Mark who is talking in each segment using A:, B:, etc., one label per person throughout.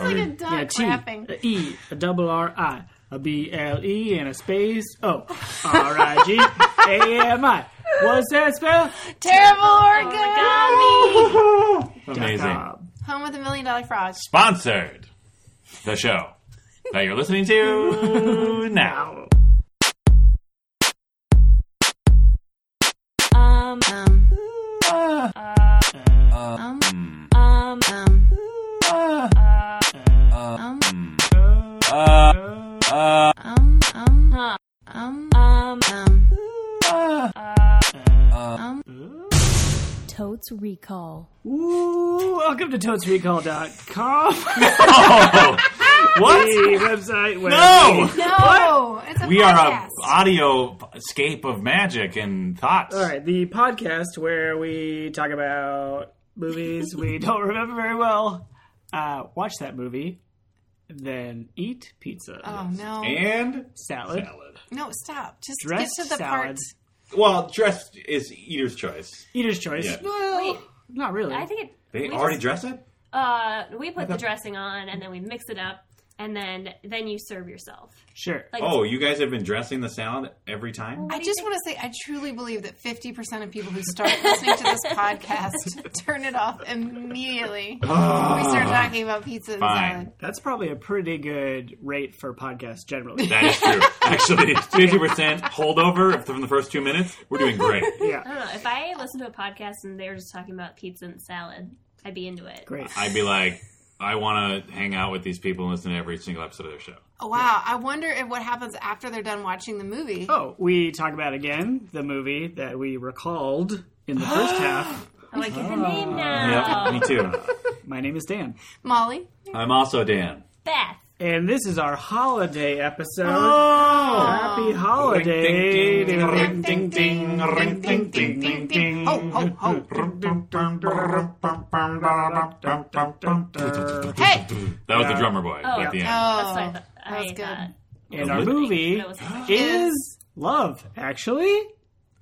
A: like a duck
B: yeah, T,
A: clapping.
B: a E, a double R I, a B L E, and a space O. R I G A M I. What's that spell?
A: Terrible
C: Oh
A: origami.
C: Amazing.
B: Um,
A: Home with a million dollar frog.
C: Sponsored the show that you're listening to now.
D: Um,
A: Um, um, um, um, um, um, um,
D: huh.
A: um,
D: um,
A: um.
D: Totes Recall.
B: Ooh, welcome to toadsrecall.com,
C: Oh, what?
B: the website where
C: No!
A: No, it's a
C: We are
A: podcast.
C: a audio scape of magic and thoughts.
B: All right, the podcast where we talk about movies we don't remember very well, uh, watch that movie, then eat pizza,
A: oh no,
C: And
B: salad,
C: salad.
A: no, stop. Just
B: Dress
A: get to the
B: salad.
A: part.
C: Well, dress is eater's choice.
B: eater's choice.
C: Yeah.
B: Well, not really.
D: I think it.
C: They
D: we
C: already
D: just-
C: dress it?
D: Uh, we put the dressing on and then we mix it up and then then you serve yourself.
B: sure.
D: Like
C: Oh, you guys have been dressing the salad every time?
A: I just want to say, I truly believe that 50% of people who start listening to this podcast turn it off immediately. when we start talking about pizza and
C: Ah, Fine.
A: salad.
B: That's probably a pretty good rate for podcasts generally.
C: That is true. Actually, fifty percent holdover from the first two minutes. We're doing great.
D: I
B: yeah,
D: don't know. If I listen to a podcast and they're just talking about pizza and salad, I'd be into it.
B: great.
C: I'd be like, I want to hang out with these people and listen to every single episode of their show.
A: Oh, wow. I wonder if what happens after they're done watching the movie.
B: Oh, we talk about again the movie that we recalled in the first half.
D: Oh, I get the name now.
C: Yeah,
A: Oh.
C: me too.
B: My name is Dan,
A: Molly?
C: I'm also Dan.
D: Beth.
B: and this is our holiday episode.
C: Oh,
B: Happy
C: ring
B: holiday!
C: ding ding, ring ding ding, ring ding ding ding ding.
A: Ho, ho, ho.
C: That
A: Hey!
C: was the drummer boy
D: Oh.
C: at the end.
D: That's what I
A: Oh,
D: thought. I
A: was good.
D: thought.
B: And our movie
D: That was a-
B: is Love, actually.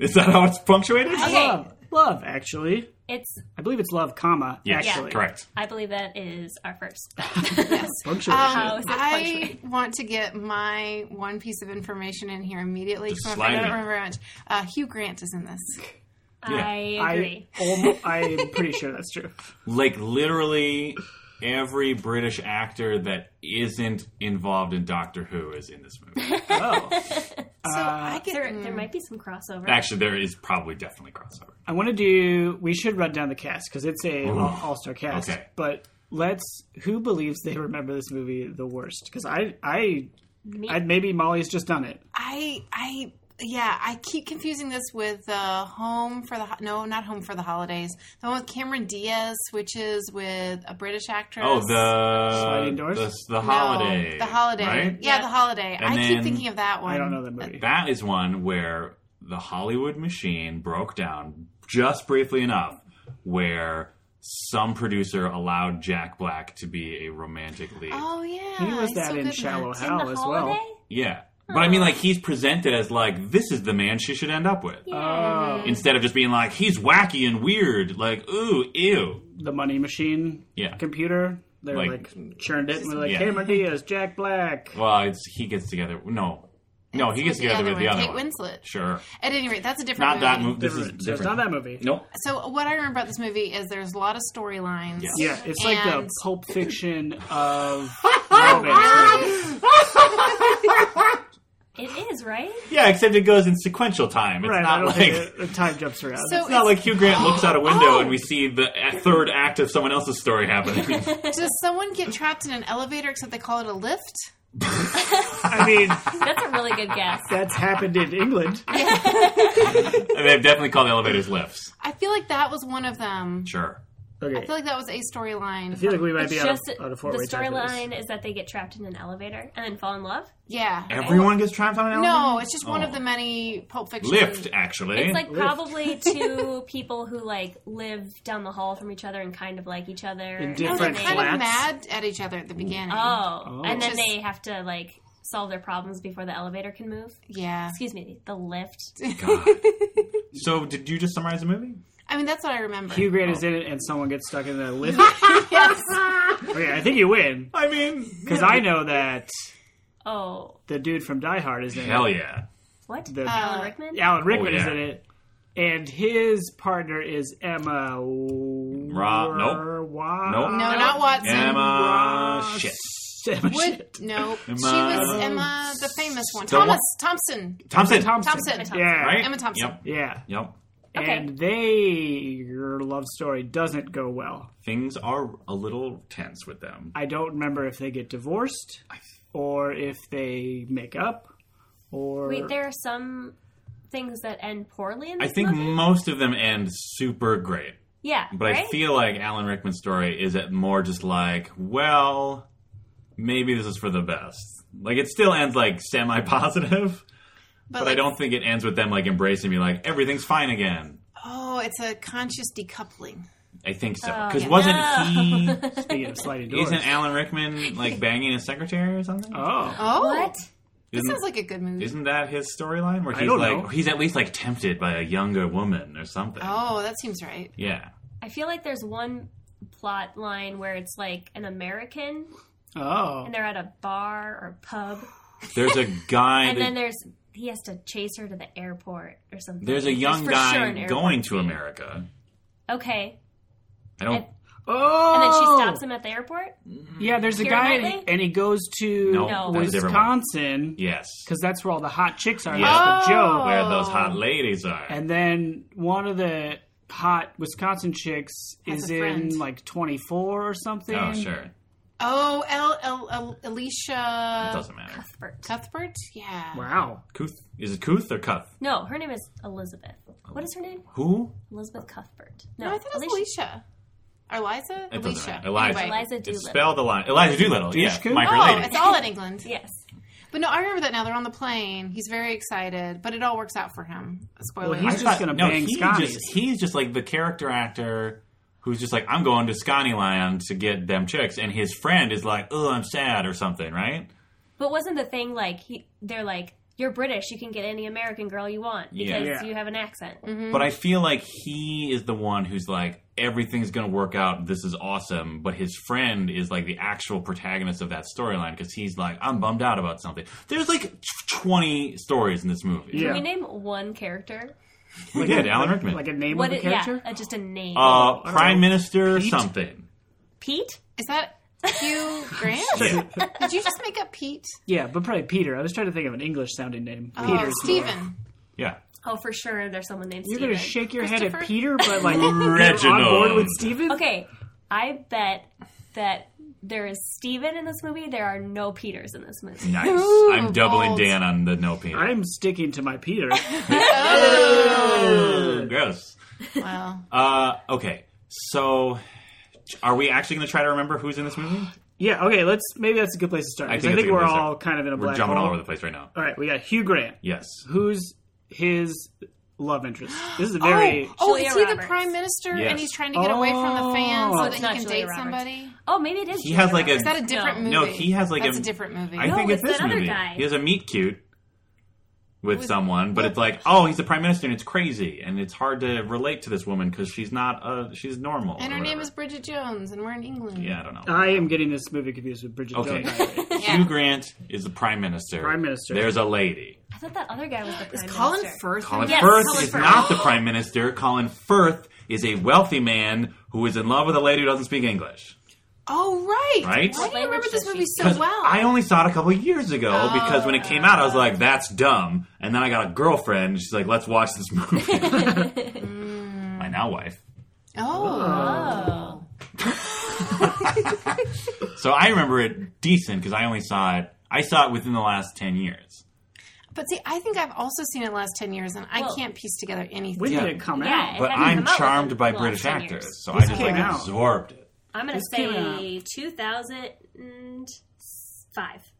C: Is that how it's punctuated?
D: Okay.
B: Love, love, actually.
D: It's.
B: I believe it's Love, comma,
C: Yes,
B: actually.
C: correct.
D: I believe that is our first.
B: Punctuation.
D: How is it
A: Um, Oh, I
D: punctuated?
A: want to get my one piece of information in here immediately.
C: Just
A: so if
C: slide
A: I
C: it
A: don't
C: in.
A: remember much. Uh, Hugh Grant is in this.
D: I
B: I,
D: agree.
B: almo- I'm pretty sure that's true.
C: like literally every British actor that isn't involved in Doctor Who is in this movie.
B: Oh.
C: Uh,
A: So I get
D: there, there might be some crossover.
C: Actually, there is probably definitely crossover.
B: I want to do. We should run down the cast because it's a all star cast.
C: Okay.
B: But let's. Who believes they remember this movie the worst? Because I, I,
D: Me-
B: I, maybe Molly's just done it.
A: I I yeah, I keep confusing this with uh, Home for the Ho- no, not Home for the Holidays. The one with Cameron Diaz, which is with a British actress.
C: Oh, the
B: Sliding doors?
C: the, the
A: No,
C: holiday,
A: the holiday.
C: right?
A: Yeah,
D: Yeah.
A: the holiday.
C: And
A: I keep
C: then-
A: thinking of that one.
B: I don't know that movie.
C: That is one where the Hollywood machine broke down just briefly enough, where some producer allowed Jack Black to be a romantic lead.
A: Oh yeah,
B: He was
A: he's
B: that
A: so
B: in
A: good
B: Shallow
A: that.
D: in
B: Hal
D: the
B: as
D: holiday?
B: well.
C: Yeah. But I mean, like, he's presented as, like, this is the man she should end up with.
B: Oh,
C: Instead of just being like, he's wacky and weird. Like, ooh, ew.
B: the money machine
C: Yeah.
B: computer. They're
C: Like-
B: like, churned it and we're like,
C: Yeah.
B: Cameron Diaz, Jack Black.
C: Well, it's, he gets together. No. No, he gets
A: The
C: together
A: other
C: with the
A: one,
C: other
A: Kate
C: one.
A: Winslet.
C: Sure.
A: At any rate, that's a different.
C: Not that
A: movie.
C: movie. This is
B: So it's not
C: different.
B: that movie.
C: Nope.
A: So what I remember about this movie is there's a lot of storylines.
C: Yes.
B: Yeah, it's like the
A: And-
B: Pulp Fiction of romance.
D: It is, right?
C: Yeah, except it goes in sequential time. It's
B: right, I
C: not
B: don't
C: like.
B: think the, the time jumps around.
A: So
C: It's not like Hugh Grant looks out a window and we see the a- third act of someone else's story happening.
A: does someone get trapped in an elevator except they call it a lift?
B: I mean,
D: That's a really good guess.
B: that's happened in England.
C: and they've definitely called elevators lifts.
A: I feel like that was one of them.
C: Sure.
B: Okay,
A: I feel like that was a storyline.
B: like we might
D: It's
B: be out of,
D: just
B: out of
D: the
B: Fort Wade time for this.
D: storyline is that they get trapped in an elevator and then fall in love.
A: Yeah.
C: Everyone gets trapped on an elevator?
A: No, it's just one
C: Oh.
A: of the many Pulp Fiction.
C: Lift, actually.
D: It's like probably two people who like live down the hall from each other and kind of like each other.
B: In
D: and
A: No,
B: different
A: they're
D: then they-
A: kind
B: flats.
A: of mad at each other at the beginning.
D: Oh, and then
A: Just-
D: they have to like solve their problems before the elevator can move.
A: Yeah.
D: Excuse me, the lift.
C: God. so, did you just summarize the movie?
A: I mean, that's what I remember.
B: Hugh Grant is in it, and someone gets stuck in the lift.
A: yes.
B: Okay, I think you win
C: I mean,
B: because I know that
D: Oh,
B: the dude from Die Hard is in
C: hell
B: it.
C: yeah.
D: what?
B: The-
D: Alan Rickman?
B: Alan Rickman
C: Oh,
B: is
C: yeah.
B: in it, and his partner is Emma. Ra-
C: nope.
A: No,
C: Nope.
A: not Watson.
C: Emma, shit.
B: Emma
A: Would,
B: shit.
A: nope.
C: Emma-
A: she was Emma, the famous one.
C: The one-
A: Thomas Thompson.
C: Thompson.
B: Thompson.
A: Thompson.
B: Yeah.
C: Right?
A: Emma Thompson.
C: Yep.
B: Yeah.
C: Yep.
D: Okay.
B: And they your love story doesn't go well.
C: Things are a little tense with them.
B: I don't remember if they get divorced or if they make up or
D: Wait, there are some things that end poorly in
C: I
D: this
C: think
D: movie?
C: most of them end super great.
D: Yeah,
C: But
D: right?
C: I feel like Alan Rickman's story is at more just like, well, maybe this is for the best. Like it still ends like semi positive, but, I
A: like,
C: don't think it ends with them like embracing me like everything's fine again.
A: Oh, it's a conscious decoupling.
C: I think so.
D: Oh,
C: Because
D: yeah.
C: wasn't
D: No.
B: speaking of sliding
C: he
B: doors.
C: isn't Alan Rickman like banging his secretary or something?
B: oh.
A: Oh,
D: What?
A: This
C: Isn't-
A: sounds like a good movie.
C: Isn't that his storyline where
B: I
C: he's
B: don't
C: like
B: know.
C: he's at least like tempted by a younger woman or something?
A: Oh, that seems right.
C: Yeah.
D: I feel like there's one plot line where it's like an American
B: Oh.
D: and they're at a bar or pub,
C: There's a guy
D: and
C: that-
D: then there's he has to chase her to the airport or something.
C: there's a young
D: for sure
C: guy
D: an airport
C: going to
D: scene.
C: America.
D: Okay,
C: I don't
D: And-
B: Oh.
D: and then she stops him at the airport.
C: Mm.
B: Yeah, there's a
D: Keira
B: guy
D: Knightley?
B: and he goes to
C: No,
D: No.
C: that's a different
B: Wisconsin because
C: Yes.
B: that's where all the hot chicks are.
C: Yeah.
B: That's the
A: Oh.
B: joke.
C: Where those hot ladies are.
B: And then one of the hot Wisconsin chicks
A: Has
B: is
A: a friend.
B: in like 24 or something.
C: oh, sure.
A: Oh, El, El, El, Alicia
C: It doesn't matter.
D: Cuthbert.
A: Cuthbert? Yeah.
B: Wow.
C: Kuth. Is it Kuth or Cuth?
D: No, her name is Elizabeth. What is her name?
C: Who?
D: Elizabeth Cuthbert.
A: No, I thought it was Alicia. Or Eliza?
C: It doesn't
A: Alicia.
C: matter. Eliza.
A: Anyway.
D: Eliza
C: It's
D: Doolittle.
C: spelled Eli- Elijah Doolittle. Yeah.
B: Douche-coon?
C: Mike
A: Oh,
C: related.
A: it's all in England.
D: Yes.
A: But no, I remember that now. They're on the plane. He's very excited, but it all works out for him. Spoiler.
B: Well,
A: alert.
B: he's just gonna
C: no,
B: bang
C: he
B: Scotties.
C: just he's just like the character actor who's just like, I'm going to Scottyland to get them chicks, and his friend is like, Oh, I'm sad or something, right?
D: But wasn't the thing like he? They're like, you're British. You can get any American girl you want
C: Yeah.
D: because
B: Yeah. Mm-hmm.
D: you have an accent.
C: But I feel like he is the one who's like, everything's going to work out. This is awesome. But his friend is like the actual protagonist of that storyline because he's like, I'm bummed out about something. There's like t- 20 stories in this movie. Uh,
B: Yeah.
D: Can we name one character?
C: We did, Alan Rickman.
B: Like a name
D: What?
B: of a
D: It, yeah,
B: character?
D: uh, just a name.
C: uh, Prime
B: know.
C: Minister
B: Pete?
C: something.
D: Pete.
A: Is that Hugh Grant? Did you just make up Pete?
B: Yeah, but probably Peter. I was trying to think of an English sounding name.
A: Oh,
B: Peter's more-
A: Stephen.
C: Yeah.
D: Oh, for sure. There's someone named
B: You're
D: Steven.
B: going to shake your head at
A: Christopher?
B: Peter, but like you're on board
C: Reginald.
B: with Stephen?
D: Okay, I bet that there is Steven in this movie. There are no Peters in this movie.
C: Nice.
A: Ooh,
C: I'm doubling
A: bold.
C: Dan on the no penis.
B: I'm sticking to my Peter.
A: Oh,
C: Ooh, Gross.
A: Wow.
C: Uh, okay. So, are we actually going to try to remember who's in this movie?
B: yeah, okay, let's maybe that's a good place to start.
C: I
B: 'cause
C: think
B: I
C: that's
B: think
C: a good
B: we're
C: place to
B: all
C: start.
B: kind of in a
C: We're
B: black
C: jumping
B: hole.
C: all over the place right now.
B: All right, we got Hugh Grant.
C: Yes.
B: Who's his love interest? This is a very
A: oh, oh,
D: Julia
A: is he the
D: Roberts.
A: prime minister
C: Yes.
A: and he's trying to get away from the fans
B: Oh.
A: so
B: Oh,
A: that
D: it's
A: he
D: not
A: can
D: Julia
A: date
D: Roberts.
A: somebody?
D: Oh, maybe it is.
C: He
D: Julia
C: has, like, a-
D: Roberts.
A: Is that a different
D: No.
A: movie?
C: No, he has, like,
A: That's
C: a-
A: a different movie.
C: I
D: No,
C: think it's
D: it's
C: this
D: that other
C: movie.
D: guy.
C: He has a meet cute with
A: Who's-
C: someone, but it's like, oh, he's the prime minister, and it's crazy, and it's hard to relate to this woman because she's not uh she's normal.
A: and her
C: or
A: name
C: whatever.
A: is Bridget Jones, and we're in England.
C: yeah, I don't know.
B: I am getting this movie confused with Bridget
C: Okay.
B: Jones. Highway.
A: Yeah.
C: Hugh Grant is the prime minister.
B: Prime minister.
C: There's a lady.
D: I thought that other guy was the prime
A: Is Colin
D: minister.
A: Firth? in
C: Colin
A: this?
D: Yes,
C: Firth
D: Colin
C: is
D: Firth.
C: not the prime minister. Colin Firth is a wealthy man who is in love with a lady who doesn't speak English.
A: Oh, right.
C: Right?
A: Why do you remember this movie so
C: 'Cause
A: well?
C: I only saw it a couple years ago because when it came out, I was like, "That's dumb," and then I got a girlfriend. and She's like, "Let's watch this movie." My now wife.
B: Uh,
A: oh.
D: Oh,
C: So I remember it decent because I only saw it. I saw it within the last ten years.
A: But see, I think I've also seen it in the last 10 years, and I
D: Well-
A: can't piece together anything.
B: When
C: Yeah.
B: did it come
D: yeah.
B: out?
D: it
C: But
D: hadn't
C: I'm
D: come out
C: charmed
D: within
C: by
D: the last
C: British
D: 10
C: actors,
D: years.
C: so I
B: This
C: just
B: came
C: like
B: out.
C: absorbed it.
D: I'm gonna
B: This came
D: say 2005.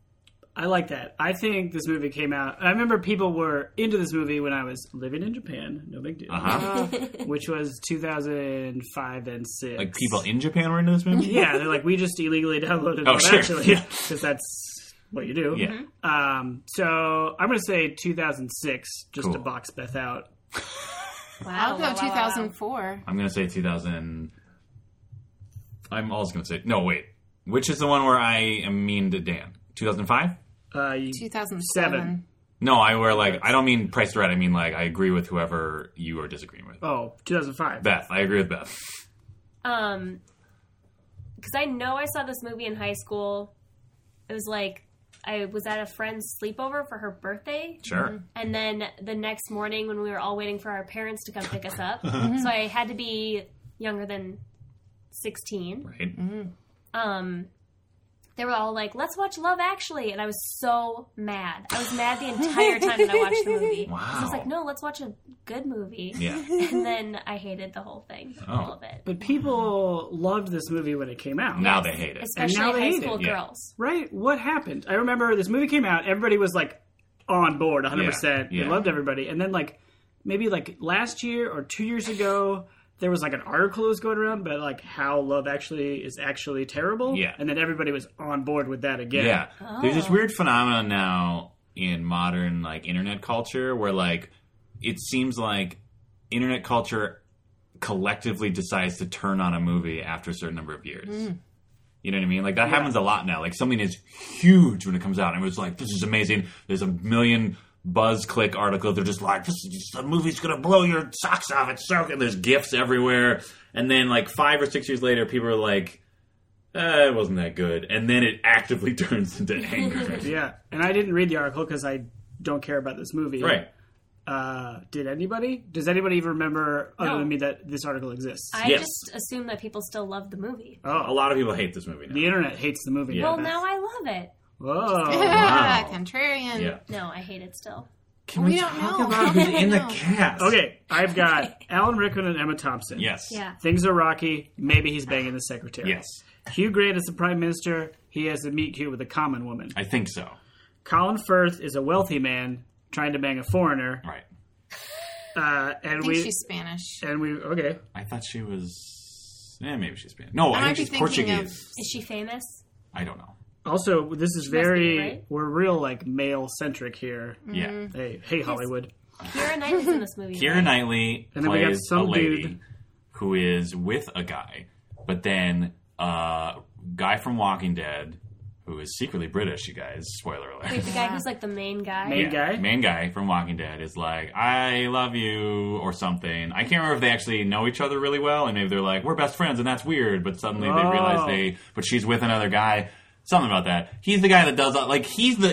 B: I like that. I think this movie came out. I remember people were into this movie when I was living in Japan. No big deal.
C: Uh-huh.
B: Which was 2005 and six.
C: like people in Japan were into this movie.
B: Yeah, they're like we just illegally downloaded
C: Oh,
B: it
C: sure.
B: actually because that's what you
D: Mm-hmm.
B: do.
C: Yeah.
B: Um. So I'm gonna say 2006 just to
C: Cool.
B: box Beth out.
D: Wow,
A: I'll
D: wow,
A: go
D: wow, wow.
A: 2004.
C: I'm gonna say 2000. I'm also gonna say no. Wait, Which is the one where I am mean to Dan? 2005?
B: Uh, you,
A: 2007.
C: No, I where like I don't mean price right. I mean like I agree with whoever you are disagreeing with.
B: oh, 2005.
C: Beth, I agree with Beth.
D: Um, because I know I saw this movie in high school. It was like I was at a friend's sleepover for her birthday,
C: Sure.
D: and then the next morning when we were all waiting for our parents to come pick us up,
C: Uh-huh.
D: so I had to be younger than sixteen.
C: Right.
D: Um. They were all like, "Let's watch Love Actually," and I was so mad. I was mad the entire time that I watched the movie. 'Cause I was
C: Wow.
D: like, "No, let's watch a good movie."
C: Yeah. Oh.
D: And then I hated the whole thing, all of it.
B: But people loved this movie when it came out.
C: Now they hate it.
D: especially
B: now they
D: high
B: hate it,
D: school
C: yeah.
D: girls.
B: Right? What happened? I remember this movie came out, everybody was like on board 100%.
C: Yeah, yeah.
B: They loved everybody. And then, like, maybe like last year or two years ago, there was like an article that was going around about like how love actually is actually terrible.
C: Yeah.
B: And then everybody was on board with that again.
C: Yeah. There's this weird phenomenon now in modern like internet culture where like it seems like internet culture collectively decides to turn on a movie after a certain number of years.
A: Mm.
C: You know what I mean? Like that happens a lot now. Like something is huge when it comes out, and it's like this is amazing. There's a million buzz click articles. They're just like this is just, the movie's gonna blow your socks off. It's so good. There's gifts everywhere, and then like five or six years later, people are like, uh, "It wasn't that good," and then it actively turns into anger.
B: Yeah. And I didn't read the article because I don't care about this movie.
C: right?
B: Uh, did anybody? Does anybody even remember, other
D: No.
B: than me, that this article exists?
D: I
C: Yes.
D: just assume that people still love the movie.
C: A lot of people hate this movie now.
B: the internet hates the movie.
C: Yeah.
D: Well, now I love it.
A: Yeah,
B: Whoa.
C: Oh, wow.
A: contrarian.
C: yeah.
D: No, I hate it still.
C: Can
A: we don't know.
C: who's in the
A: No.
C: cast?
B: Okay, I've got Alan Rickman and Emma Thompson.
C: Yes.
D: Yeah.
B: Things are rocky. Maybe he's banging the secretary.
C: Yes.
B: Hugh Grant is the prime minister. He has a meet cute with a common woman.
C: I think so.
B: Colin Firth is a wealthy man trying to bang a foreigner.
C: Right.
B: Uh, and
A: I think
B: we
A: she's Spanish.
B: and we okay.
C: I thought she was. Eh, maybe she's Spanish. No, I,
A: might
C: think
A: be
C: she's
A: thinking of-
C: Portuguese.
D: Is she famous?
C: I don't know.
B: Also, this is
D: be,
B: very
D: right?
B: we're real like male centric here.
C: Yeah.
A: Mm-hmm.
B: Hey, hey Hollywood.
D: Kira Knight is in this movie.
C: Keira Knightley
B: And then we got
C: plays a
B: some
C: lady
B: dude-
C: who is with a guy, but then uh, guy from Walking Dead who is secretly British. You guys, spoiler
D: Wait,
C: alert.
D: the guy who's like the main guy.
B: Main guy?
C: main guy from Walking Dead is like, I love you or something. I can't remember if they actually know each other really well, and maybe they're like, we're best friends, and that's weird. But suddenly they
B: Oh.
C: realize they, but she's with another guy. Something about that. He's the guy that does all- like he's the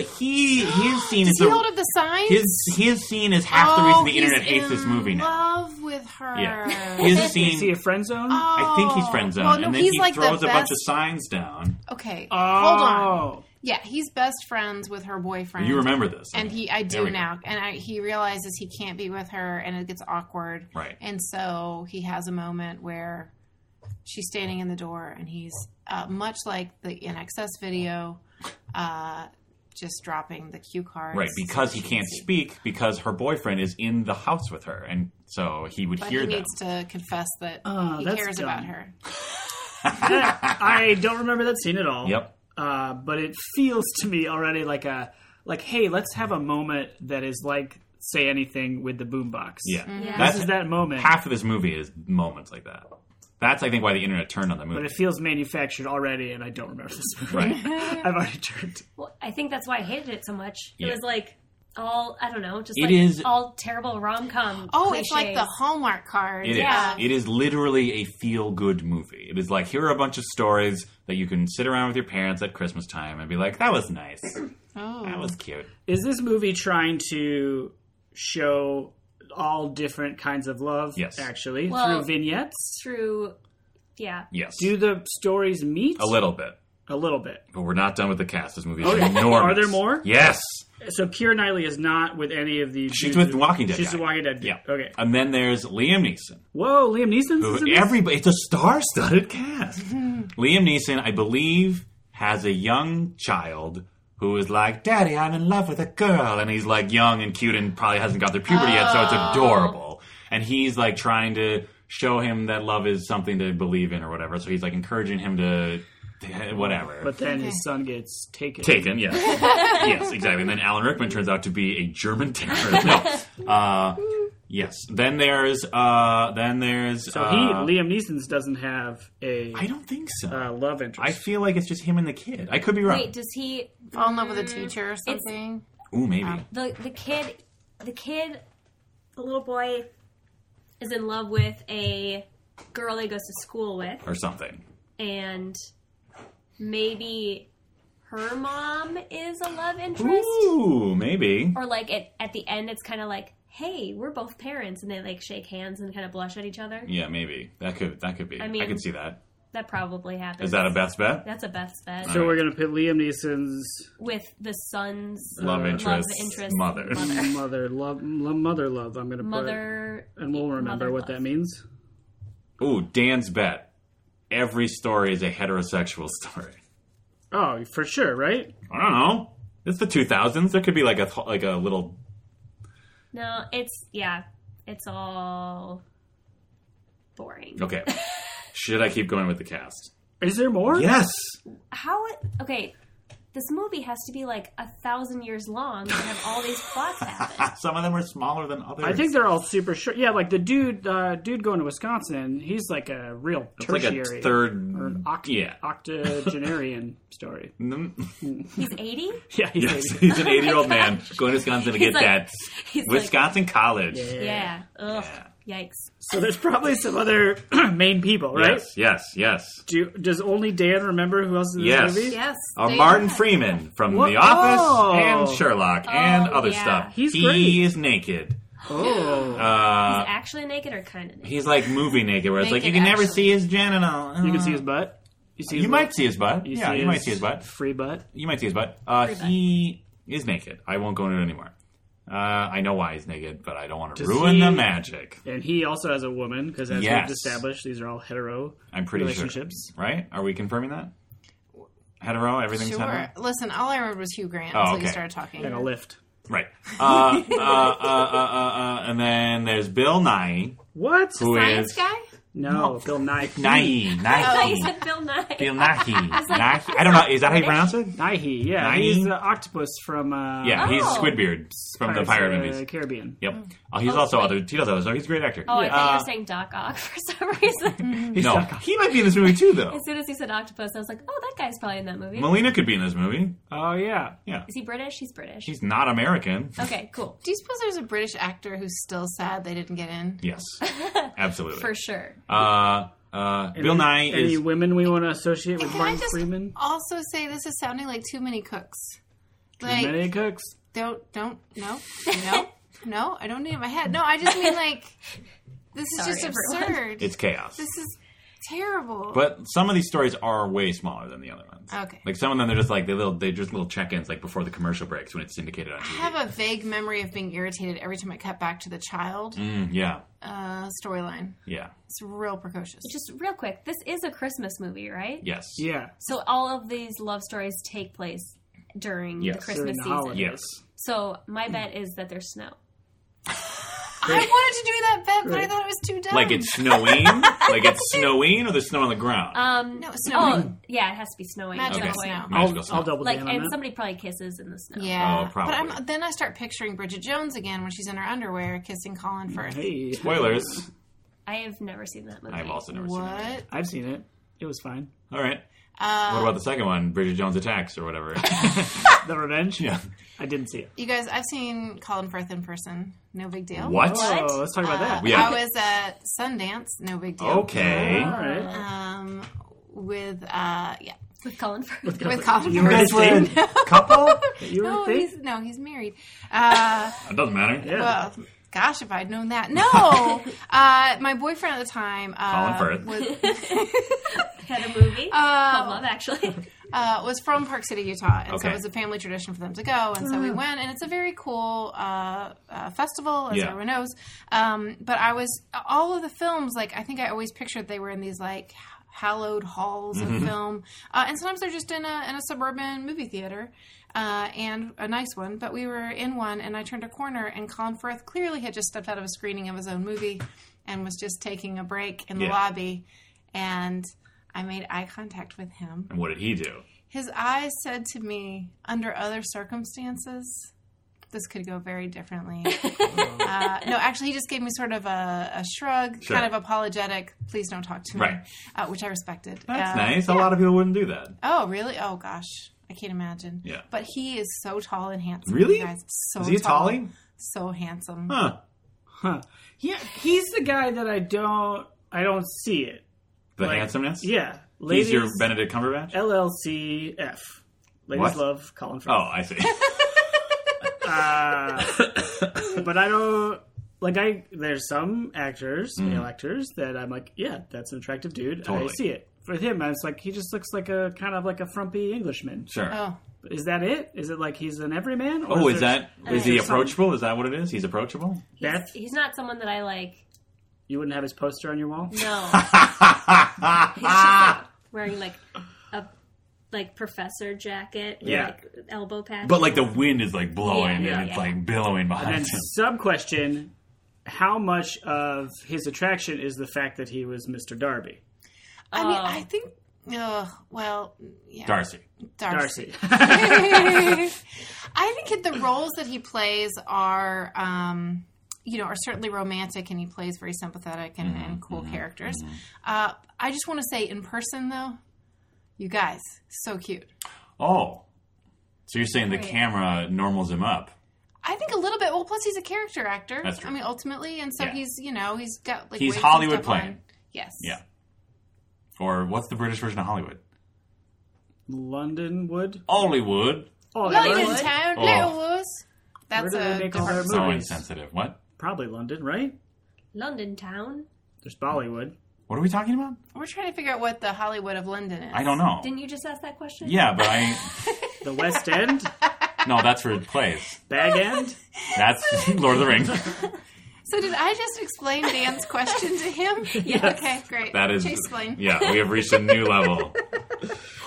C: he his scene is
A: Does he
C: the
A: hold up the sign?
C: his his scene is half the reason the
A: Oh, he's
C: internet hates this
A: in
C: movie now.
A: Love with her.
C: Yeah. His
B: Is he
C: scene.
B: a friend zone?
D: Uh,
C: I think he's friend zone,
A: Oh. Well, no,
C: and then
A: he's
C: he
A: like the
C: throws a bunch
A: best-
C: of signs down.
A: Okay,
B: oh.
A: hold on. Yeah, he's best friends with her boyfriend.
C: You remember this?
A: And he, I do
C: There we go.
A: now, and I, he realizes he can't be with her, and it gets awkward.
C: Right.
A: And so he has a moment where she's standing in the door, and he's uh, much like the in excess video, uh, just dropping the cue cards.
C: Right, because he can't speak because her boyfriend is in the house with her, and so he would
A: But
C: hear
A: he
C: them.
A: needs to confess that
B: Oh,
A: he
B: that's
A: cares
B: dumb.
A: about her.
B: I don't remember that scene at all.
C: Yep.
B: Uh, but it feels to me already like a like, hey, let's have a moment that is like say anything with the boombox.
C: Yeah,
D: Yeah.
B: This
C: that's
B: is that moment,
C: half of this movie is moments like that. That's I think why the internet turned on the
B: but
C: movie.
B: it feels manufactured already, and I don't remember this movie.
C: Right.
B: I've already turned.
D: Well, I think that's why I hated it so much. It
C: Yeah.
D: was like all I don't know, just
C: It
D: like
C: is-
D: all terrible rom com.
A: Oh, it's like the Hallmark card.
C: It is.
D: Yeah.
C: It is literally a feel good movie. It is like here are a bunch of stories that you can sit around with your parents at Christmas time and be like, that was nice,
A: Oh.
C: that was cute.
B: Is this movie trying to show all different kinds of love?
C: Yes.
B: actually,
D: Well-
B: through vignettes.
D: true. Yeah,
C: Yes,
B: Do the stories meet
C: a little bit.
B: A little bit?
C: But we're not done with the cast. This movie is
B: Oh, yeah.
C: enormous.
B: Are there more?
C: Yes.
B: So Keira Knightley is not with any of the.
C: She's with the Walking Dead
B: She's the
C: guy.
B: Walking Dead.
C: Yeah.
B: Okay.
C: And then there's Liam Neeson.
B: Whoa, Liam Neeson's
C: who-
B: is in this?
C: Everybody, it's a star-studded cast. Liam Neeson, I believe, has a young child who is like, "Daddy, I'm in love with a girl," and he's like young and cute and probably hasn't got their puberty yet, so it's adorable. And he's like trying to show him that love is something to believe in or whatever. So he's like encouraging him to, to whatever.
B: But then his son gets taken.
C: Taken, yes. yes, exactly. And then Alan Rickman turns out to be a German terrorist. No. Uh, Yes. Then there's uh then there's
B: So
C: uh,
B: he Liam Neeson's doesn't have a
C: I don't think so.
B: uh, love interest.
C: I feel like it's just him and the kid. I could be wrong.
D: Wait, does he
A: Fall in love with a
D: Mm,
A: teacher or something.
C: Ooh, maybe.
D: the the kid the kid the little boy is in love with a girl he goes to school with
C: or something.
D: and maybe her mom is a love interest
C: Ooh, maybe.
D: or like at, at the end it's kind of like hey we're both parents and they like shake hands and kind of blush at each other
C: Yeah, maybe. That could that could be. I,
D: mean-
C: could see that.
D: that probably happens
C: Is that a best bet?
D: that's a best bet
B: so we're gonna put Liam Neeson's
D: with the son's
C: Love
B: Uh,
C: interest,
D: love interest,
C: mother.
D: mother.
B: mother love lo- mother love. I'm gonna
D: mother
B: put and we'll remember
D: mother
B: what
D: love.
B: that means.
C: Ooh, Dan's bet. Every story is a heterosexual story.
B: Oh, for sure, right?
C: I don't know. It's the 2000s. There could be like a th- like a little
D: no it's yeah it's all boring
C: Okay. Should I keep going with the cast?
B: Is there more?
C: Yes.
D: how okay this movie has to be like a thousand years long and have all these plots happen
C: Some of them are smaller than others.
B: I think they're all super short. Yeah, like the dude, uh, dude going to Wisconsin. He's like a real
C: it's like
B: tertiary,
C: a third
B: or an oct-
C: yeah.
B: octogenarian story.
C: Mm,
D: he's 80
B: Yeah, he's
C: Yes,
B: eighty.
C: he's an 80 year old man going to Wisconsin to
D: He's
C: get
D: like-
C: that
D: he's like-
C: Wisconsin college.
B: Yeah.
D: yeah ugh yikes
B: So there's probably some other main people, right?
C: Yes, yes, yes.
B: Do you, does only Dan remember who else is in this
C: Yes.
B: movie?
D: yes
C: Uh,
A: They-
C: Martin Freeman from
B: What?
C: The Office
B: Oh.
C: and Sherlock and
D: Oh,
C: other
D: yeah.
C: stuff.
B: He's
C: he
B: great.
C: is naked.
B: Oh,
C: Uh,
D: he's actually naked or kind of naked
C: he's like movie naked, where it's like you
A: Naked,
C: can never
A: actually.
C: see his genital.
B: you can see his butt. You see, his
C: You
B: little-
C: might see his butt. yeah,
B: see
C: you might see his butt.
B: Free butt.
C: You might see his butt. Uh,
D: Free butt.
C: he is naked. I won't go into it anymore. Uh, I know why he's naked, but I don't want to
B: Does
C: ruin
B: he-
C: the magic.
B: And he also has a woman because, as
C: Yes.
B: we've established, these are all hetero
C: I'm pretty
B: relationships.
C: sure. Right? Are we confirming that? Hetero? Everything's
A: Sure.
C: hetero?
A: Listen, all I remembered was Hugh Grant
C: Oh,
A: until
C: okay.
A: you started talking.
B: And a lift.
C: Right. Uh, uh, uh, uh, uh, uh, and then there's Bill Nye,
B: What?
C: who
A: Science
C: is
A: guy?
B: No, Bill Nye.
C: Nye.
D: oh, he
C: Nye.
D: said Bill Nye.
C: um, Bill Nye. Nye. I don't know. Is that how you pronounce it?
B: Nighy, yeah,
C: Nighy?
B: he's the octopus from uh,
C: Yeah, he's
D: Oh.
C: Squidbeard from the
B: Pirates
C: Pirate
B: of the
C: movies.
B: Caribbean.
C: Yep. Uh, he's
D: Oh,
C: also
D: wait.
C: other. He does other stuff. He's a great actor.
D: Oh, I thought you
C: Uh,
D: were saying Doc Ock for some reason.
C: no, he might be in this movie too, though.
D: as soon as he said octopus, I was like, oh, that guy's probably in that movie.
C: Melina could be in this movie.
B: Oh yeah,
C: Yeah,
D: Is he British? He's British.
C: she's not American.
D: okay, cool.
A: Do you suppose there's a British actor who's still sad they didn't get in?
C: Yes, absolutely.
D: For sure.
C: Uh, uh, Bill Nye
B: Any
C: is.
B: women we want to associate with
A: Can
B: Martin
A: I just
B: Freeman?
A: also say this is sounding like too many cooks? Like
B: Many cooks.
A: don't don't no no no I don't need it in my head. No, I just mean like this is
D: Sorry,
A: just
D: everyone.
A: absurd.
C: It's chaos.
A: this is terrible.
C: But some of these stories are way smaller than the other ones.
A: Okay.
C: Like some of them, they're just like they little, they just little check-ins, like before the commercial breaks when it's syndicated on
A: I
C: TV.
A: have a vague memory of being irritated every time I cut back to the child
C: Mm, yeah,
A: uh, storyline.
C: yeah,
A: It's real precocious.
D: Just real quick, this is a Christmas movie, right?
C: yes,
B: Yeah,
D: So all of these love stories take place during
C: Yes.
D: the Christmas
B: During the
D: season.
B: holiday.
C: yes.
D: So my bet is that there's snow.
A: I wanted to do that bet, but I
B: Great.
A: thought it was too dumb.
C: Like it's snowing, like it's snowing, or there's snow on the ground.
D: Um,
A: No, it's
D: oh,
A: snowing.
D: yeah, it has to be snowing. at
A: Magical
D: some
C: okay,
D: point.
A: snow.
B: I'll,
C: magical snow.
B: I'll double
D: Like,
B: down
D: and
B: on that.
D: somebody probably kisses in the snow.
A: yeah,
C: Oh, probably.
A: But I'm, then I start picturing Bridget Jones again when she's in her underwear kissing Colin Firth.
B: Hey,
C: Spoilers.
D: I have never seen that movie.
C: I've also never seen that.
A: What?
B: I've seen it. It was fine.
C: All right.
A: Uh,
C: What about the second one, Bridget Jones attacks or whatever?
B: The Revenge.
C: yeah.
B: I didn't see it.
A: You guys, I've seen Colin Firth in person. No big deal.
C: What?
D: What?
B: Oh, let's talk about
A: Uh,
B: that.
C: Yeah.
A: I was at Sundance. No big deal.
C: Okay.
B: All right.
A: Um, with uh, yeah,
D: With Colin Firth.
A: with Colin
B: You
A: Firth.
B: guys were
C: Couple?
B: You were
A: No,
B: a
A: he's no, he's married. Uh,
C: It doesn't matter.
B: Yeah.
A: well, gosh, if I'd known that. No, uh, my boyfriend at the time, uh,
C: Colin Firth.
A: was,
D: had a movie called Love
A: uh,
D: Actually.
A: uh, was from Park City, Utah, and so
C: Okay.
A: it was a family tradition for them to go, and so we went, and it's a very cool uh, uh, festival, as
C: Yeah.
A: everyone knows. Um, but I was all of the films, like I think I always pictured they were in these like hallowed halls of
C: Mm-hmm.
A: film, uh, and sometimes they're just in a in a suburban movie theater. Uh, and a nice one, but we were in one, and I turned a corner, and Colin Firth clearly had just stepped out of a screening of his own movie, and was just taking a break in the
C: Yeah.
A: lobby, and I made eye contact with him,
C: And what did he do?
A: his eyes said to me, under other circumstances, this could go very differently. uh, no, actually, he just gave me sort of a, a shrug,
C: Sure.
A: kind of apologetic. Please don't talk to me,
C: Right.
A: uh, which I respected.
C: That's
A: Uh,
C: nice. A lot of people wouldn't do that.
A: Oh, really? Oh, gosh. I can't imagine.
C: Yeah.
A: But he is so tall and handsome.
C: Really?
A: you guys. So
C: Is he a
A: tall.
C: tallie?
A: So handsome.
C: Huh.
B: Huh. Yeah, he's the guy that I don't I don't see it.
C: The
B: Like,
C: handsomeness?
B: Yeah.
C: He's
B: Ladies
C: your Benedict Cumberbatch?
B: LLCF. Ladies
C: What?
B: love Colin Firth.
C: Oh, I see.
B: Uh,
C: Oh.
B: but I don't like I there's some actors, male actors that I'm like, yeah, that's an attractive dude.
C: Mm. Totally.
B: I see it. For him, I was like, he just looks like a kind of like a frumpy Englishman.
C: Sure.
A: Oh.
B: Is that it? Is it like he's an everyman? Or
C: oh, is
B: there-
C: that is he
B: there some-
C: approachable? Is that what it is? He's approachable.
D: He's,
B: Beth?
D: he's not someone that I like.
B: You wouldn't have his poster on your wall?
D: No, he's just
C: but
D: like, wearing like a like professor jacket, with,
B: Yeah.
D: like elbow patch.
C: like the wind is like blowing
D: Yeah, yeah,
C: and it's
D: yeah.
C: like billowing behind him.
B: And sub question: How much of his attraction is the fact that he was Mr. Darby,
A: I mean,
D: Oh.
A: I think. Ugh, well, yeah.
C: Darcy.
B: Darcy?
A: I think the roles that he plays are, um, you know, are certainly romantic, and he plays very sympathetic and,
C: Mm-hmm,
A: and cool characters. Uh, I just want to say, in person though, you guys, so cute.
C: Oh, so you're saying the
D: Right.
C: camera normals him up?
A: I think a little bit. Well, plus he's a character actor.
C: That's true.
A: I mean, ultimately, and so
C: Yeah.
A: he's, you know, he's got like
C: He's
A: wigs and
C: Hollywood
A: stuff on.
C: playing.
A: Yes.
C: Yeah. Or what's the British version of Hollywood?
B: Londonwood.
C: Hollywood.
B: Oh,
A: London
B: London.
A: Town,
C: Oh.
A: Little Wars. That's
B: do they
A: a
B: make all
A: different.
B: their
C: So
B: Movies.
C: insensitive. What?
B: Probably London, right?
D: London town.
B: There's Bollywood.
C: What are we talking about?
A: We're trying to figure out what the Hollywood of London is.
C: I don't know.
D: Didn't you just ask that question?
C: Yeah, but I
B: The West End,
C: no. That's for plays.
B: Bag End.
C: That's Lord of the Rings.
A: So did I just explain Dan's question to him? Yeah. Okay, great.
C: That is
A: explain.
C: Yeah, we have reached a new level.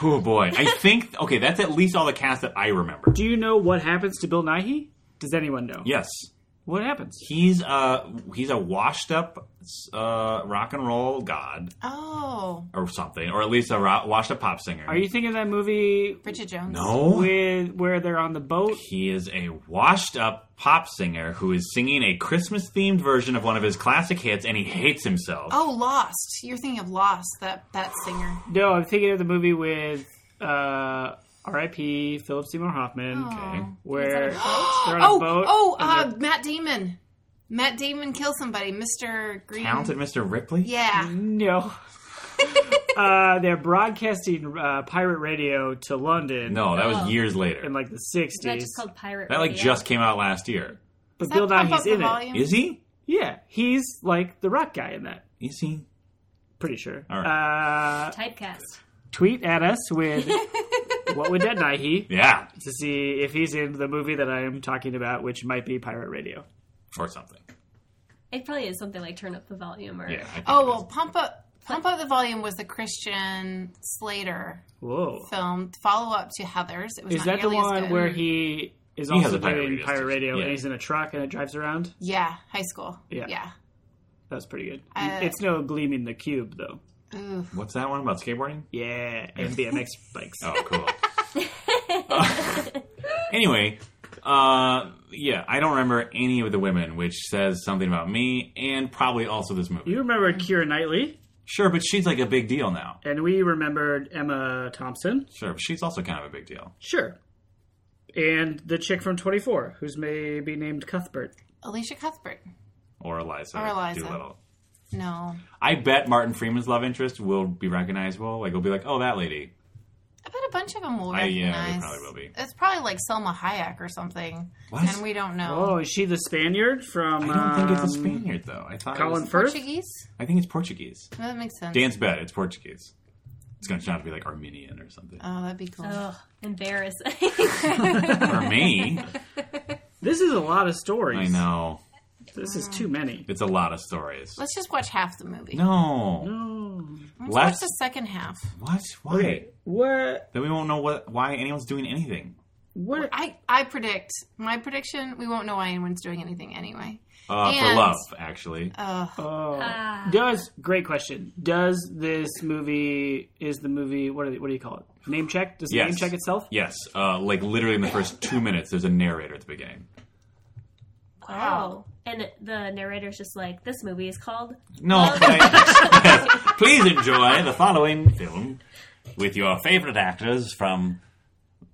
C: oh boy, I think okay. That's at least all the cast that I remember.
B: Do you know what happens to Bill Nighy? Does anyone know?
C: Yes,
B: What happens?
C: he's a he's a washed up uh, rock and roll god
A: Oh,
C: or something, or at least a ro- washed up pop singer.
B: Are you thinking of that movie
A: Bridget Jones.
C: no?
B: with where they're on the boat?
C: He is a washed up pop singer who is singing a Christmas themed version of one of his classic hits, and he hates himself.
A: Oh, Lost. You're thinking of Lost, that that singer.
B: No, I'm thinking of the movie with uh, R.I.P. Philip Seymour Hoffman.
C: Okay.
B: Where they're on a
A: Oh,
B: boat.
A: oh,
B: and they're-
A: uh, Matt Damon. Matt Damon kills somebody. Mr. Green.
C: Talented Mr. Ripley.
A: Yeah.
B: No. uh, they're broadcasting uh, pirate radio to London
C: No, that
D: Oh.
C: was years later.
B: in like the
D: Is that
B: 60s.
D: just called pirate?
C: That like
D: Radio?
C: just came out last year.
B: But
A: Does
B: Bill
A: that pump up
B: Nighy's
A: the
B: in it.
A: volume?
C: Is he?
B: Yeah, he's like the rock guy in that.
C: Is he?
B: Pretty sure.
C: All
B: uh,
D: typecast.
B: tweet at us with what would that Nighy
C: Yeah,
B: to see if he's in the movie that I am talking about, which might be pirate radio.
C: or something.
D: It probably is something like turn up the volume or
C: Yeah. I think it
A: Oh
C: is.
A: well, pump up. Pump Up the Volume was the Christian Slater
B: Whoa,
A: film follow up to Heather's. It was
B: is
A: not
B: that the
A: nearly as
B: one
A: good.
B: where he is
C: He has
B: also
C: a pirate
B: doing
C: radio
B: pirate
C: station.
B: radio
C: Yeah.
B: and he's in a truck and it drives around?
A: Yeah, high school.
B: Yeah.
A: yeah.
B: That was pretty good.
A: Uh,
B: it's no gleaming the cube though.
A: Ooh.
C: What's that one about skateboarding?
B: Yeah, and BMX bikes.
C: Oh, cool. Uh, anyway, uh, yeah, I don't remember any of the women, which says something about me and probably also this movie.
B: You remember Kira Knightley,
C: Sure, but she's like a big deal now.
B: and we remembered Emma Thompson.
C: Sure, but she's also kind of a big deal.
B: Sure. And the chick from 24, who's maybe named Cuthbert.
A: Alicia Cuthbert.
C: Or Eliza.
A: Or Eliza.
C: Doolittle.
A: No,
C: I bet Martin Freeman's love interest will be recognizable. Like, we'll be like, oh, that lady.
A: I bet a bunch of them will
C: I- yeah,
A: recognize.
C: they probably will be.
A: It's probably like Selma Hayek or something,
C: What?
A: and we don't know.
B: Oh, is she the Spaniard from?
C: I don't think it's a
B: um,
C: Spaniard, though. I thought it
B: Colin
C: was-
B: Firth.
A: Portuguese?
C: I think it's Portuguese.
A: No, that makes sense.
C: Dan's bet, it's Portuguese. It's going to turn out to be like Armenian or something.
A: oh, that'd be cool.
D: Ugh, embarrassing.
A: Uh-huh.
C: or me.
B: This is a lot of stories.
C: I know.
B: This is too many.
C: It's a lot of stories.
A: Let's just watch half the movie.
C: No.
B: Oh.
A: Let's
C: let's-
A: watch the second half.
C: What? Why?
B: Okay. What?
C: Then we won't know what why anyone's doing anything.
B: What?
A: I I predict my prediction. We won't know why anyone's doing anything anyway.
C: Uh, for
A: And-
C: love, actually.
A: Uh,
B: Oh.
D: Ah.
B: Does great question. Does this movie is the movie what do they, what do you call it? Name check? Does the
C: Yes.
B: name check itself?
C: yes. Uh, like literally in the first two minutes, there's a narrator at the beginning.
A: Wow.
D: And the narrator's just like, this movie is called
C: No, thanks. please enjoy the following film with your favorite actors from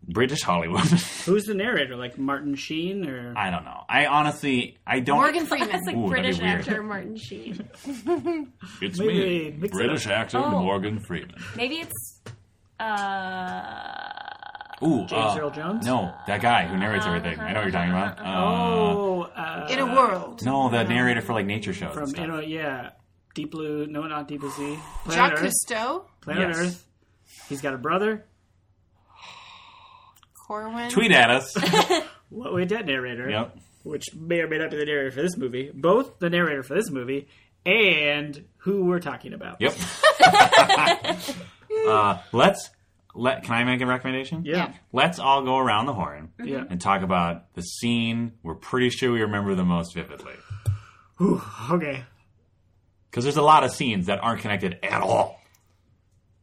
C: British Hollywood.
B: Who's the narrator? Like Martin Sheen or
C: I don't know. I honestly, I don't.
A: Morgan Freeman.
D: That's like
C: Ooh, that'd be
D: British
C: weird.
D: actor Martin Sheen.
B: Wait, wait,
C: It's me,
B: wait, mix it
C: British actor
D: Oh.
C: Morgan Freeman.
D: Maybe it's uh
C: Ooh,
B: James
C: uh,
B: Earl Jones?
C: No, that guy who narrates
A: Uh-huh.
C: everything. I know what you're talking about. Uh,
B: Oh, uh,
A: in a world.
C: no, the narrator for like nature shows. and
B: from
C: stuff.
B: you know, yeah, Deep Blue. No, not Deep Blue Sea. Planet
A: Jacques
B: Earth.
A: Cousteau,
B: Planet
C: Yes.
B: Earth. He's got a brother.
A: Corwin.
C: Tweet at us.
B: What with that narrator?
C: yep.
B: Which may or may not be the narrator for this movie. Both the narrator for this movie and who we're talking about.
C: Yep. uh, let's let. Can I make a recommendation?
B: Yeah.
C: Let's all go around the horn
B: Yeah.
C: and talk about the scene we're pretty sure we remember the most vividly.
B: Whew, okay.
C: Because there's a lot of scenes that aren't connected at all.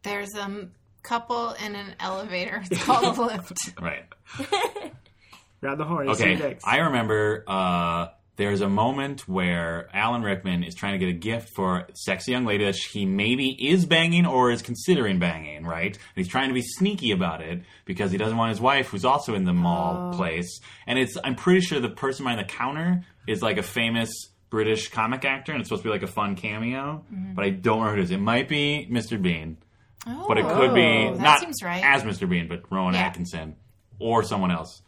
A: There's a couple in an elevator. It's called a lift.
C: Right.
B: Round the horn. See you
C: Okay.
B: next.
C: I remember uh, there's a moment where Alan Rickman is trying to get a gift for a sexy young lady that he maybe is banging or is considering banging, right? And he's trying to be sneaky about it because he doesn't want his wife, who's also in the mall place. And it's I'm pretty sure the person behind the counter is like a famous British comic actor, and it's supposed to be like a fun cameo, but I don't remember who it is. It might be Mr. Bean.
A: Oh,
C: but it could be
A: that
C: not
A: seems right.
C: as Mr. Bean, but Rowan
A: Yeah.
C: Atkinson or someone else.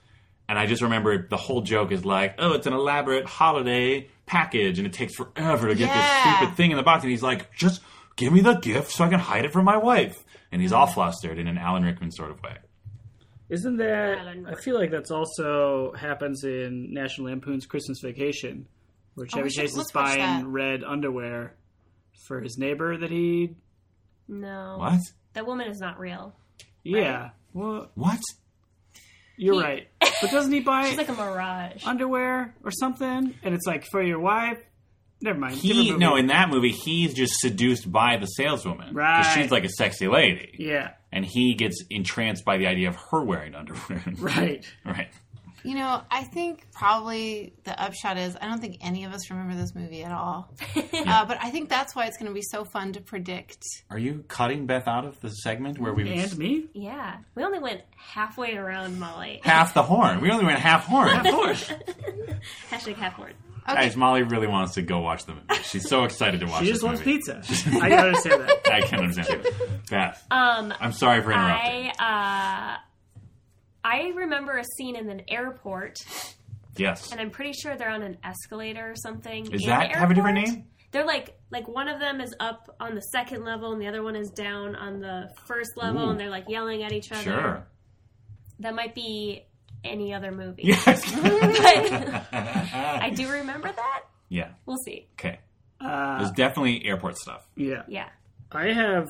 C: And I just remember the whole joke is like, oh, it's an elaborate holiday package, and it takes forever to get
A: Yeah.
C: this stupid thing in the box. And he's like, just give me the gift so I can hide it from my wife. And he's all flustered in an Alan Rickman sort of way.
B: Isn't that?
D: Alan
B: I
D: Rickman.
B: feel like that's also happens in National Lampoon's Christmas Vacation, where Chevy
A: we should-
B: Chase is
A: let's watch that.
B: buying red underwear for his neighbor that he.
D: no.
C: What?
D: That woman is not real.
B: Yeah. Well,
C: What?
B: you're right. But doesn't he buy
D: She's like a mirage.
B: underwear or something? And it's like for your wife. Never mind.
C: He
B: different
C: no,
B: movie.
C: in that movie, he's just seduced by the saleswoman. 'Cause
B: Right.
C: She's like a sexy lady.
B: Yeah.
C: And he gets entranced by the idea of her wearing underwear.
B: Right.
C: right.
A: You know, I think probably the upshot is I don't think any of us remember this movie at all. uh, but I think that's why it's going to be so fun to predict.
C: Are you cutting Beth out of the segment where we
B: And me.
D: Yeah. We only went halfway around Molly.
C: half the horn? We only went half horn.
B: Of course.
D: Hashtag halfway.
A: Okay,
C: Guys, Molly really wants to go watch the movie. She's so excited to watch.
B: She
C: this
B: just wants
C: movie.
B: pizza. I gotta say that.
C: I can understand. Beth,
D: Um
C: I'm sorry for interrupting.
D: I uh I remember a scene in an airport,
C: yes,
D: and I'm pretty sure they're on an escalator or something.
C: Is
D: in
C: that-
D: the
C: have a different
D: airport.
C: name?
D: They're like like one of them is up on the second level, and the other one is down on the first level,
C: Ooh.
D: and they're like yelling at each other.
C: sure.
D: That might be any other movie.
C: Yes.
D: But I do remember that.
C: yeah.
D: We'll see.
C: Okay.
B: Uh,
C: There's definitely airport stuff.
B: yeah.
D: Yeah.
B: I have.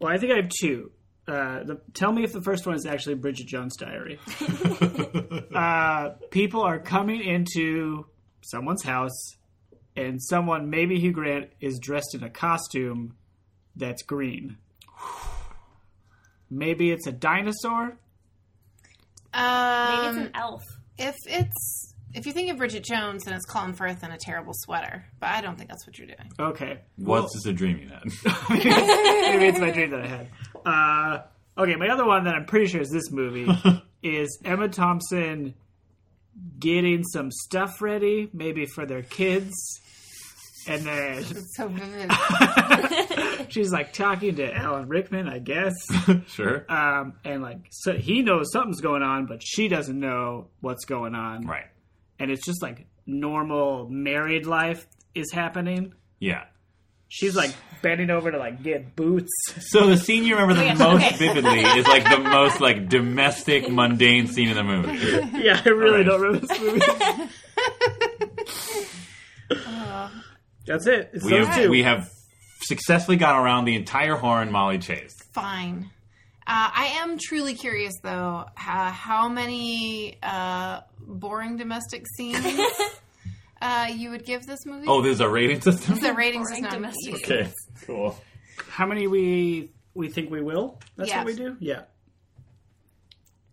B: Well, I think I have two. Uh, the, tell me if the first one is actually Bridget Jones' Diary. uh, people are coming into someone's house, and someone, maybe Hugh Grant, is dressed in a costume that's green. Maybe it's a dinosaur.
D: Maybe
A: um,
D: it's an elf.
A: if it's if you think of Bridget Jones, then it's Colin Firth in a terrible sweater. But I don't think that's what you're doing.
B: Okay,
C: What's this a dream you had?
B: maybe it's my dream that I had. Uh, okay, my other one that I'm pretty sure is this movie is Emma Thompson getting some stuff ready, maybe for their kids. And then
A: It's so vivid.
B: she's like talking to Alan Rickman, I guess.
C: sure.
B: Um, and like, so he knows something's going on, but she doesn't know what's going on.
C: right.
B: And it's just like normal married life is happening.
C: Yeah.
B: She's like bending over to like get boots.
C: So the scene you remember the
D: Wait,
C: most
D: okay.
C: vividly is like the most like domestic, mundane scene in the movie.
B: Yeah, I really
C: Alright.
B: don't remember this movie. That's it. It's
C: We
B: those
C: have,
B: two.
C: we have successfully gone around the entire horn Molly chased.
A: Fine. Uh, I am truly curious, though, how, how many uh, boring domestic scenes uh, you would give this movie?
C: Oh, there's a rating system?
A: the ratings is
D: Boring
A: not
D: domestic
A: domestic.
C: okay, cool.
B: How many we we think we will? That's
A: Yeah.
B: what we do. Yeah.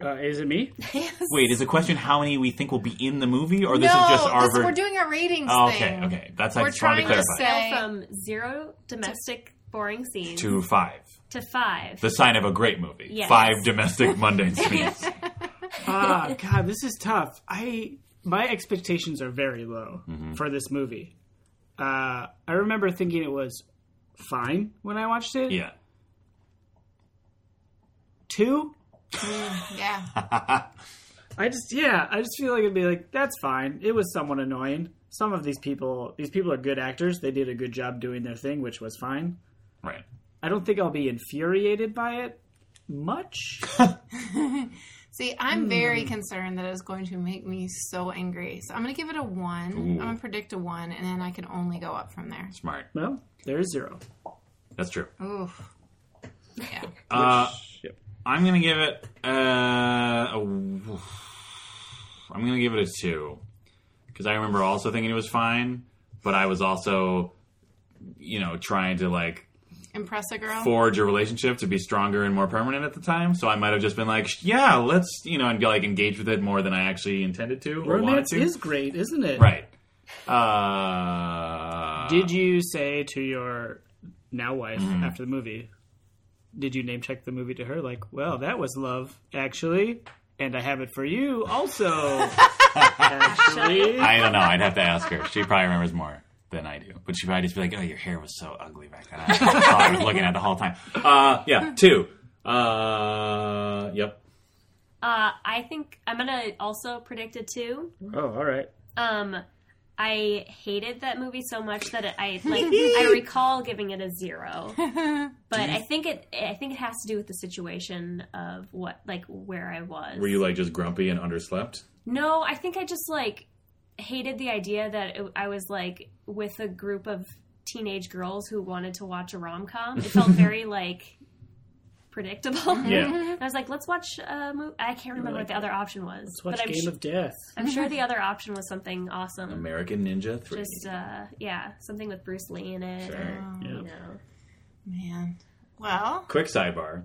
B: Uh, is it me?
A: Yes.
C: Wait, is the question how many we think will be in the movie, or
A: no,
C: this is just our
A: this-
C: ver-
A: we're doing a ratings
C: Oh,
A: thing.
C: okay, okay. That's I
A: We're
C: just wanted to
A: trying to
C: clarify.
D: Scale
A: say
D: from zero domestic boring scenes to,
C: to five,
D: five.
C: the sign of a great movie.
D: Yes.
C: Five domestic mundane scenes.
B: Ah, God, this is tough. I my expectations are very low
C: Mm-hmm.
B: for this movie. Uh, I remember thinking it was fine when I watched it.
C: yeah.
B: Two.
A: yeah.
B: I just yeah, I just feel like it'd be like that's fine. It was somewhat annoying. Some of these people, these people are good actors. They did a good job doing their thing, which was fine.
C: Right.
B: I don't think I'll be infuriated by it much.
A: See, I'm
C: Hmm.
A: very concerned that it's going to make me so angry. So I'm going to give it a one. I'm
C: Ooh.
A: going to predict a one, and then I can only go up from there.
C: Smart.
B: well, there is zero.
C: That's true.
A: Oof. Yeah.
C: Uh,
B: Yep.
C: I'm gonna give it. Uh, a, I'm gonna give it a two because I remember also thinking it was fine, but I was also, you know, trying to like
A: Impress a girl.
C: forge a relationship to be stronger and more permanent at the time. So I might have just been like, yeah, let's you know, and like engage with it more than I actually intended to or wanted
B: Romance
C: to.
B: is great, isn't it?
C: right. Uh,
B: Did you say to your now wife
C: Mm-hmm.
B: after the movie? Did you name check the movie to her? Like, well, that was love, actually, and I have it for you, also. actually,
C: I don't know. I'd have to ask her. She probably remembers more than I do. But she probably just be like, "Oh, your hair was so ugly back then. I thought I was looking at it the whole time." Uh, yeah, two. Uh, yep.
D: Uh, I think I'm gonna also predict a two.
B: oh, all right.
D: Um, I hated that movie so much that it, I like I recall giving it a zero, but I think it I think it has to do with the situation of what like where I was.
C: Were you like just grumpy and underslept?
D: No, I think I just like hated the idea that it, I was like with a group of teenage girls who wanted to watch a rom com. It felt very like predictable.
C: Yeah.
D: And I was like, let's watch a movie. I can't remember what the other option was,
B: Let's watch
D: but I'm,
B: Game
D: su-
B: of Death.
D: I'm sure the other option was something awesome.
C: American Ninja Three.
D: Just uh, yeah, something with Bruce Lee in it.
C: Sure.
D: Or,
B: Yeah.
D: you know.
A: Oh, Man. Well,
C: Quick sidebar.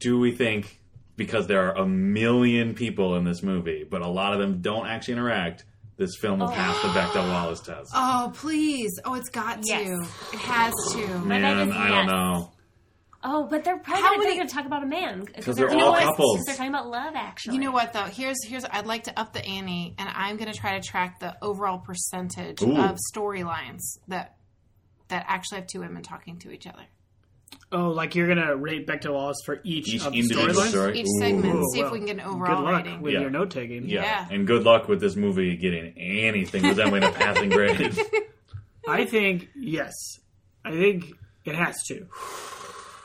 C: Do we think because there are a million people in this movie, but a lot of them don't actually interact, this film will pass the Bechdel Wallace test?
A: oh, please. Oh, it's got to.
D: Yes.
A: It has to.
D: bet
C: Man,
D: it's
C: I don't
D: yes.
C: know.
D: Oh, but they're
A: How
D: probably
A: would
D: not
A: it-
D: going to talk about a man
C: 'Cause they're
D: you know
C: all
D: what?
C: couples.
D: 'Cause They're talking about love, actually.
A: You know what though? Here's here's I'd like to up the ante and I'm going to try to track the overall percentage
C: Ooh.
A: of storylines that that actually have two women talking to each other.
B: Oh, like you're gonna rate Bechdel Wallace for each,
C: Each
B: of the
C: individual
B: storylines?
C: story.
A: Each segment,
B: Ooh,
A: see if
B: wow.
A: we can get an
B: Good
A: overall
B: luck
A: rating.
B: with
C: Yeah.
B: your note taking.
C: Yeah.
A: Yeah.
C: And good luck with this movie getting anything resembling a passing grade.
B: I think yes. I think it has to.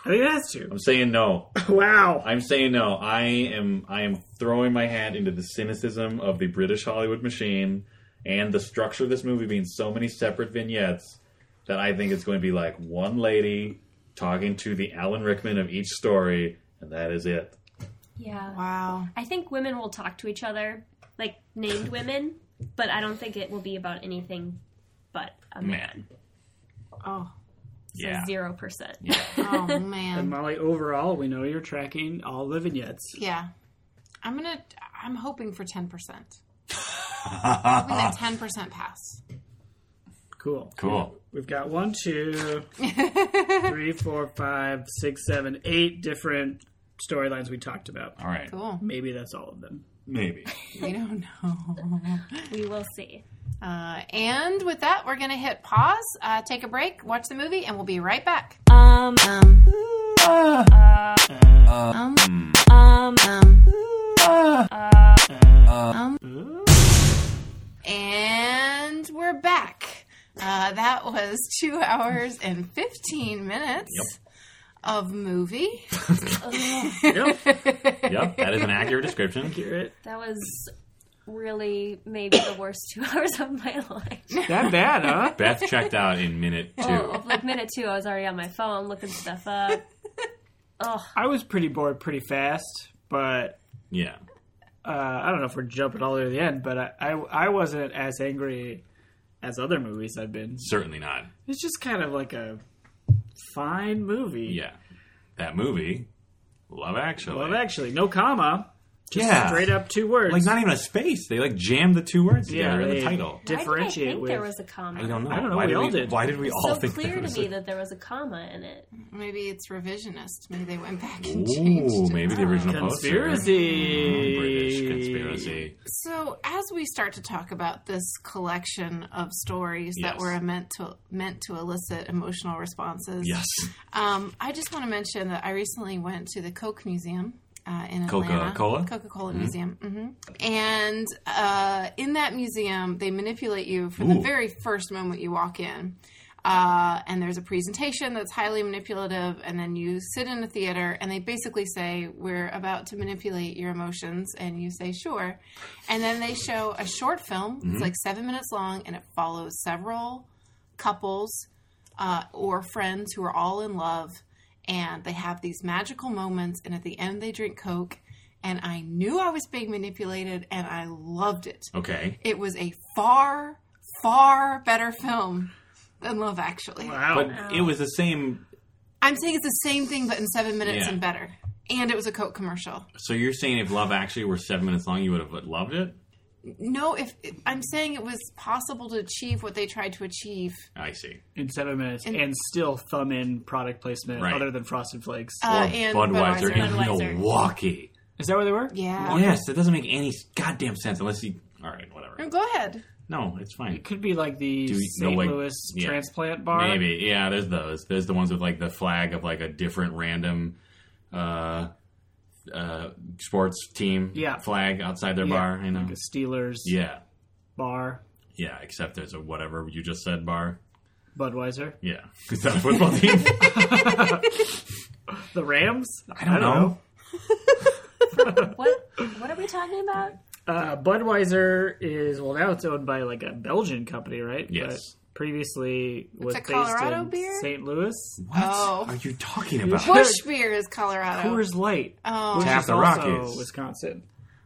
B: I think it has to.
C: I'm saying no.
B: Wow.
C: I'm saying no. I am I am throwing my hat into the cynicism of the British Hollywood machine and the structure of this movie being so many separate vignettes that I think it's going to be like one lady talking to the Alan Rickman of each story and that is it.
D: Yeah.
A: Wow.
D: I think women will talk to each other, like named women, but I don't think it will be about anything but a man.
A: Oh.
C: Yeah.
D: Zero percent.
A: Oh
B: And
A: man.
B: Molly, overall, we know you're tracking all the vignettes.
A: Yeah. I'm going to I'm hoping for 10%. I'm hoping that 10% pass.
B: Cool.
C: Cool.
B: We've got one, two, three, four, five, six, seven, eight different storylines we talked about.
C: All right.
A: Cool.
B: Maybe that's all of them.
C: Maybe.
A: We don't know.
D: We will see.
A: Uh, and with that, we're going to hit pause, uh, take a break, watch the movie, and we'll be right back.
D: Um,
A: Um, um, um, um, um. And we're back. Uh, that was two hours and 15 minutes of movie.
C: Yep, that is an accurate description.
B: Hear it?
D: that was really maybe the worst two hours of my life.
B: That bad, huh?
C: Beth checked out in minute 2.
D: Oh, like minute two, I was already on my phone looking stuff up. Oh,
B: I was pretty bored pretty fast, but
C: Yeah.
B: uh, I don't know if we're jumping all the way to the end, but I, I, I wasn't as angry as other movies I've been.
C: Certainly not.
B: It's just kind of like a fine movie.
C: Yeah. That movie, Love Actually.
B: Love Actually, no comma. Just
C: Yeah.
B: straight up two words.
C: Like not even a space. They like jammed the two words
B: Yeah,
C: together in
B: they-
C: the
B: did-
C: title.
D: Why did I
B: Differentiate
D: think
B: with-
D: there was a comma?
C: I don't know.
B: I don't know,
C: Why
B: we
C: did
B: all
C: we,
B: did.
C: Why did we
D: It's
C: all
D: so
C: think
D: clear
C: there
D: to
C: was
D: me
C: a-
D: that there was a comma in it.
A: Maybe it's revisionist. Maybe they went back and changed.
C: Ooh,
A: it.
C: maybe the original
B: Conspiracy.
C: poster. Mm, British conspiracy.
A: So as we start to talk about this collection of stories that
C: Yes.
A: were meant to meant to elicit emotional responses,
C: Yes.
A: um, I just want to mention that I recently went to the Coke Museum. Uh, in Atlanta,
C: Coca-Cola?
A: Coca-Cola Museum, hmm and uh, in that museum, they manipulate you from the
C: Ooh.
A: very first moment you walk in. Uh, and there's a presentation that's highly manipulative, and then you sit in a theater, and they basically say, "We're about to manipulate your emotions," and you say, "Sure," and then they show a short film. It's like seven minutes long, and it follows several couples uh, or friends who are all in love and they have these magical moments and at the end they drink coke and i knew i was being manipulated and i loved it
C: Okay.
A: it was a far far better film than love actually
B: Wow.
D: Oh,
C: But it was the same.
A: i'm saying it's the same thing but in seven minutes
C: Yeah.
A: and better and it was a coke commercial
C: So you're saying if Love Actually were seven minutes long, you would have loved it?
A: no if i'm saying it was possible to achieve what they tried to achieve
C: I see.
B: in seven minutes
A: And-
B: and, still thumb in product placement
C: Right.
B: other than Frosted Flakes.
A: uh,
C: or
A: and
C: Budweiser, in
D: Budweiser.
C: Milwaukee.
B: Is that where they were?
A: yeah
C: Yes, that doesn't make any goddamn sense unless you. All right, whatever.
A: go ahead
C: No, it's fine.
B: It could be like the
C: Do we-
B: St.
C: no, like-
B: Louis
C: yeah.
B: transplant bar.
C: Maybe. Yeah, there's those. There's the ones with like the flag of like a different random uh uh sports team
B: Yeah.
C: flag outside their
B: Yeah,
C: bar, you know.
B: Like a Steelers
C: Yeah.
B: bar.
C: Yeah, except there's a whatever you just said bar.
B: Budweiser.
C: Yeah. Is that a football team?
B: The Rams? I
C: don't know.
D: What? What are we talking about?
B: Uh, Budweiser is, well, now it's owned by like a Belgian company, right?
C: Yes.
B: But previously was
A: a
B: based
A: Colorado
B: in
A: beer?
B: St. Louis.
C: what
A: Oh.
C: are you talking about?
B: What?
A: bush beer is colorado
B: Coors Light.
A: Oh.
B: Which
C: Tap
B: is
C: the
B: also
C: Rockies.
B: Wisconsin,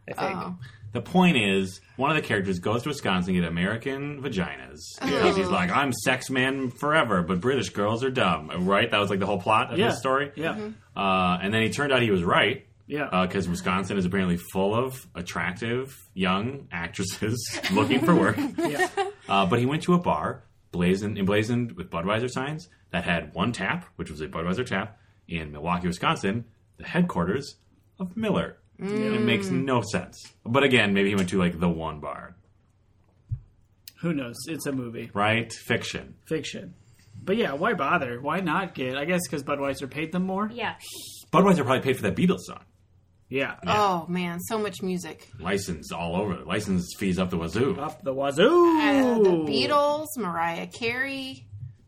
B: I think.
A: Oh.
C: The point is, one of the characters goes to Wisconsin to get American vaginas.
B: Oh.
C: Because he's like, I'm sex man forever, but British girls are dumb. Right? That was like the whole plot of
B: Yeah.
C: his story.
B: Yeah.
A: Mm-hmm.
C: Uh, and then he turned out he was right.
B: Yeah.
C: because Uh, Wisconsin is apparently full of attractive young actresses looking for work.
B: yeah.
C: Uh, but he went to a bar blazoned, emblazoned with Budweiser signs that had one tap, which was a Budweiser tap, in Milwaukee, Wisconsin, the headquarters of Miller. And it makes no sense. But again, maybe he went to like the one bar,
B: Who knows? It's a movie.
C: right? Fiction.
B: Fiction. But yeah, why bother? Why not get? I guess because Budweiser paid them more.
D: Yeah.
C: Budweiser probably paid for that Beatles song.
B: Yeah.
A: Oh man, so much music.
C: License all over. License fees up the wazoo.
B: Up the wazoo.
A: Uh, the Beatles, Mariah Carey.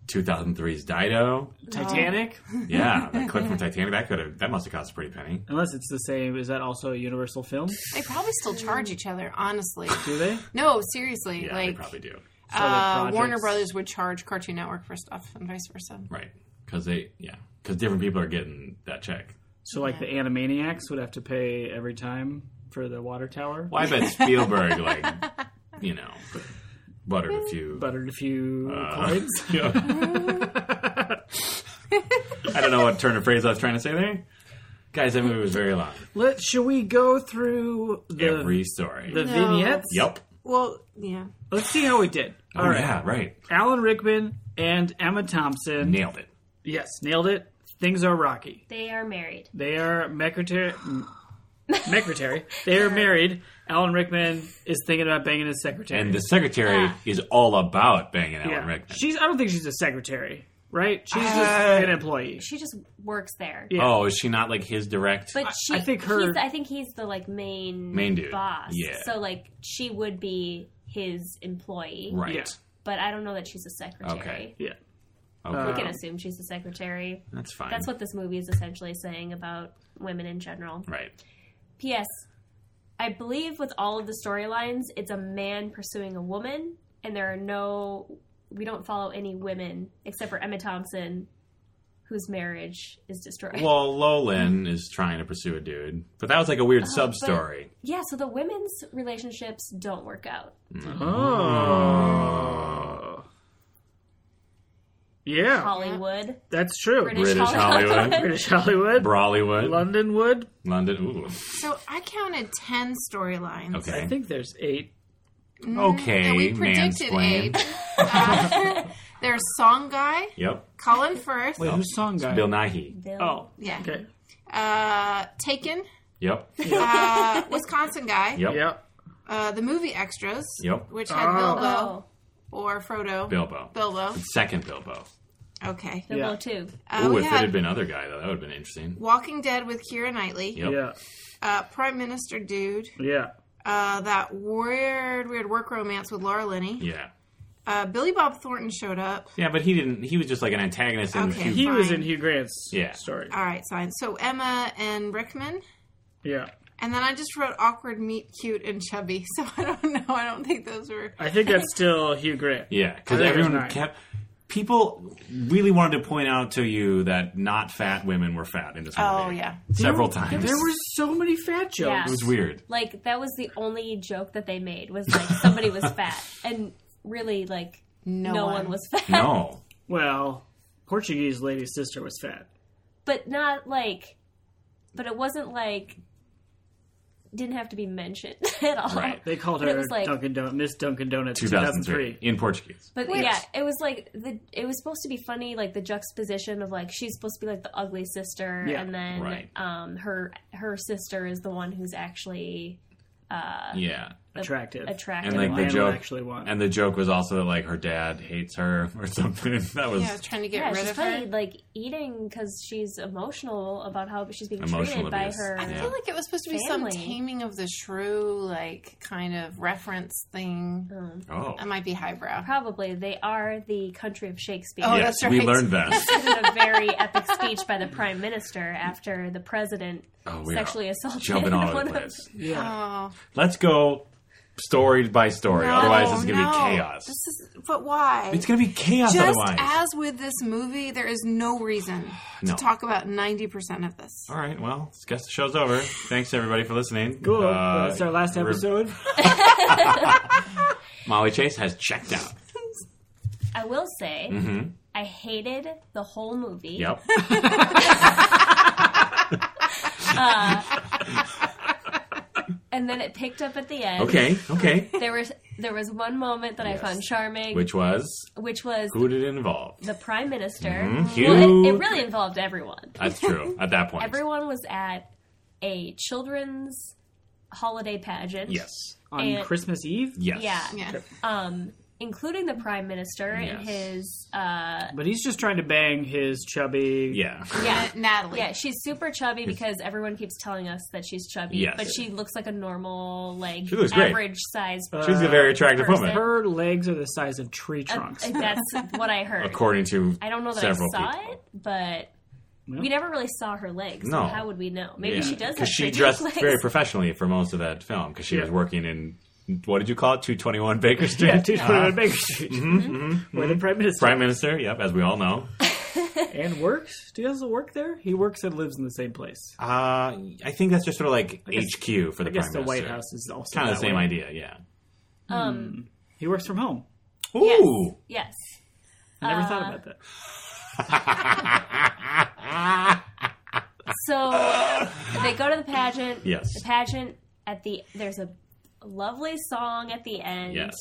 C: 2003's Dido.
B: Titanic.
C: Yeah, that clip from Titanic. That could have. That must have cost a pretty penny.
B: Unless it's the same. Is that also a Universal film?
A: They probably still charge each other, honestly.
B: Do they?
A: No, seriously.
C: Yeah, they
A: like
C: probably do.
A: uh,
B: projects.
A: Warner Brothers would charge Cartoon Network for stuff and vice versa.
C: Right. Because they, yeah. Because different people are getting that check.
B: So like the Animaniacs would have to pay every time for the water tower.
C: Well, I bet Spielberg, like, you know, buttered a few.
B: Buttered a few
C: uh,
B: coins.
C: yeah. I don't know what turn of phrase I was trying to say there. Guys, that movie was very long.
B: Let should we go through the
C: Every story.
B: the
A: No.
B: vignettes?
C: yep.
A: Well, yeah.
B: Let's see how we did.
C: Oh,
B: All right.
C: yeah, right.
B: Alan Rickman and Emma Thompson.
C: Nailed it.
B: yes, nailed it. Things are rocky.
D: They are married.
B: They are secretary. secretary. They are married. Alan Rickman is thinking about banging his secretary.
C: And the secretary is all about banging Alan
B: Ah. yeah.
C: Rickman.
B: she's. I don't think she's a secretary, right? She's just an employee.
D: She just works there.
B: Yeah.
C: Oh, is she not like his direct?
D: But she,
B: I think her-
D: he's the- I think he's the like main
C: Main dude.
D: boss.
C: Yeah.
D: So like she would be his employee,
C: right.
B: Yeah.
D: but I don't know that she's a secretary.
C: Okay.
B: Yeah.
C: Okay.
D: We
B: Uh,
D: can assume she's a secretary.
C: That's fine.
D: That's what this movie is essentially saying about women in general.
C: Right.
D: P.S. I believe with all of the storylines, it's a man pursuing a woman, and there are no. We don't follow any women except for Emma Thompson, whose marriage is destroyed.
C: Well, Lolan is trying to pursue a dude, but that was like a
B: Oh,
C: weird sub story.
D: yeah, so the women's relationships don't work out.
B: Oh. Yeah,
D: Hollywood,
B: that's true.
D: British,
C: British
D: Hollywood.
C: Hollywood.
B: British Hollywood,
C: Brollywood,
B: London Wood.
C: London. Ooh.
A: So I counted ten storylines.
C: Okay.
B: I think there's eight.
C: Okay,
A: that we predicted
C: mansplain.
A: age. Uh, there's Song Guy,
C: Yep.
A: Colin Firth,
B: Wait, who's song guy?
C: Bill Nighy.
D: Bill-
B: Oh,
A: Yeah.
B: Okay.
A: uh, Taken,
C: Yep.
A: uh, Wisconsin Guy,
C: Yep.
B: Yep.
A: uh, the movie Extras,
C: Yep.
A: which had
B: Oh.
A: Bilbo
D: Oh,
A: or Frodo.
C: Bilbo.
A: Bilbo.
C: Second Bilbo.
A: Okay.
D: Bilbo
B: Yeah.
D: too.
A: Uh,
C: Ooh,
A: we
C: if it
A: had
C: had been other guy though, that would have been interesting.
A: Walking Dead with Kira Knightley,
C: Yep.
B: Yeah.
A: uh, Prime Minister Dude,
B: Yeah.
A: uh, that weird, weird work romance with Laura Linney.
C: Yeah.
A: Uh, Billy Bob Thornton showed up.
C: Yeah, but he didn't. He was just like an antagonist in
A: Okay.
C: Hugh.
B: He was
A: Fine.
B: in Hugh Grant's
C: Yeah.
B: story.
A: All right, sign. So Emma and Rickman.
B: Yeah.
A: And then I just wrote awkward, meet, cute, and chubby. So I don't know. I don't think those were.
B: I think that's still Hugh Grant.
C: Yeah, because
B: think it was
C: everyone
B: nine.
C: kept. People really wanted to point out to you that not fat women were fat in this movie.
A: Oh, yeah.
C: several
B: There-
C: times.
B: There were so many fat jokes.
D: Yeah.
C: It was weird.
D: Like that was the only joke that they made was like somebody was fat, and really like
A: No
D: no,
A: one.
D: one. was fat,
C: No,
B: Well, Portuguese lady's sister was fat.
D: but not like, but it wasn't like didn't have to be mentioned at all.
C: Right.
B: They called
D: But it
B: her
D: was like-
B: Dunkin' Don- Miss Dunkin' Donuts
C: 2003 in Portuguese.
D: But yeah, it was like the it was supposed to be funny, like the juxtaposition of like she's supposed to be like the ugly sister,
B: Yeah.
D: and then
C: Right.
D: um her her sister is the one who's actually
A: Uh.
C: Yeah,
B: Attractive.
D: attractive.
C: And, like,
B: The
C: the
B: man
C: joke-
B: actually won.
C: and the joke was also that like her dad hates her or something. That was
A: Yeah, I was trying to get
D: yeah,
A: rid
D: she's
A: of
D: probably
A: her.
D: like eating because she's emotional about how she's being
C: Emotional
D: treated by
C: abuse.
D: her.
A: I
C: Yeah.
A: feel like it was supposed to be
D: Family.
A: some taming of the shrew, like kind of reference thing.
D: Um,
C: oh.
A: That might be highbrow.
D: probably they are the country of Shakespeare.
A: Oh,
C: yes,
A: that's right.
C: we learned that.
D: This is a very epic speech by the prime minister after the president
C: Oh, we are
D: sexually assaulted
C: Jumping all over
D: one
C: the
D: of-
C: place.
B: yeah.
A: Oh,
C: Let's go story by story. otherwise, it's gonna
A: Oh, no.
C: be chaos.
A: This is, but why?
C: It's gonna be chaos.
A: Just
C: otherwise,
A: as with this movie, there is no reason to
C: No.
A: talk about ninety percent of this.
C: All right, well, I guess the show's over. Thanks everybody for listening.
B: Cool.
C: Uh,
B: that's our last
C: re-
B: episode.
C: Molly Chase has checked out.
D: I will say, I hated the whole movie.
C: Mm-hmm. Yep.
D: And then it picked up at the end.
C: Okay. Okay.
D: There was there was one moment that
C: Yes.
D: I found charming,
C: Which
D: which,
C: was
D: was
C: who did it involve?
D: the prime minister.
C: Mhm.
D: Well, it,
C: Hugh.
D: it really involved everyone.
C: That's true. At that point,
D: Everyone was at a children's holiday pageant.
C: Yes.
B: On
D: And-
B: Christmas Eve?
C: Yes.
D: Yeah.
A: Yeah.
D: Um, including the prime minister
C: Yes.
D: and his uh,
B: But he's just trying to bang his chubby.
C: Yeah.
D: yeah.
A: Na- Natalie.
D: Yeah, she's super chubby because everyone keeps telling us that she's chubby,
C: Yes.
D: but she looks like a normal, like
C: She looks great.
D: average size.
C: She's a very attractive
D: Person.
C: woman,
B: Her legs are the size of tree trunks.
D: That's what I heard.
C: according to
D: I don't know that
C: several
D: I saw
C: people.
D: it, but
B: No.
D: we never really saw her legs. so
C: No.
D: how would we know? Maybe she does have
C: because she
D: pretty
C: dressed
D: legs.
C: very professionally for most of that film because she
B: Yeah.
C: was working in what did you call it? Two twenty one Baker Street.
B: yeah, two
C: Uh,
B: twenty-one Baker Street.
C: mm-hmm.
B: Where the prime minister
C: Prime Minister. Yep, as we all know.
B: and works. Do you also work there? He works and lives in the same place.
C: Uh, I think that's just sort of like
B: guess-
C: HQ for the
B: I guess
C: Prime
B: the
C: Minister.
B: White House is also
C: Kind of the
B: that
C: same
B: way.
C: idea. Yeah.
D: um,
B: He works from home.
D: yes,
C: Ooh.
D: yes.
B: I never thought about that.
D: So they go to the pageant.
C: Yes.
D: the pageant at the there's a lovely song at the end.
C: Yes.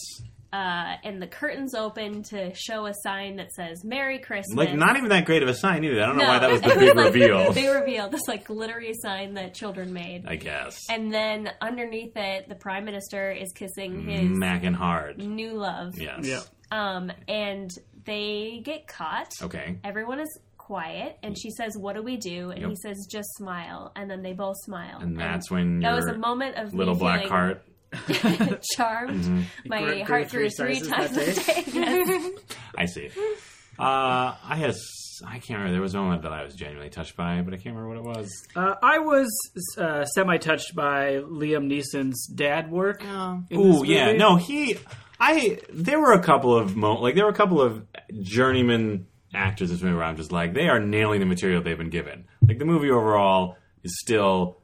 D: uh, and the curtains open to show a sign that says "Merry Christmas."
C: Like not even that great of a sign either. I don't know
D: No.
C: why that was the big
D: Like,
C: reveal.
D: They reveal this like glittery sign that children made,
C: I guess.
D: and then underneath it, the prime minister is
C: Mm,
D: kissing his Mm.
C: Mackin' hard.
D: new love.
C: Yes.
B: Yeah.
D: Um, and they get caught.
C: Okay.
D: Everyone is quiet, and she says, "What do we do?" And
C: Mm. Yep.
D: he says, "Just smile." And then they both smile.
C: And that's when
D: that
C: your
D: was a moment of me
C: little black
D: feeling
C: heart. Mm-hmm.
D: charmed. My
B: Grew- grew
D: heart
B: three
D: grew three
B: sizes
D: times
B: that
D: a day. Yes.
C: I see. Uh, I had a. s- I can't remember. There was a moment that I was genuinely touched by, but I can't remember what it was.
B: Uh, I was uh, semi-touched by Liam Neeson's dad work.
A: Oh.
B: in this
C: Oh
B: movie.
C: yeah, no, he. I there were a couple of mo- like there were a couple of journeyman actors this movie where I'm just like they are nailing the material they've been given. Like the movie overall is still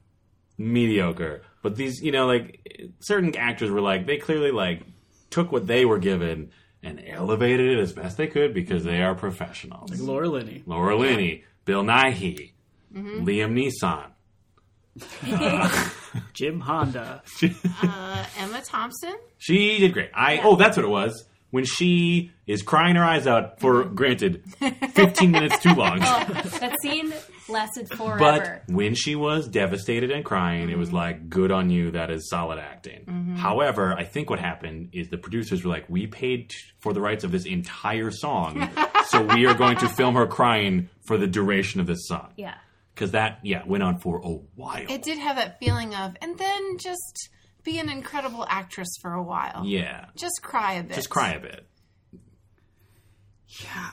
C: mediocre, but these you know like certain actors were like they clearly like took what they were given and elevated it as best they could because they are professionals.
B: Laura Linney.
C: Laura Linney, Bill Nighy,
D: Mm-hmm.
C: Liam Neeson,
B: Jim Honda.
A: Uh, Emma Thompson.
C: She did great. I oh, that's what it was. When she is crying her eyes out for
D: Mm-hmm.
C: granted, fifteen minutes too long.
D: That scene lasted Oh, forever. Mm-hmm.
C: But when she was devastated and crying, it was like, good on you. That is solid acting. However, I think what happened is the producers were like, we paid t- for the rights of this entire song, so we are going to film her crying for the duration of this song.
D: yeah.
C: Because that, yeah, went on for a while.
A: It did have that feeling of, and then just be an incredible actress for a while.
C: yeah.
A: Just cry a bit.
C: Just cry a bit.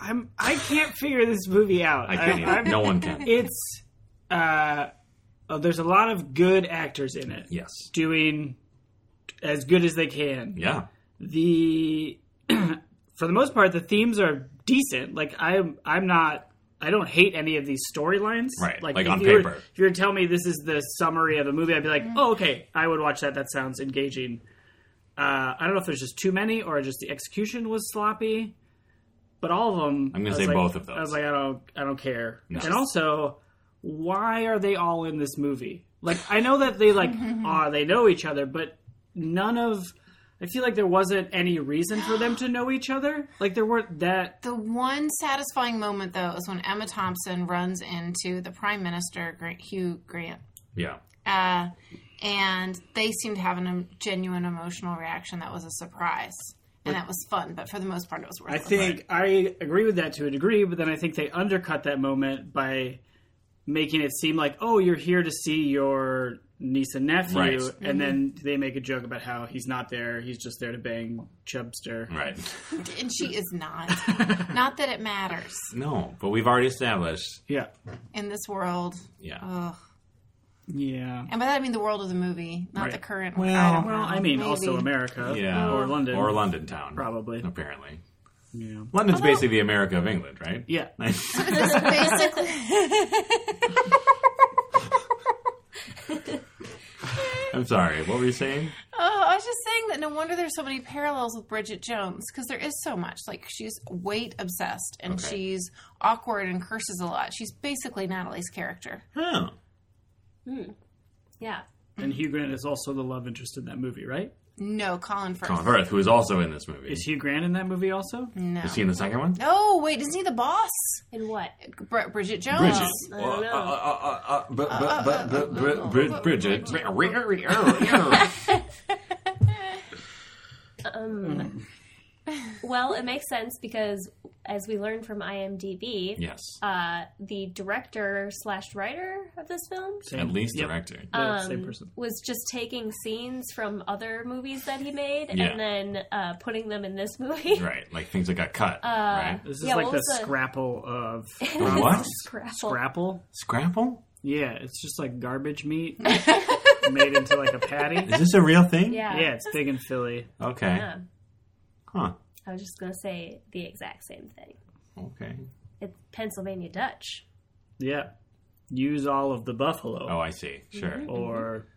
B: I'm. I can't figure this movie out.
C: I can't
B: I'm-
C: even. No one can.
B: It's. Uh, oh, there's a lot of good actors in it.
C: Yes.
B: Doing as good as they can.
C: Yeah.
B: the for the most part the themes are decent like i'm i'm not i don't hate any of these storylines
C: Right, like
B: if
C: on
B: you were-
C: paper.
B: if you were to tell me this is the summary of a movie i'd be like oh okay i would watch that that sounds engaging uh, i don't know if there's just too many or just the execution was sloppy but all of them
C: I'm gonna
B: I was
C: say
B: like-
C: both of those.
B: i was like i don't i don't care
C: No.
B: and also why are they all in this movie like i know that they like ah they know each other but none of I feel like there wasn't any reason for them to know each other. Like there weren't that.
A: The one satisfying moment, though, is when Emma Thompson runs into the Prime Minister, Grant, Hugh Grant,
C: Yeah.
A: uh, and they seem to have a genuine emotional reaction that was a surprise. And that was fun, but for the most part, it was
B: I
A: worthless.
B: think I agree with that to a degree, but then I think they undercut that moment by making it seem like, oh, you're here to see your niece and nephew,
C: Right.
B: and then they make a joke about how he's not there; he's just there to bang Chubster.
C: Right.
A: and she is not. not that it matters
C: No, but we've already established.
B: Yeah,
A: in this world.
C: Yeah.
A: Ugh.
B: yeah.
A: And by that I mean the world of the movie, not
C: Right.
A: the current.
C: Well-
A: I don't
B: Well,
A: know.
B: I mean,
A: Maybe.
B: also America,
C: yeah.
B: or London,
C: Or London town.
B: probably.
C: Apparently.
B: Yeah.
C: London's basically the America of England, right?
B: Yeah.
A: Basically,
C: I'm sorry. What were you saying?
A: oh, I was just saying that no wonder there's so many parallels with Bridget Jones because there is so much. Like she's weight obsessed and
C: Okay.
A: she's awkward and curses a lot. She's basically Natalie's character.
C: Oh.
D: Yeah.
B: And Hugh Grant is also the love interest in that movie, right?
A: No, Colin Firth.
C: Colin Firth, who is also in this movie.
B: Is Hugh Grant in that movie also?
A: No.
C: Is he in the second one?
A: No, wait, isn't he the boss?
D: And what?
A: Br- Bridget Jones.
C: Bridget.
D: I don't
C: Uh,
D: know.
C: uh, uh, uh, bu- bu- bu- bu- bu- bu- Bridget.
D: Um, well, it makes sense because, as we learned from IMDb,
C: Yes.
D: uh, the director slash writer of this film
B: Same.
C: At least
B: Yep.
C: director.
B: Yeah,
D: um,
B: same person.
D: was just taking scenes from other movies that he made
C: Yeah.
D: and then uh, putting them in this movie.
C: Right. Like things that got cut. Right.
B: This is
D: Yeah,
B: like
D: what
B: the
D: was the-
B: scrapple of
C: what?
D: Scrapple.
B: Scrapple?
C: Scrapple?
B: Yeah, it's just like garbage meat made into like a patty.
C: Is this a real thing?
D: Yeah.
B: Yeah, it's big in Philly.
C: Okay.
D: Yeah.
C: Huh.
D: I was just going to say the exact same thing.
C: Okay.
D: It's Pennsylvania Dutch.
B: Yeah, use all of the
C: Oh,
B: buffalo
C: I see.
A: Mm-hmm.
C: Sure.
B: or
C: Oh.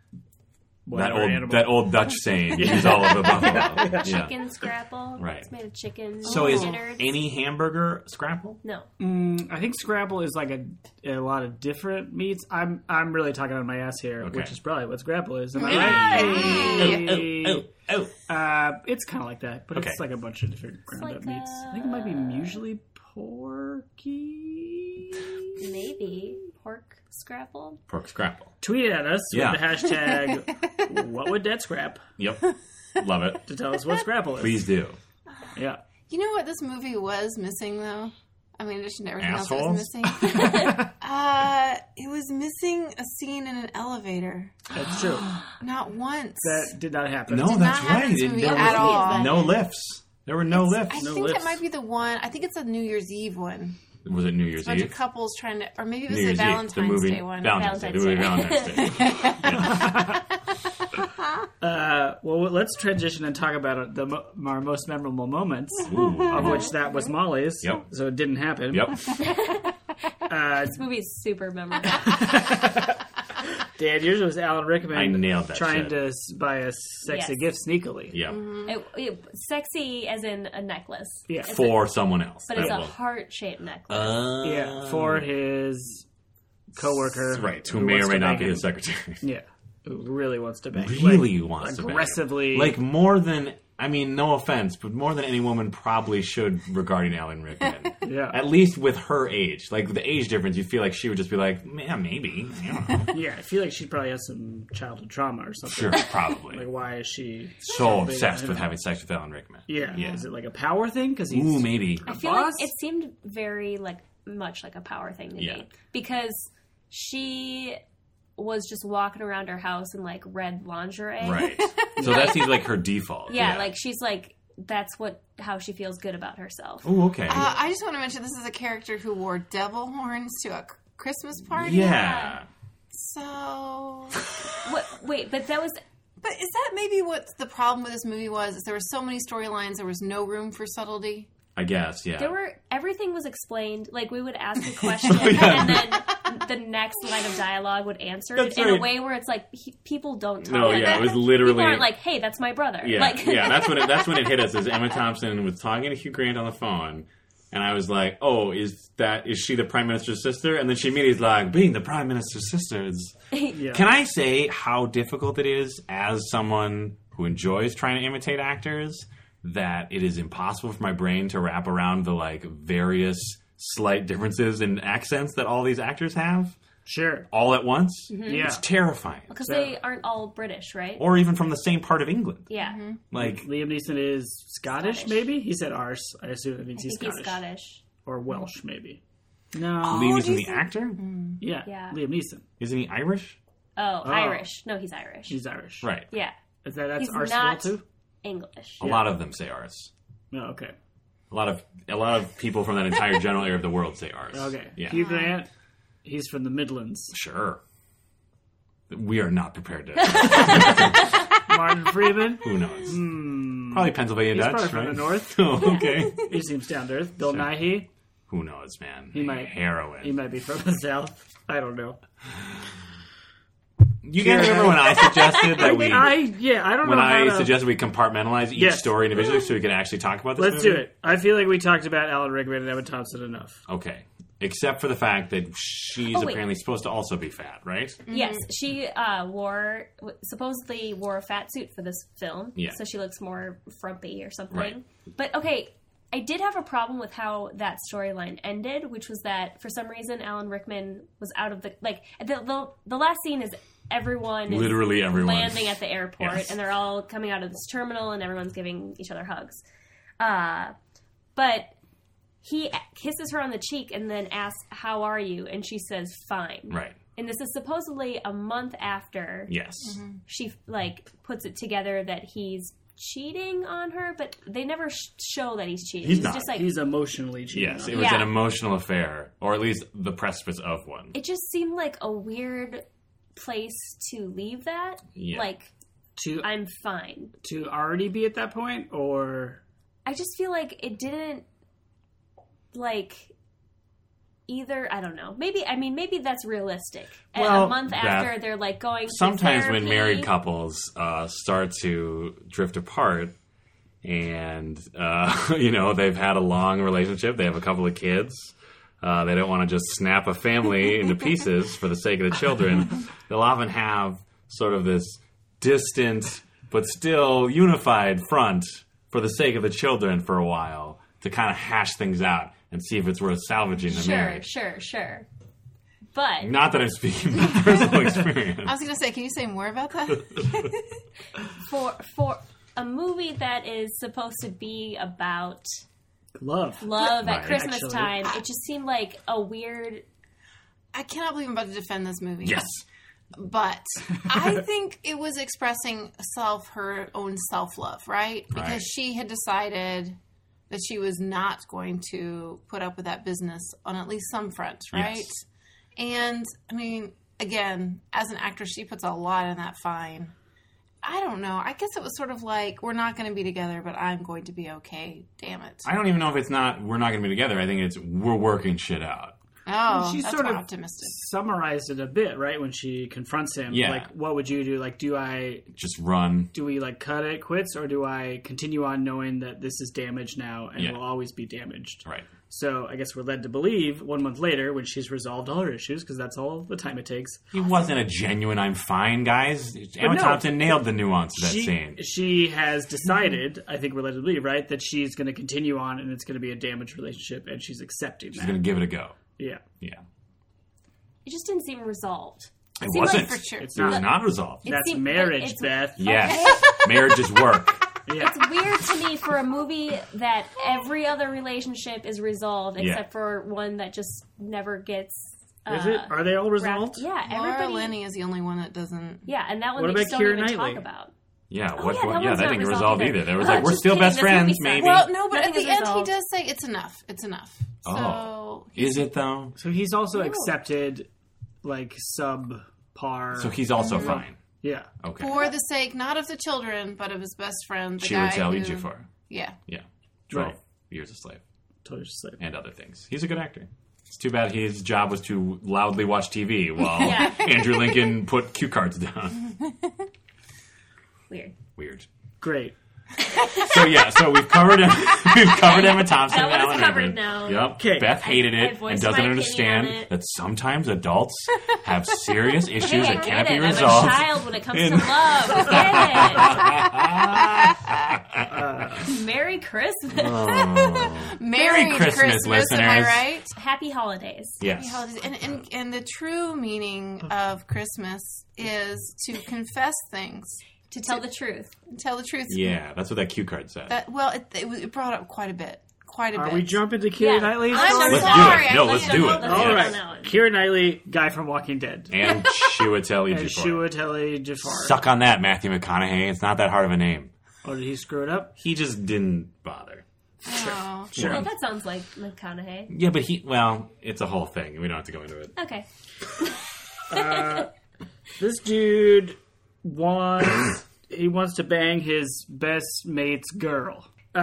C: That
B: whatever
C: old
B: animal.
C: that old Dutch saying use all of the buffalo. Yeah.
D: Chicken scrapple.
C: Right.
D: It's made of chicken.
C: So is
D: innards.
C: any hamburger scrapple?
D: No.
B: Mm, I think scrapple is like a, a lot of different meats. I'm I'm really talking on my ass here,
C: Okay.
B: which is probably what scrapple is. Am I
A: Yay!
B: right? Hey.
C: Oh, oh.
B: Uh, it's kind of like that, but
C: Okay.
B: it's like a bunch of different ground
D: like
B: up meats. I think it might be usually porky.
D: Maybe pork scrapple.
C: Pork scrapple.
B: Tweet at us
C: Yeah.
B: with the hashtag what would that scrap
C: Yep. Love it.
B: to tell us what scrapple is.
C: Please do.
B: Yeah.
A: You know what this movie was missing though? I mean, in addition to everything
C: Assholes?
A: else, it was missing. uh, it was missing a scene in an elevator.
B: That's true.
A: Not once.
B: That did not happen.
C: No, that's
A: happen
C: right.
A: in this movie
C: there
A: at
C: was
A: all.
C: No lifts. There were no lifts.
A: I
B: No
A: think
B: lifts.
A: that might be the one. I think it's a New Year's Eve one.
C: Was it New Year's
A: A bunch of
C: Eve?
A: couples trying to, or maybe it was
C: New
A: a
C: Year's
A: Valentine's
C: Eve. The movie
A: Day one.
C: Valentine's, Day. The movie Valentine's Day.
B: Uh, well, let's transition and talk about uh, the mo- our most memorable moments, of
C: Ooh.
B: which that was Molly's.
C: Yep.
B: So it didn't happen.
C: Yep.
B: Uh,
D: This movie is super memorable.
B: Dad, yours was Alan Rickman.
C: I nailed that
B: Trying
C: shit.
B: to s- buy a sexy
D: Yes.
B: gift sneakily.
C: Yeah.
A: Mm-hmm.
D: It, it- sexy as in a necklace.
B: Yeah.
D: It's
C: For someone else.
D: But it's
C: That
D: a
C: will-
D: heart shaped necklace.
C: Uh,
B: Yeah, for his coworker,
C: Right, who, may
B: wants
C: or may
B: to
C: not
B: bang
C: be
B: him.
C: his secretary.
B: Yeah, who really wants to bang.
C: Really
B: like,
C: wants to bang him.
B: aggressively.
C: Like more than I mean, no offense, but more than any woman probably should regarding Alan Rickman.
B: Yeah.
C: At least with her age, like the age difference, you feel like she would just be like, "Man, maybe." I don't know."
B: yeah, I feel like she probably has some childhood trauma or something.
C: sure,
B: Like,
C: probably.
B: why is she?
C: So obsessed with having sex with Alan Rickman.
B: Yeah.
C: Yeah.
B: Is it like a power thing? Because he's
C: Ooh, maybe.
D: I feel
B: boss?
D: like it seemed very like much like a power thing to
C: Yeah.
D: me because she was just walking around her house in like red lingerie.
C: Right. So that seems like her default.
D: Yeah, like she's like that's what how she feels good about herself.
C: Ooh, okay.
A: Uh, I just want to mention this is a character who wore devil horns to a c- Christmas party.
C: yeah.
A: So,
D: What, wait, but that was
A: but is that maybe what the problem with this movie was? Is there were so many storylines, there was no room for subtlety.
C: I guess. Yeah.
D: there were everything was explained. Like we would ask a question
C: Yeah.
D: and then the next line of dialogue would answer
C: That's
D: it in
C: right.
D: a way where it's like he, people don't talk.
C: no,
D: like
C: yeah,
D: that.
C: it was
D: People
C: literally
D: aren't like, "Hey, that's my brother."
C: Yeah,
D: Like,
C: yeah. That's when it, that's when it hit us. Is Emma Thompson was talking to Hugh Grant on the phone, and I was like, "Oh, is that is she the prime minister's sister?" And then she immediately is like, "Being the prime minister's sister is."
B: Yeah.
C: Can I say how difficult it is as someone who enjoys trying to imitate actors that it is impossible for my brain to wrap around the like various slight differences in accents that all these actors have
B: sure.
C: all at once?
B: Yeah.
C: It's terrifying.
D: because they aren't all British, right?
C: Or even from the same part of England.
D: yeah,
C: Like
B: Liam Neeson is Scottish,
D: Scottish.
B: maybe? He said arse. I assume that means
D: I
B: he's,
D: think
B: Scottish.
D: he's Scottish. Mm-hmm.
B: Or Welsh, maybe. No.
C: Liam Neeson,
A: do you
C: the
A: think-
C: actor,
B: yeah.
D: Yeah.
B: Liam Neeson.
C: isn't he Irish?
D: Oh, Irish. No, he's Irish.
B: He's Irish.
C: Right.
D: yeah,
B: Is that, that's
D: He's
B: arse
D: not-
B: too?
D: English.
C: A lot of them say ours.
B: No, okay.
C: A lot of a lot of people from that entire general area of the world say ours.
B: Okay.
C: Yeah.
B: Hugh Grant, he's from the Midlands.
C: Sure. We are not prepared to.
B: Martin Freeman,
C: Who knows? Probably Pennsylvania Dutch,
B: Hmm. probably from
C: right?
B: the north.
C: oh, okay.
B: he seems down to earth. Bill Nighy,
C: Who knows, man?
B: He might-
C: heroin.
B: he might be from the south. I don't know.
C: you guys remember when I suggested that we
B: I, yeah, I don't
C: when
B: know how
C: I
B: to-
C: suggested we compartmentalize each
B: Yes.
C: story individually so we could actually talk about this?
B: Let's
C: movie?
B: do it. I feel like we talked about Alan Rickman and Evan Thompson enough.
C: Okay. Except for the fact that she's
D: Oh, wait.
C: apparently supposed to also be fat, right?
D: Yes, she uh, wore supposedly wore a fat suit for this film,
C: Yeah.
D: so she looks more frumpy or something.
C: Right.
D: But okay, I did have a problem with how that storyline ended, which was that for some reason Alan Rickman was out of the like the the, the last scene is everyone is
C: Literally everyone.
D: landing at the airport
C: Yes.
D: and they're all coming out of this terminal and everyone's giving each other hugs. Uh, but he kisses her on the cheek and then asks, How are you? And she says, Fine.
C: Right.
D: And this is supposedly a month after
C: Yes.
D: Mm-hmm. she like puts it together that he's cheating on her, but they never sh- show that he's cheating.
C: He's not.
D: just like
B: He's emotionally cheating.
C: Yes,
B: on
C: it
B: her.
C: was an
D: Yeah.
C: emotional affair, or at least the precipice of one.
D: it just seemed like a weird place to leave that.
C: Yeah.
D: Like
B: to
D: I'm fine.
B: to already be at that point, or
D: I just feel like it didn't like either I don't know. Maybe I mean maybe that's realistic. And
C: Well,
D: a month
C: that-
D: after they're like going to
C: Sometimes when
D: therapy-
C: married couples uh, start to drift apart, and uh, you know they've had a long relationship, they have a couple of kids. Uh, they don't want to just snap a family into pieces for the sake of the children. They'll often have sort of this distant but still unified front for the sake of the children for a while to kind of hash things out and see if it's worth salvaging the
D: Sure,
C: marriage.
D: sure, sure. But
C: Not that I'm speaking from personal experience.
A: I was going to say, can you say more about that?
D: for for a movie that is supposed to be about
B: love.
D: love
C: Right.
D: at Christmas
B: Actually.
D: time, it just seemed like a weird.
A: I cannot believe I'm about to defend this movie.
C: Yes.
A: but I think it was expressing self her own self love, right? Because
C: Right.
A: she had decided that she was not going to put up with that business on at least some fronts, right?
C: Yes.
A: And I mean, again, as an actress, she puts a lot in that fine. I don't know. I guess it was sort of like we're not going to be together, but I'm going to be okay. Damn it.
C: I don't even know if it's not we're not going to be together. I think it's we're working shit out.
A: Oh,
B: she's
A: that's
B: sort
A: more
B: of-
A: optimistic.
B: Summarized it a bit, right? When she confronts him,
C: Yeah.
B: like, what would you do? Like, do I
C: Just run.
B: do we like cut it quits, or do I continue on knowing that this is damaged now and
C: Yeah.
B: will always be damaged?
C: Right.
B: So I guess we're led to believe one month later, when she's resolved all her issues, because that's all the time it takes.
C: He wasn't a genuine "I'm fine" guys. Emma
B: no.
C: Thompson nailed the nuance of that scene.
B: she has decided, I think we're led to believe, right, that she's going to continue on and it's going to be a damaged relationship, and she's accepting
C: She's
B: that.
C: gonna give it a go.
B: Yeah,
C: Yeah,
D: It just didn't seem resolved.
C: it
A: Seems like
C: wasn't.
A: for sure.
B: it's
C: It was
B: not.
C: not resolved.
D: It
B: that's
D: seemed-
B: marriage,
D: it's-
B: Beth.
C: Yes, marriage is work.
B: Yeah,
D: It's weird to me for a movie that every other relationship is resolved
C: Yeah.
D: except for one that just never gets. Uh,
B: is it? Are they all resolved?
D: wrapped. Yeah,
A: Laura
D: everybody.
A: Linney is the only one that doesn't.
D: Yeah, and that one
B: What about
D: they just don't
B: Keira
D: even
B: Knightley?
D: talk about.
C: Yeah,
D: Oh,
C: what? yeah,
D: yeah, that one's
C: that
D: not
C: didn't get
D: resolved
C: resolved either.
D: either.
C: There was
D: Oh,
C: like, we're
D: just
C: still
D: kidding,
C: best
D: this movie
C: friends,
D: sucks.
C: maybe.
D: Well,
A: Well, no, but
D: Nothing
A: at
D: is
A: the end
D: resolved.
A: he does say it's enough. It's enough.
C: Oh.
A: So
C: is it though?
B: So he's also accepted, like subpar.
C: So he's also
D: Mm-hmm.
C: fine.
B: yeah.
C: Okay.
A: for the sake not of the children, but of his best friend, the
C: She
A: guy
C: would tell
A: who,
C: you Jafar.
A: Yeah.
C: Yeah. Twelve
B: Right.
C: years a slave
B: Totally just like
C: and other things. He's a good actor. It's too bad his job was to loudly watch TV while
D: Yeah.
C: Andrew Lincoln put cue cards down.
D: Weird.
C: Weird.
B: great.
C: So yeah, so we've covered we've covered Emma Thompson and
D: That one is
C: Alan
D: covered
C: Rickman.
D: now.
C: Yep.
B: Okay.
C: Beth hated
D: I- I
C: it and
D: voiced
C: doesn't
D: my opinion
C: understand
D: on it.
C: that sometimes adults have serious issues
D: Hey, I
C: that cannot
D: get
C: be
D: it.
C: resolved.
D: I'm a child when it comes
C: in-
D: to love. I get it. Merry Christmas.
C: Oh,
A: Merry,
C: Christmas,
A: Am I
C: listeners.
A: right?
D: Happy holidays.
A: Happy
C: Yes.
A: holidays. And, and and the true meaning of Christmas is to confess things,
D: To tell the truth.
A: and tell the truth.
C: Yeah, that's what that cue card said.
A: That well, it, it, was- it brought up quite a bit. Quite a
B: Are
A: bit.
B: we jumping to Keira
D: Yeah.
B: Knightley?
A: I'm
B: Sorry.
C: Let's
A: sorry.
C: do
A: I
C: it. No,
A: thought
C: let's
A: you
C: do
A: were
C: it.
D: looking.
B: All
D: Yes.
B: right,
D: I don't know.
B: Keira Knightley, guy from Walking Dead,
C: And Chiwetel
B: and
C: Ejiofor.
B: Shuatelli Jafar.
C: Suck on that, Matthew McConaughey. It's not that hard of a name.
B: Oh, did he screw it up?
C: He just didn't bother.
B: Uh,
A: Oh.
C: Sure.
D: Well, that sounds like McConaughey.
C: Yeah, but he. Well, it's a whole thing. We don't have to go into it.
D: Okay.
B: This dude wants he wants to bang his best mate's girl. Uh,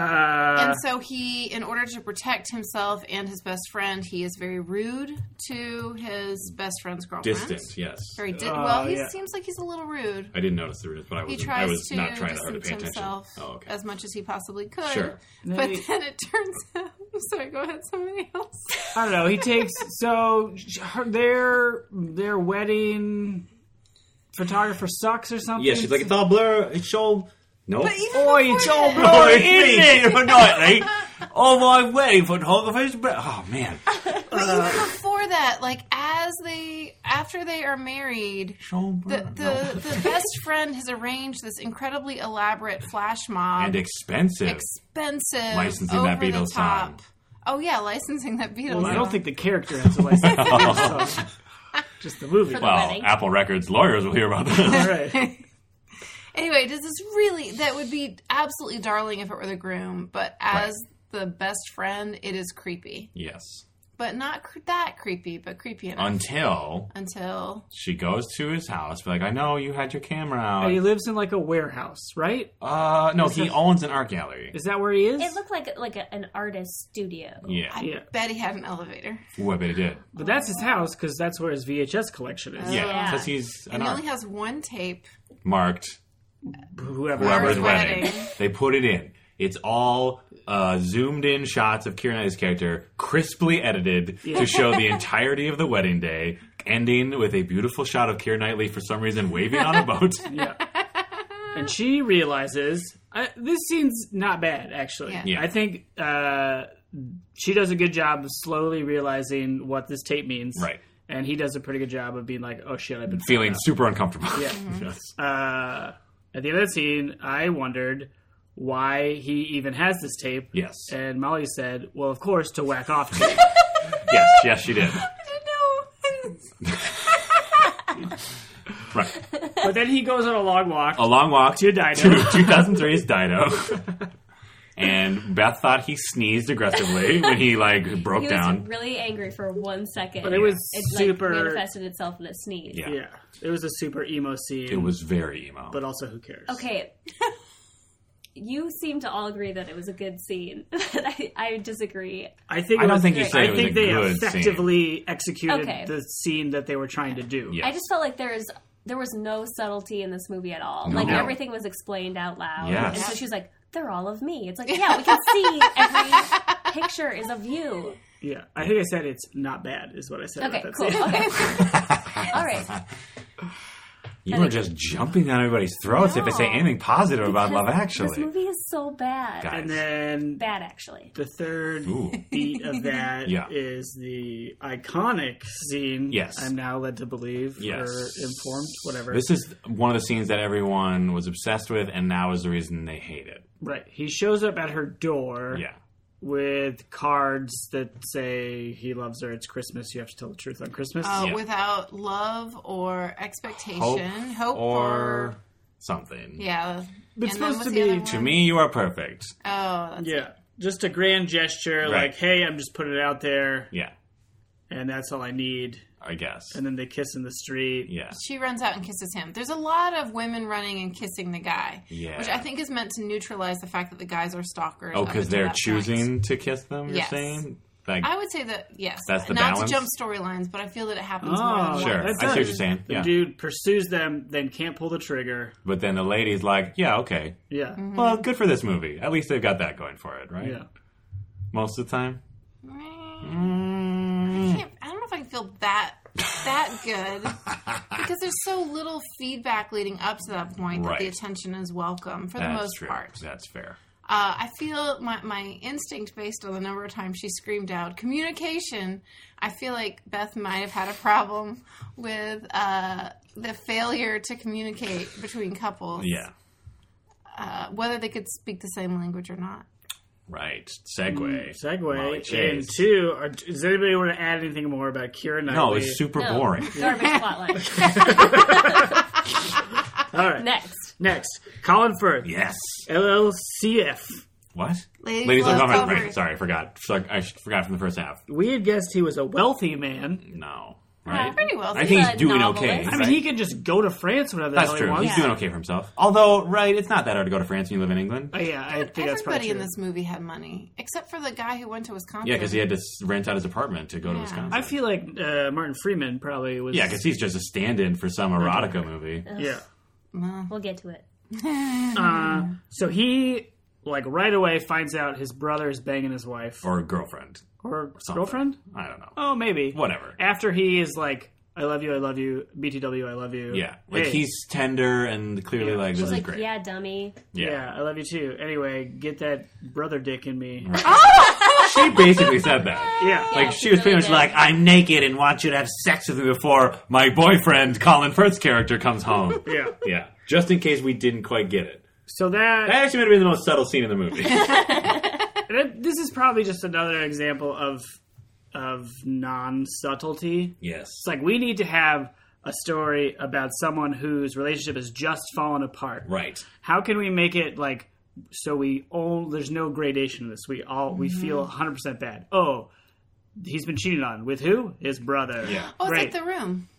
A: And so he, in order to protect himself and his best friend, he is very rude to his best friend's girlfriend.
C: Distant. Yes.
A: Very di-
B: Oh,
A: well, he
B: yeah.
A: seems like he's a little rude.
C: I didn't notice the rudeness, but I
A: He
C: was. I
A: tries
C: was
A: to
C: not trying that hard to
A: distance
C: pay attention. Oh,
A: himself
C: okay.
A: as much as he possibly could.
C: Sure.
A: But
B: Maybe-
A: then it turns out. I'm sorry. Go ahead. Somebody else.
B: I don't know. He takes so her, their their wedding photographer sucks or something.
C: Yeah, she's like, it's all blur. It's all. No.
B: "Oi, it's all
C: Oh,
B: blurry, isn't it?"
C: it's me, Knightley. Oh, my wedding photographer's. br- Oh, man.
A: Before that, like as they after they are married,
C: Sean
A: the
C: Burr. No.
A: the, the best friend has arranged this incredibly elaborate flash mob
C: And expensive.
A: expensive
C: Licensing that
A: over the
C: Beatles
A: top.
C: song.
A: Oh yeah, licensing that Beatles.
B: Well, I
A: song.
B: don't think the character has a license. to do this, so just the movie.
D: the-
C: well,
D: Wedding.
C: Apple Records lawyers will hear about
B: All
C: this.
B: right.
A: Anyway, does this really? That would be absolutely darling if it were the groom, but as the best friend, it is creepy.
C: yes.
A: But not cr- that creepy, but creepy enough
C: Until
A: until
C: she goes to his house, be like, I know you had your camera
B: And he
C: out.
B: lives in like a warehouse, right?
C: Uh, no, he
B: that-
C: owns an art gallery.
B: Is that where he is?
D: It looked like like a, an artist studio.
C: Yeah.
A: I
B: Yeah.
A: bet he had an elevator.
C: Ooh, I bet he did.
B: but that's his house because that's where his VHS collection is.
C: Yeah,
D: Yeah.
C: because he's an
A: Oh, And he
C: art.
A: only has one tape.
C: Marked
B: Whoever.
C: whoever's
A: Whoever's
C: wedding.
A: wedding.
C: They put it in. It's all uh, zoomed in shots of Keira Knightley's character, crisply edited to show the entirety of the wedding day, ending with a beautiful shot of Keira Knightley for some reason waving on a boat.
B: Yeah. And she realizes I, this scene's not bad, actually.
A: Yeah.
C: Yeah.
B: I think uh, she does a good job of slowly realizing what this tape means.
C: Right.
B: And he does a pretty good job of being like, oh shit, I've been
C: Feeling super uncomfortable.
B: Yeah.
A: Mm-hmm.
C: Yes.
B: Uh, at the end of that scene, I wondered why he even has this tape.
C: Yes.
B: And Molly said, well, of course, to whack off to.
C: yes, yes, she did.
A: I don't know.
C: Right.
B: but then he goes on a long walk.
C: A long walk
B: To Dido.
C: 2003's Dido. and Beth thought he sneezed aggressively when he like broke
D: He
C: down.
D: was really angry for one second.
B: But it was
D: like,
B: super.
D: manifested itself in a sneeze.
C: Yeah.
B: yeah. It was a super emo scene.
C: It was very emo.
B: But also, who cares?
D: Okay. you seem to all agree that it was a good scene. But I, I disagree.
B: I think.
C: I
B: it
C: don't
B: was-
C: think you
D: great.
C: said
B: I
C: it was
B: think
C: a
B: they
C: good scene.
B: effectively executed
D: Okay.
B: the scene that they were trying to do.
C: Yeah.
D: I just felt like there's there was no subtlety in this movie at all. Like
C: No.
D: everything was explained out loud.
C: Yes.
D: And so she was like, "They're all of me." It's like, yeah, we can see every picture is of you.
B: Yeah. I think I said it's not bad, is what I said.
D: Okay,
B: about that
D: cool.
B: scene.
D: Okay, all right.
C: You are just jumping down everybody's throats if they say
A: No.
C: anything positive about Love
D: This
C: Actually.
D: movie is so bad.
C: Guys.
B: And then
D: Bad, actually.
B: the third
C: Ooh.
B: beat of that is
C: Yeah.
B: the iconic scene.
C: Yes.
B: I'm now led to believe
C: Yes.
B: or informed, whatever.
C: This is one of the scenes that everyone was obsessed with, and now is the reason they hate it.
B: right. He shows up at her door
C: Yeah.
B: with cards that say he loves her. It's Christmas. You have to tell the truth on Christmas.
A: Uh,
C: Yeah.
A: Without love or expectation,
C: Hope,
A: hope,
C: or something.
A: yeah.
B: It's
A: And then
B: supposed to
A: what's the
B: be
A: other
C: To
A: one?
C: me, you are perfect.
A: Oh, that's
B: yeah. Just a grand gesture,
C: Right.
B: like, "Hey, I'm just putting it out there,
C: Yeah,
B: and that's all I need."
C: I guess.
B: And then they kiss in the street.
C: Yeah.
A: She runs out and kisses him. There's a lot of women running and kissing the guy,
C: Yeah.
A: which I think is meant to neutralize the fact that the guys are stalkers.
C: Oh,
A: up
C: because
A: until
C: they're
A: that point.
C: choosing to kiss them. You're
A: Yes.
C: saying like
A: I would say that yes.
C: That's the
A: Not
C: balance?
A: to jump storylines, but I feel that it happens more. Than
B: Oh,
A: once.
C: Sure.
B: that's
C: I see what
B: it.
C: you're saying.
B: The
C: Yeah.
B: dude pursues them, then can't pull the trigger.
C: But then the lady's like, yeah, okay.
B: Yeah,
A: Mm-hmm.
C: Well, good for this movie. At least they've got that going for it, right?
B: Hmm. yeah.
C: Most of the time.
A: I, can't, I don't know if I can feel that that good because there's so little feedback leading up to that point that the
C: Right.
A: attention is welcome for the
C: That's
A: most
C: true.
A: part.
C: That's fair.
A: Uh, I feel my, my instinct based on the number of times she screamed out communication. I feel like Beth might have had a problem with uh, the failure to communicate between couples,
C: Yeah.
A: uh, whether they could speak the same language or not.
C: Right. Segway.
B: Hmm,
C: Molly
B: Segue
C: Chase.
B: into. Are, does anybody want to add anything more about Kira Knightley?
C: No, it's super
D: No.
C: boring.
D: Garbage plotline.
B: All right.
D: Next.
B: Next, Colin Firth,
C: Yes.
B: LLCF.
C: What?
A: Ladies
C: Ladies
A: love
C: love combat.
A: covers.
C: Right. Sorry, I forgot. So- I sh- forgot from the first half.
B: We had guessed he was a wealthy man.
C: No. Right.
A: Pretty well.
C: I think
D: He's
C: he's
D: a
C: doing
D: novelist.
C: okay.
D: I
B: I mean,
C: right?
B: he can just go to France whenever the
C: That's
B: hell he
C: true.
B: wants.
C: He's doing okay for himself. Although, right, it's not that hard to go to France when you live in England.
B: Uh, yeah, I think that's probably
A: Everybody in
B: true.
A: this movie had money, except for the guy who went to Wisconsin.
C: Yeah, because he had to s- rent out his apartment to go to
A: Yeah.
C: Wisconsin.
B: I feel like uh, Martin Freeman probably was.
C: yeah, because he's just a stand-in for some erotica movie.
B: yeah.
D: We'll get to it.
B: Uh, so he like right away finds out his brother's banging his wife
C: Or a girlfriend.
B: or
C: something.
B: girlfriend.
C: I don't know.
B: Oh, maybe
C: Whatever.
B: After he is like, "I love you, I love you, BTW, I love you."
C: Yeah. Like,
B: Hey,
C: he's tender and clearly like, this
D: She's
C: is
D: like,
C: great.
D: yeah, dummy.
B: Yeah. I love you too. Anyway, get that brother dick in me.
C: She basically said that.
B: Yeah.
C: Like,
D: Yeah,
C: she was
D: she
C: pretty
D: really
C: much
D: did.
C: like, I'm naked and want you to have sex with me before my boyfriend, Colin Firth's character, comes home.
B: yeah.
C: yeah. Just in case we didn't quite get it.
B: So that,
C: That actually might have been the most subtle scene in the movie.
B: that- this is probably just another example of of non subtlety.
C: yes.
B: It's like we need to have a story about someone whose relationship has just fallen apart.
C: Right.
B: How can we make it like so we all there's no gradation in this. We all we
D: Mm-hmm.
B: feel 100% bad. Oh, he's been cheated on with who? His brother.
C: Yeah.
A: Oh, it's like
B: Great.
A: the room.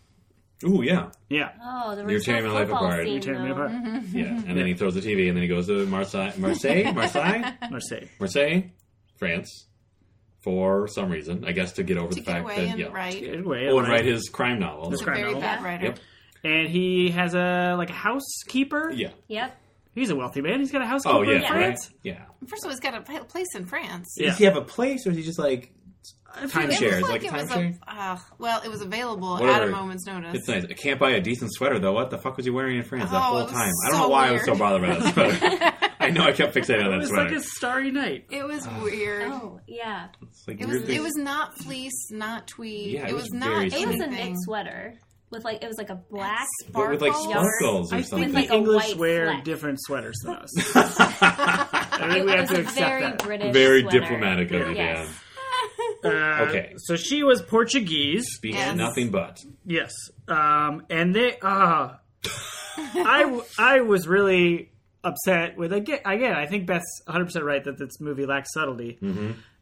C: Ooh, yeah.
B: yeah.
D: Oh, the
C: You're
D: original
C: tearing my life
D: football
C: apart.
D: scene,
C: You're
B: Tearing me
D: though.
B: apart.
C: Yeah. And then he throws the TV and then he goes to Marseille, Marseille, Marseille,
B: Marseille.
C: Marseille, France, for some reason. I guess to get over
A: To
C: the
A: get
C: fact
A: away
C: that
A: and
C: yeah.
A: write.
B: Anyway,
C: Oh,
B: like-
C: and write his crime novel.
B: His crime
A: Very
B: novel.
A: bad writer.
C: Yep.
B: And he has a like a housekeeper.
C: Yeah.
D: Yep.
B: He's a wealthy man. He's got a housekeeper
C: Oh,
B: in
C: yeah. Right.
B: France.
C: Yeah.
A: First of all, he's got a pla- place in France.
B: Yeah.
C: have a place, or is he just like timeshare? It's like, a
A: it was
C: timeshare.
A: a, uh, well, it was available at
C: Whatever.
A: a moment's notice.
C: It's nice. I can't buy a decent sweater though. What the fuck was he wearing in France that
A: Oh,
C: whole
A: it was
C: time? I don't
A: so
C: know why I was
A: weird.
C: so bothered by that sweater. I know I kept fixating on
B: It
C: that
B: was
C: sweater.
B: like a starry night.
A: It was weird.
D: Oh, yeah.
C: It's like
A: It was
C: weird
A: it
C: things.
A: was not fleece, not tweed.
C: Yeah, it
A: it, was
C: was
A: not
C: very
D: It was a
A: anything.
D: knit sweater with like it was like a black.
C: but with like
A: sparkles.
C: sparkles or
B: I
C: something.
B: think the
D: like a
B: English
D: white
B: wear
D: fleck.
B: different sweaters than us. I think we
D: it
B: have
D: was
B: to
D: a
B: accept
D: very
B: that.
D: British.
C: Very
D: sweater.
C: diplomatic of you, Dan.
D: Yes.
B: Uh,
C: Okay.
B: So she was Portuguese.
C: Speaks
A: Yes.
C: nothing but.
B: Yes. Um, and they, uh, I, w- I was really
C: Mm-hmm.
B: upset with, again, again, I think Beth's 100% right that this movie lacks subtlety.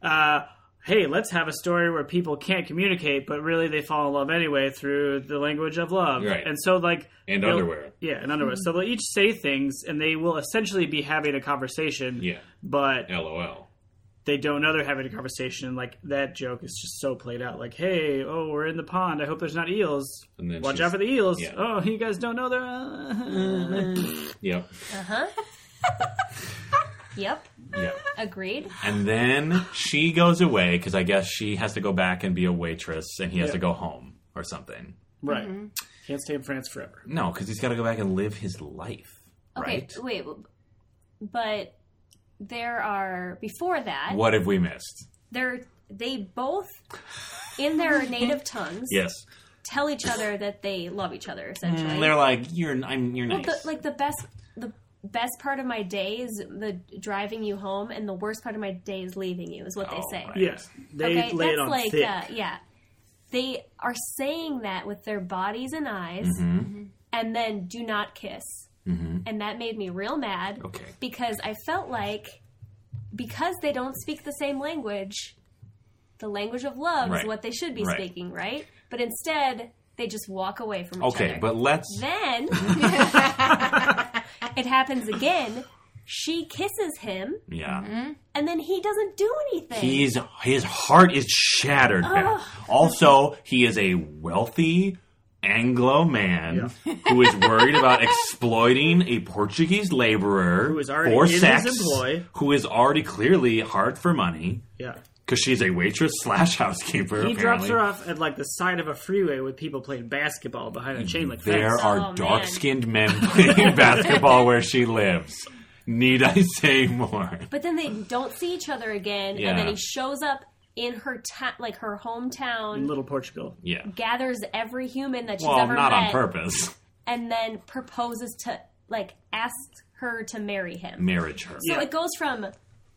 B: Uh, hey, let's have a story where people can't communicate, but really they fall in love anyway through the language of love.
C: Right.
B: And so, like,
C: And
B: they'll-
C: underwear.
B: Yeah, and underwear. So they'll each say things, and they will essentially be having a conversation.
C: Yeah.
B: But
C: LOL.
B: they don't know they're having a conversation. And, like, that joke is just so played out. Like, hey, oh, we're in the pond. I hope there's not eels.
C: And then
B: Watch
C: she's-
B: out for the eels.
C: yeah.
B: Oh, you guys don't know they're. Uh,
C: Yep.
D: Uh huh. yep.
C: Yep.
D: Agreed.
C: And then she goes away because I guess she has to go back and be a waitress, and he has
B: Yeah.
C: to go home or something.
B: right.
D: Mm-hmm.
B: Can't stay in France forever.
C: No, because he's got to go back and live his life,
D: Okay.
C: right?
D: Wait. w- But there are before that.
C: What have we missed?
D: They're they both in their native tongues
C: Yes,
D: tell each other that they love each other essentially.
C: Mm, they're like you're. I'm. You're nice.
D: the, like the best the best part of my day is the driving you home and the worst part of my day is leaving you is what they
C: Oh,
D: say
C: right.
B: Yes. They
D: okay
B: lay
D: that's
B: it on
D: like
B: thick.
D: Uh, yeah they are saying that with their bodies and eyes
C: Mm-hmm.
D: and then do not kiss and that made me real mad
C: Okay.
D: because i felt like because they don't speak the same language the language of love
C: Right.
D: is what they should be
C: Right.
D: speaking right but instead they just walk away from each other
C: okay, but let's.
D: then it happens again. She kisses him,
C: Yeah,
D: and then he doesn't do anything.
C: he's his heart is shattered. Beth. Also, he is a wealthy. Anglo man who is worried about exploiting a Portuguese laborer
B: Who is already
C: for
B: in his
C: sex,
B: employ.
C: who is already clearly hard for money.
B: Yeah.
C: because she's a waitress slash housekeeper.
B: He drops
C: apparently.
B: her off at like the side of a freeway with people playing basketball behind a chain link fence.
C: There are
D: Oh, man.
C: dark skinned men playing basketball where she lives. Need I say more?
D: but then they don't see each other again,
C: Yeah.
D: and then he shows up in her ta- like her hometown,
B: in Little Portugal.
C: Yeah.
D: gathers every human that she's
C: Well,
D: ever
C: not
D: met,
C: on purpose.
D: and then proposes to like asks her to marry him.
C: Marriage her.
D: So
B: Yeah.
D: it goes from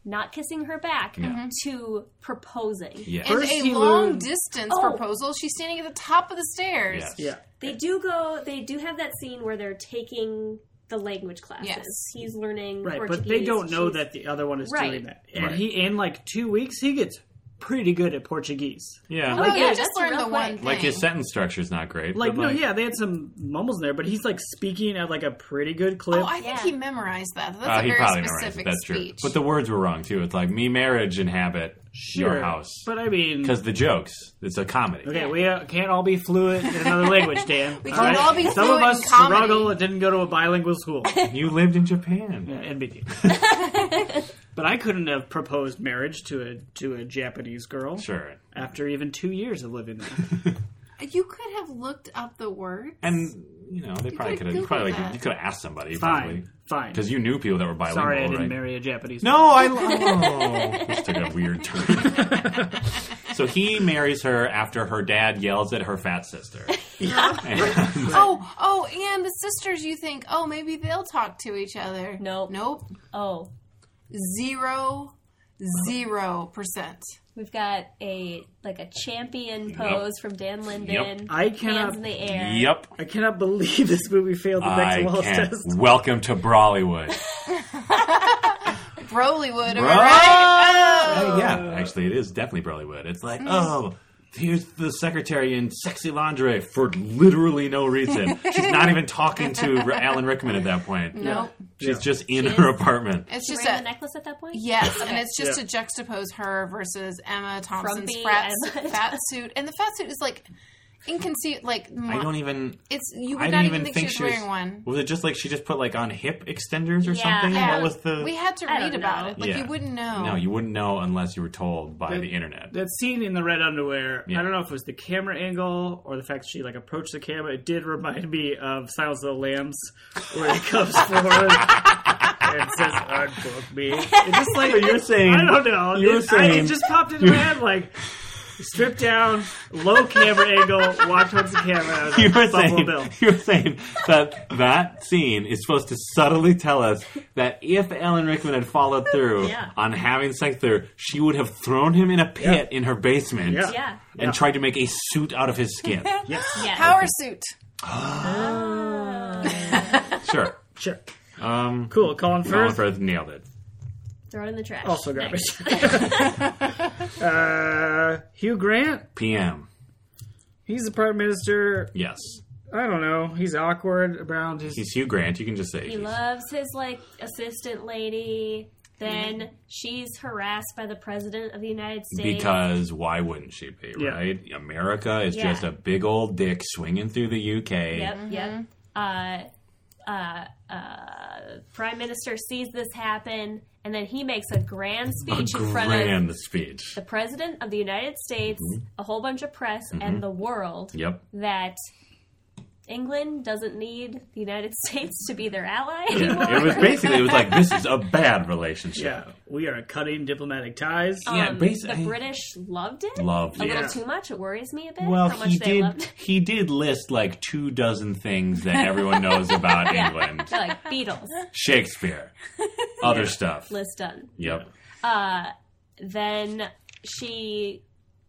D: not kissing her back
A: Mm-hmm.
D: to proposing.
C: Yeah.
A: And
B: First
A: a
B: you
A: long
B: lose-
A: distance
D: Oh.
A: proposal. She's standing at the top of the stairs.
C: Yes.
B: Yeah.
D: They do go. They do have that scene where they're taking the language classes.
A: Yes.
D: He's learning
B: Right,
D: Portuguese.
B: but they don't know
D: she's-
B: that the other one is
D: Right.
B: doing that. And
C: Right.
B: he in like two weeks he gets pretty good at Portuguese.
C: Yeah.
A: Oh,
C: Like,
A: yeah,
D: yeah,
A: just
D: that's
A: learned
D: real
A: the
D: quick.
A: one thing.
C: his sentence structure's not great.
B: Like,
C: but
B: no,
C: like,
B: yeah, they had some mumbles in there, but he's like speaking at like a pretty good clip.
A: Oh, I think
D: Yeah.
A: he memorized that. That's
C: Uh,
A: a
C: he
A: very
C: probably memorized it.
A: specific
C: That's true.
A: speech.
C: But the words were wrong too. It's like me marriage inhabit your
B: Sure.
C: house
B: But I mean,
C: because the jokes. It's a comedy.
B: okay, we uh, can't all be fluent in another language, Dan. we
A: can't all be
B: Some
A: fluent
B: of us
A: in comedy.
B: struggle and didn't go to a bilingual school.
C: You lived in Japan.
B: Yeah, NBD. but I couldn't have proposed marriage to a to a Japanese girl
C: Sure.
B: after even two years of living there.
A: you could have looked up the word.
C: And you know they probably
A: could've
C: could have. You
A: Googled
C: probably
A: that.
C: you could have asked somebody. Probably.
B: Fine, fine.
C: Because you knew people that were bilingual,
B: Sorry, I didn't
C: right?
B: marry a Japanese.
C: No, I. Oh, this took a weird turn. so he marries her after her dad yells at her fat sister. And-
A: Oh, oh, and the sisters. You think, oh, maybe they'll talk to each other.
D: Nope.
A: nope,
D: Oh,
A: zero, zero percent.
D: we've got a like a champion pose from Dan Linden.
B: I cannot-
D: Hands in the air.
C: yep,
B: I cannot believe this movie failed the
C: I
B: next Wallace
C: can't.
B: test.
C: Welcome to Brawleywood.
A: Brolywood, am
C: Bro-
A: I right?
C: Hey, yeah, actually, it is definitely Brawleywood. It's like, oh. Here's the secretary in sexy lingerie for literally no reason. She's not even talking to R- Alan Rickman at that point.
A: Nope.
C: She's
B: Yeah.
C: just in
D: She
C: her
D: is-
C: apartment.
A: It's
D: She
A: just
D: wearing
A: a
D: the necklace at that point.
A: yes, and it's just
B: Yeah.
A: to juxtapose her versus Emma Thompson's
D: Frumpy
A: frat,
D: Emma
A: fat suit, and the fat suit is like inconceivable. Like mo-
C: I don't even.
A: it's you would
C: I didn't
A: not
C: even
A: even think, she was wearing one.
C: Was it just like she just put like on hip extenders or
D: Yeah.
C: something?
D: Yeah.
C: What was the?
A: we had to
D: I
A: read
D: don't
A: about
D: know.
A: it. Like
C: Yeah.
A: you wouldn't know.
C: no, you wouldn't know unless you were told by
B: That-
C: the internet.
B: That scene in the red underwear,
C: Yeah.
B: I don't know if it was the camera angle or the fact that she like approached the camera, it did remind me of Silence of the Lambs where he comes forward and says, Unbook me. It's just like
C: But you're saying
B: I don't know.
C: You're
B: it, I,
C: saying
B: it just popped into my head like stripped down, low camera angle, walk towards the camera. I was
C: you
B: like,
C: were
B: Buffalo
C: saying
B: Bill.
C: you were saying that that scene is supposed to subtly tell us that if Alan Rickman had followed through
D: Yeah.
C: on having sex with her, she would have thrown him in a pit in her basement
B: Yeah.
D: Yeah.
C: and tried to make a suit out of his skin.
B: Yes.
D: Yes. Ah.
A: Power suit.
C: sure.
B: Sure.
C: Um,
B: Cool. Colin
C: Colin
B: Firth.
C: Firth nailed it.
D: Throw it in the trash.
B: Also garbage.
D: Next.
B: uh, Hugh Grant.
C: PM.
B: He's the prime minister.
C: Yes.
B: I don't know. He's awkward around his.
C: He's Hugh Grant. You can just say
D: He
C: he's-
D: loves his like assistant lady. Then
C: Mm-hmm.
D: she's harassed by the president of the United States.
C: Because why wouldn't she be,
B: Yeah.
C: right? America is
D: Yeah.
C: just a big old dick swinging through the UK.
D: Yep, yep. Uh,
C: Mm-hmm.
D: uh, uh, Prime Minister sees this happen, and then he makes a grand
C: A
D: speech in front of
C: grand speech.
D: the President of the United States, a whole bunch of press, and the world
C: Mm-hmm. Yep.
D: that England doesn't need the United States to be their ally anymore.
C: Yeah. it was basically it was like this is a bad relationship.
B: Yeah, we are cutting diplomatic ties.
C: yeah,
D: Um,
C: basically-
D: the British loved it
C: Loved
D: a
C: it.
B: Yeah.
D: little too much. It worries me a bit
C: Well,
D: how much
C: he
D: they loved
C: did.
D: it.
C: He did list like two dozen things that everyone knows about England:
D: They're like Beatles,
C: Shakespeare, other stuff.
D: list done.
C: Yep.
D: Uh, then she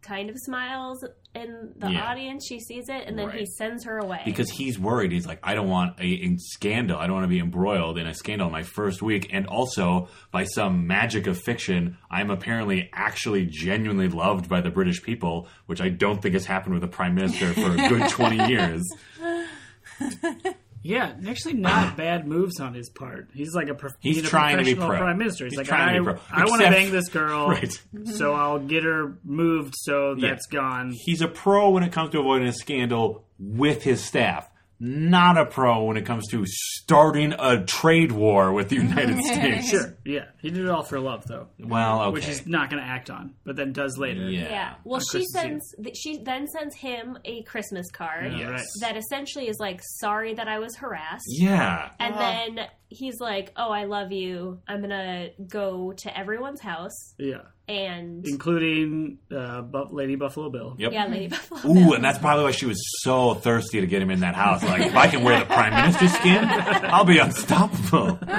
D: kind of smiles in the
C: Yeah.
D: audience. She sees it, and then he
C: Right.
D: sends her away.
C: Because he's worried. He's like, I don't want a, a scandal. I don't want to be embroiled in a scandal my first week. And also, by some magic of fiction, I'm apparently actually genuinely loved by the British people, which I don't think has happened with a prime minister for a good 20 years.
B: Yeah, actually, not bad moves on his part. He's like a prof-
C: He's
B: a
C: trying to be
B: professional
C: pro.
B: prime minister. He's,
C: He's
B: like,
C: trying
B: I,
C: to be pro.
B: I want to
C: Except-
B: bang this girl,
C: Right.
B: so I'll get her moved. So
C: Yeah.
B: that's gone.
C: He's a pro when it comes to avoiding a scandal with his staff. Not a pro when it comes to starting a trade war with the United States.
B: Sure. Yeah, he did it all for love, though,
C: Well, okay.
B: which he's not going to act on, but then does later.
C: yeah.
D: yeah. Well,
B: On
D: she
B: Christmas Eve.
D: sends. th- She then sends him a Christmas card
B: Yeah,
C: Yes.
B: right.
D: that essentially is like, "Sorry that I was harassed."
C: Yeah.
D: And
A: Wow.
D: then he's like, "Oh, I love you. I'm gonna go to everyone's house
B: Yeah,
D: and
B: including uh, Buff- Lady Buffalo Bill.
C: Yep.
D: yeah, Lady Buffalo."
C: Ooh, and that's probably why she was so thirsty to get him in that house. Like, if I can wear the prime minister's skin, I'll be unstoppable.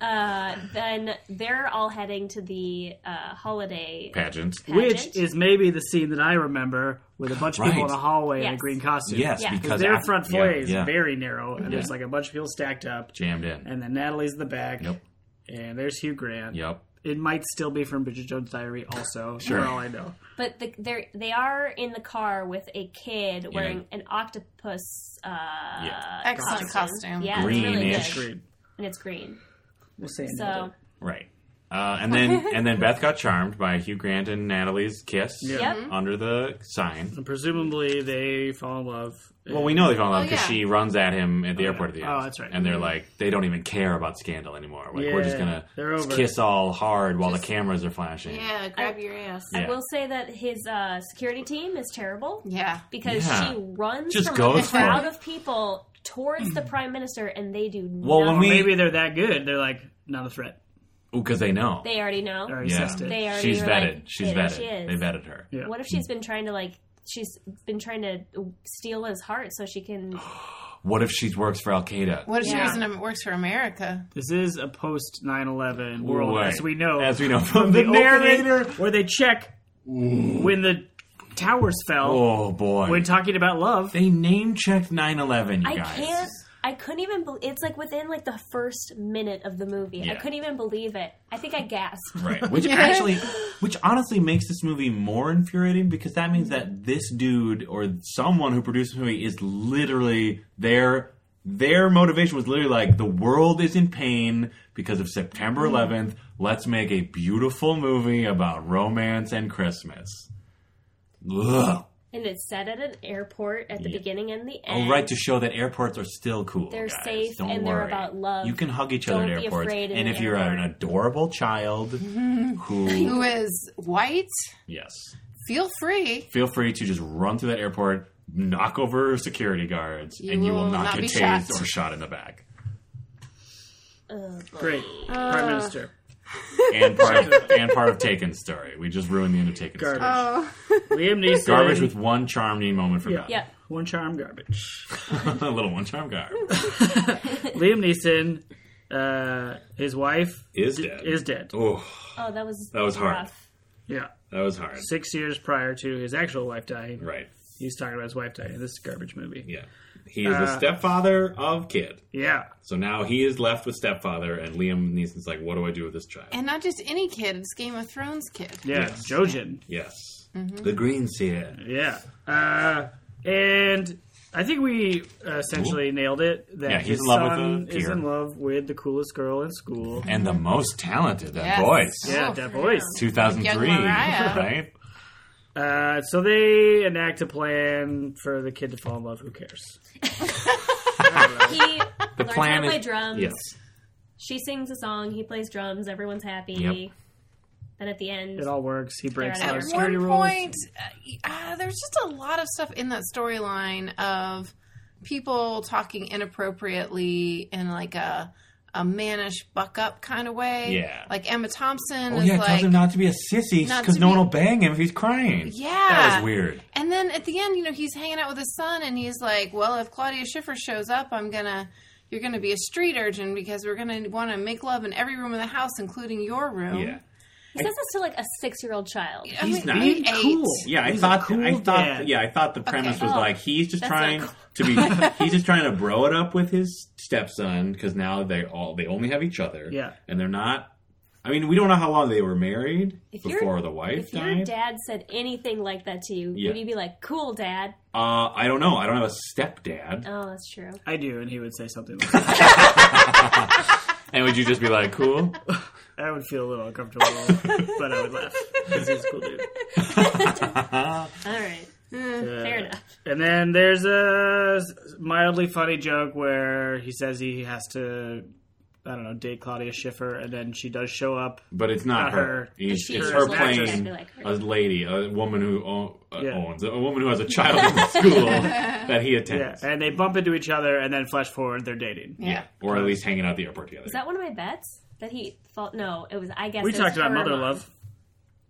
D: Uh, then they're all heading to the uh, holiday
C: Pageant.
B: Which
D: pageant.
B: is maybe the scene that I remember with a bunch of people
C: Right.
B: in a hallway in a
D: Yes.
B: green costume.
C: Yes,
D: Yeah.
C: because
B: their
C: after-
B: front
C: yeah,
B: foyer is
C: yeah,
B: very narrow, and there's
C: Yeah.
B: like a bunch of people stacked up,
C: jammed in.
B: and then Natalie's in the back,
C: Yep.
B: and there's Hugh Grant.
C: Yep.
B: It might still be from Bridget Jones' Diary, also.
C: Sure.
B: For all I know,
D: But the, they're they are in the car with a kid wearing an octopus. Uh,
C: Yeah.
A: Excellent costume.
D: Yeah, it's
C: Greenish.
D: really good.
B: Green.
D: and it's green.
B: We'll say
D: So
B: another.
C: Right. Uh, and then and then Beth got charmed by Hugh Grant and Natalie's kiss
B: Yeah. Mm-hmm.
D: Yep.
C: under the sign.
B: And presumably they fall in love.
C: Well, we know they fall in love
A: Oh,
C: because
A: yeah.
C: she runs at him at the airport at the
B: yeah.
C: end.
B: Oh, that's right.
C: And they're like, they don't even care about scandal anymore. Like, we're just
B: Yeah,
C: gonna
B: they're over
C: kiss all hard while the
A: Just-
C: cameras are flashing.
A: Yeah, grab your ass.
C: Yeah.
D: I will say that his uh, security team is terrible
A: Yeah.
D: because
C: Yeah.
D: she runs
C: Just
D: from
C: goes
D: a
C: for
D: crowd
C: it.
D: of people towards the prime minister, and they do.
C: Well, when
D: nothing.
C: we-
B: Maybe they're that good. They're like not a threat.
C: because they know.
D: they already know.
B: They already
C: Yeah.
B: assessed it.
D: They already
C: She's
D: are
C: vetted.
D: Like,
C: She's
D: "Hey, there
C: vetted.
D: She is.
C: They vetted her.
B: Yeah.
D: What if she's been trying to like? She's been trying to steal his heart so she can.
C: Oh, What if she works for Al Qaeda?
A: What is the
D: Yeah.
A: reason it works for America?
B: This is a post 9/11 world,
C: Right.
B: as we know.
C: As we know from the,
B: the
C: narrator.
B: opening where they check when the towers fell.
C: Oh boy.
B: When talking about love,
C: they name checked 9/11, you
D: I
C: guys.
D: can't. I couldn't even. bel it's like within like the first minute of the movie. I
C: Yeah.
D: couldn't even believe it. I think I gasped.
C: Right. Which actually which honestly makes this movie more infuriating because that means that this dude or someone who produced this movie is literally their their motivation was literally like the world is in pain because of September
D: Mm.
C: 11th. Let's make a beautiful movie about romance and Christmas. Ugh.
D: And it's set at an airport at the
C: Yeah.
D: beginning and the
C: Oh,
D: end.
C: right, to show that airports are still cool.
D: They're
C: guys.
D: safe
C: Don't
D: and they're
C: worry.
D: about love.
C: You can hug each
D: Don't
C: other at
D: be
C: airports.
D: afraid in
C: and
D: an
C: if you're an
D: airport.
C: adorable child who,
A: Who is white?
C: yes,
A: Feel free.
C: feel free to just run through that airport, knock over security guards,
A: You
C: and you will
A: will
C: not,
A: not
C: get
A: be
C: tased
A: shot.
C: or shot in the back.
D: Ugh.
B: great
D: Uh,
B: prime minister.
C: And part of, and part of Taken's story. We just ruined the end of Taken's
B: Garbage.
C: story.
A: Oh,
B: Liam Neeson.
C: Garbage with one charming moment for
B: Yeah.
D: yeah.
B: one charm garbage.
C: Beth. a little one charm guy
B: Liam Neeson, uh, his wife
C: is
B: d-
C: dead.
B: is dead.
C: Oh,
D: Oh, that was
C: That was hard.
D: rough.
B: Yeah,
C: that was hard.
B: six years prior to his actual wife dying.
C: Right.
B: He's talking about his wife dying. This is a garbage movie.
C: Yeah. He is the
B: Uh,
C: stepfather of Kid.
B: Yeah.
C: So now he is left with stepfather, and Liam Neeson's like, "What do I do with this child?"
A: And not just any kid, it's Game of Thrones kid.
B: Yeah.
C: Yes.
B: Jojen.
C: yes,
A: Mm-hmm.
C: the Green's here.
B: Yeah. Uh, and I think we uh, essentially nailed it that
C: Yeah, he's
B: his
C: in love with
B: son
C: the
B: is
C: peer.
B: in love with the coolest girl in school.
C: and the most talented that
A: Yes.
C: voice.
B: Yeah,
A: Oh,
B: that
A: for
B: voice.
A: real.
C: 2003,
A: Young Mariah.
C: right?
B: Uh, so they enact a plan for the kid to fall in love. Who cares?
D: He learns
C: The
D: how
C: plan
D: to play
C: is
D: drums.
C: yes,
D: She sings a song. He plays drums. Everyone's happy.
C: Yep.
D: Then at the end,
B: It all works. He breaks
D: At
B: all
D: Our
B: our
A: At
B: security
A: one
B: rules.
A: point, uh, uh, there's just a lot of stuff in that storyline of people talking inappropriately in like a a mannish buck up kind of way.
C: Yeah.
A: like Emma Thompson
C: Oh
A: is
C: yeah, it tells
A: like,
C: him not to be a sissy
A: not
C: because
A: to
C: no
A: be-
C: one will bang him if he's crying.
A: yeah,
C: that was weird.
A: And then at the end, you know, he's hanging out with his son, and he's like, "Well, if Claudia Schiffer shows up, I'm gonna, you're gonna be a street urchin because we're gonna want to make love in every room of the house, including your room."
C: Yeah,
D: he says this to like a six-year-old child.
A: I
C: He's
A: mean,
C: not-
A: eight.
B: He's cool.
C: yeah. I
B: He's a
C: thought,
B: cool
C: I thought,
B: dad.
C: yeah, I thought the premise was
D: Oh,
C: like he's just
D: that's
C: trying
D: not
C: to be, he's just trying to bro it up with his stepson because now they all they only have each other.
B: Yeah.
C: and they're not. I mean, we don't know how long they were married
D: If you're-
C: before the wife
D: If your
C: died.
D: dad said anything like that to you,
C: Yeah.
D: would you be like, "Cool, dad"?
C: uh, I don't know. I don't have a stepdad.
D: Oh, that's true.
B: I do, and he would say something like that.
C: And would you just be like, cool?
B: I would feel a little uncomfortable, but I would laugh because he's a cool dude.
D: All right, Hmm. fair enough.
B: And then there's a mildly funny joke where he says he has to, I don't know, date Claudia Schiffer, and then she does show up.
C: But it's not,
B: Not
C: her.
B: her.
C: It's,
D: She
C: it's
D: is
C: her
D: like that.
C: playing
D: Be like her.
C: a lady, a woman who own, uh,
B: Yeah.
C: owns a woman who has a child in the school that he
B: Yeah,
C: attends.
B: and they bump into each other, and then flash forward, they're dating.
A: Yeah.
C: or at least hanging out at the airport together.
D: Is that one of my bets that he felt? No, it was. I guess
B: We
D: it
B: talked
D: was
B: about
D: her
B: mother
D: mom,
B: love.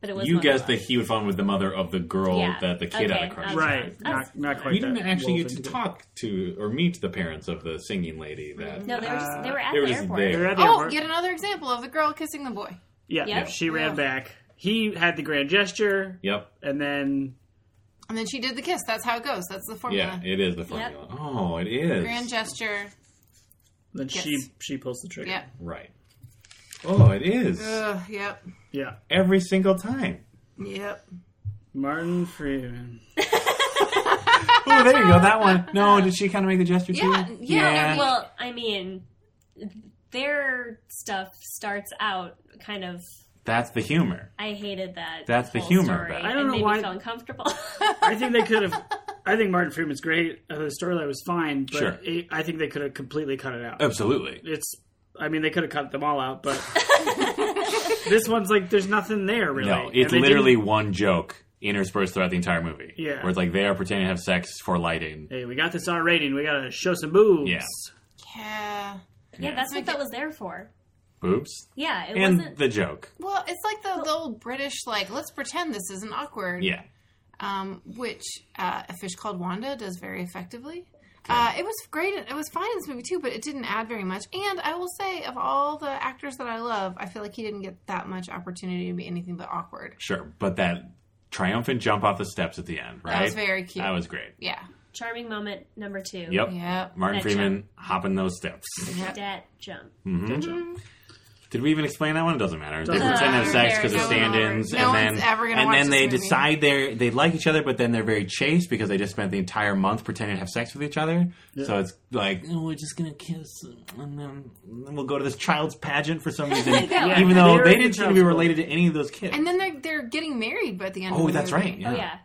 D: but it was
C: you
D: mother
C: guessed
D: love.
C: that he would fall with the mother of the girl
D: Yeah.
C: that the kid
D: Okay,
C: had a crush
D: I
C: on.
D: was-
B: Right,
D: I was-
B: not, not quite
C: We didn't
B: that
C: actually get
B: woven
C: to
B: together.
C: talk to or meet the parents of the singing lady. That
D: No, they were just, they were at
C: they were
D: the
C: just
D: airport.
C: there.
B: They're at the
A: Oh,
B: airport.
A: yet another example of the girl kissing the boy.
B: Yeah,
D: Yep.
B: she ran
A: Yeah.
B: back. He had the grand gesture,
C: Yep.
B: and then
A: And then she did the kiss. That's how it goes. That's the formula.
C: Yeah, it is the formula. Oh, it is.
A: Grand gesture.
B: then
A: Yes.
B: she she pulls the trigger.
A: Yep.
C: right. Oh, it is.
A: Ugh, yep.
B: Yeah,
C: Every single time.
A: Yep.
B: Martin Freeman.
C: Oh, there you go. That one. No, did she kind of make the gesture
A: Yeah,
C: too?
A: yeah, I mean-
D: Well, I mean, their stuff starts out kind of.
C: That's the humor.
D: I hated that.
C: That's the
D: whole
C: humor
D: Story.
C: about it.
B: I don't
D: It
B: know
D: made me
B: why-
D: feel uncomfortable.
B: I think they could have. I think Martin Freeman's great. Uh, the storyline was fine, but
C: Sure. Oh.
B: it, I think they could have completely cut it out.
C: Absolutely.
B: It's. I mean, they could have cut them all out, but this one's like there's nothing there really.
C: No,
B: And
C: it's
B: they didn't-
C: literally one joke interspersed throughout the entire movie.
B: Yeah.
C: Where it's like they are pretending to have sex for lighting.
B: Hey, we got this R rating. We gotta show some boobs.
C: Yeah.
A: Yeah.
D: yeah, that's
A: Like
D: what that
A: it-
D: was there for.
C: Boobs.
D: Yeah, it
C: and
D: wasn't.
C: the joke.
A: Well, it's like the, the old British, like, let's pretend this isn't awkward.
C: Yeah.
A: Um, which uh, a fish called Wanda does very effectively. Uh, it was great. It was fine in this movie too, but it didn't add very much. And I will say, of all the actors that I love, I feel like he didn't get that much opportunity to be anything but awkward.
C: Sure. But that triumphant jump off the steps at the end, right?
A: That was very cute.
C: That was great.
A: yeah.
D: Charming moment number two.
C: Yep.
A: Yep.
C: Martin
D: That
C: Freeman hopping those steps.
A: Yep.
D: That jump.
C: Mm-hmm. Did we even explain that one? It doesn't matter.
B: Doesn't
C: they pretend to have
A: matter.
C: sex because of
A: Who cares?
C: stand-ins,
A: No
C: and
A: one's
C: then
A: ever gonna
C: and
A: watch
C: then
A: this
C: they
A: movie.
C: decide they they like each other, but then they're very chaste because they just spent the entire month pretending to have sex with each other. So it's like oh, we're just gonna kiss, and then, and then we'll go to this child's pageant for some reason,
D: Yeah.
C: even though
B: They're
C: they
B: in
C: didn't
B: the
C: seem to be
B: child's
C: related to any of those kids.
A: And then they're they're getting married by the end. of
C: oh,
A: the
C: that's
A: movie.
C: right.
D: Oh
C: Yeah.
D: yeah,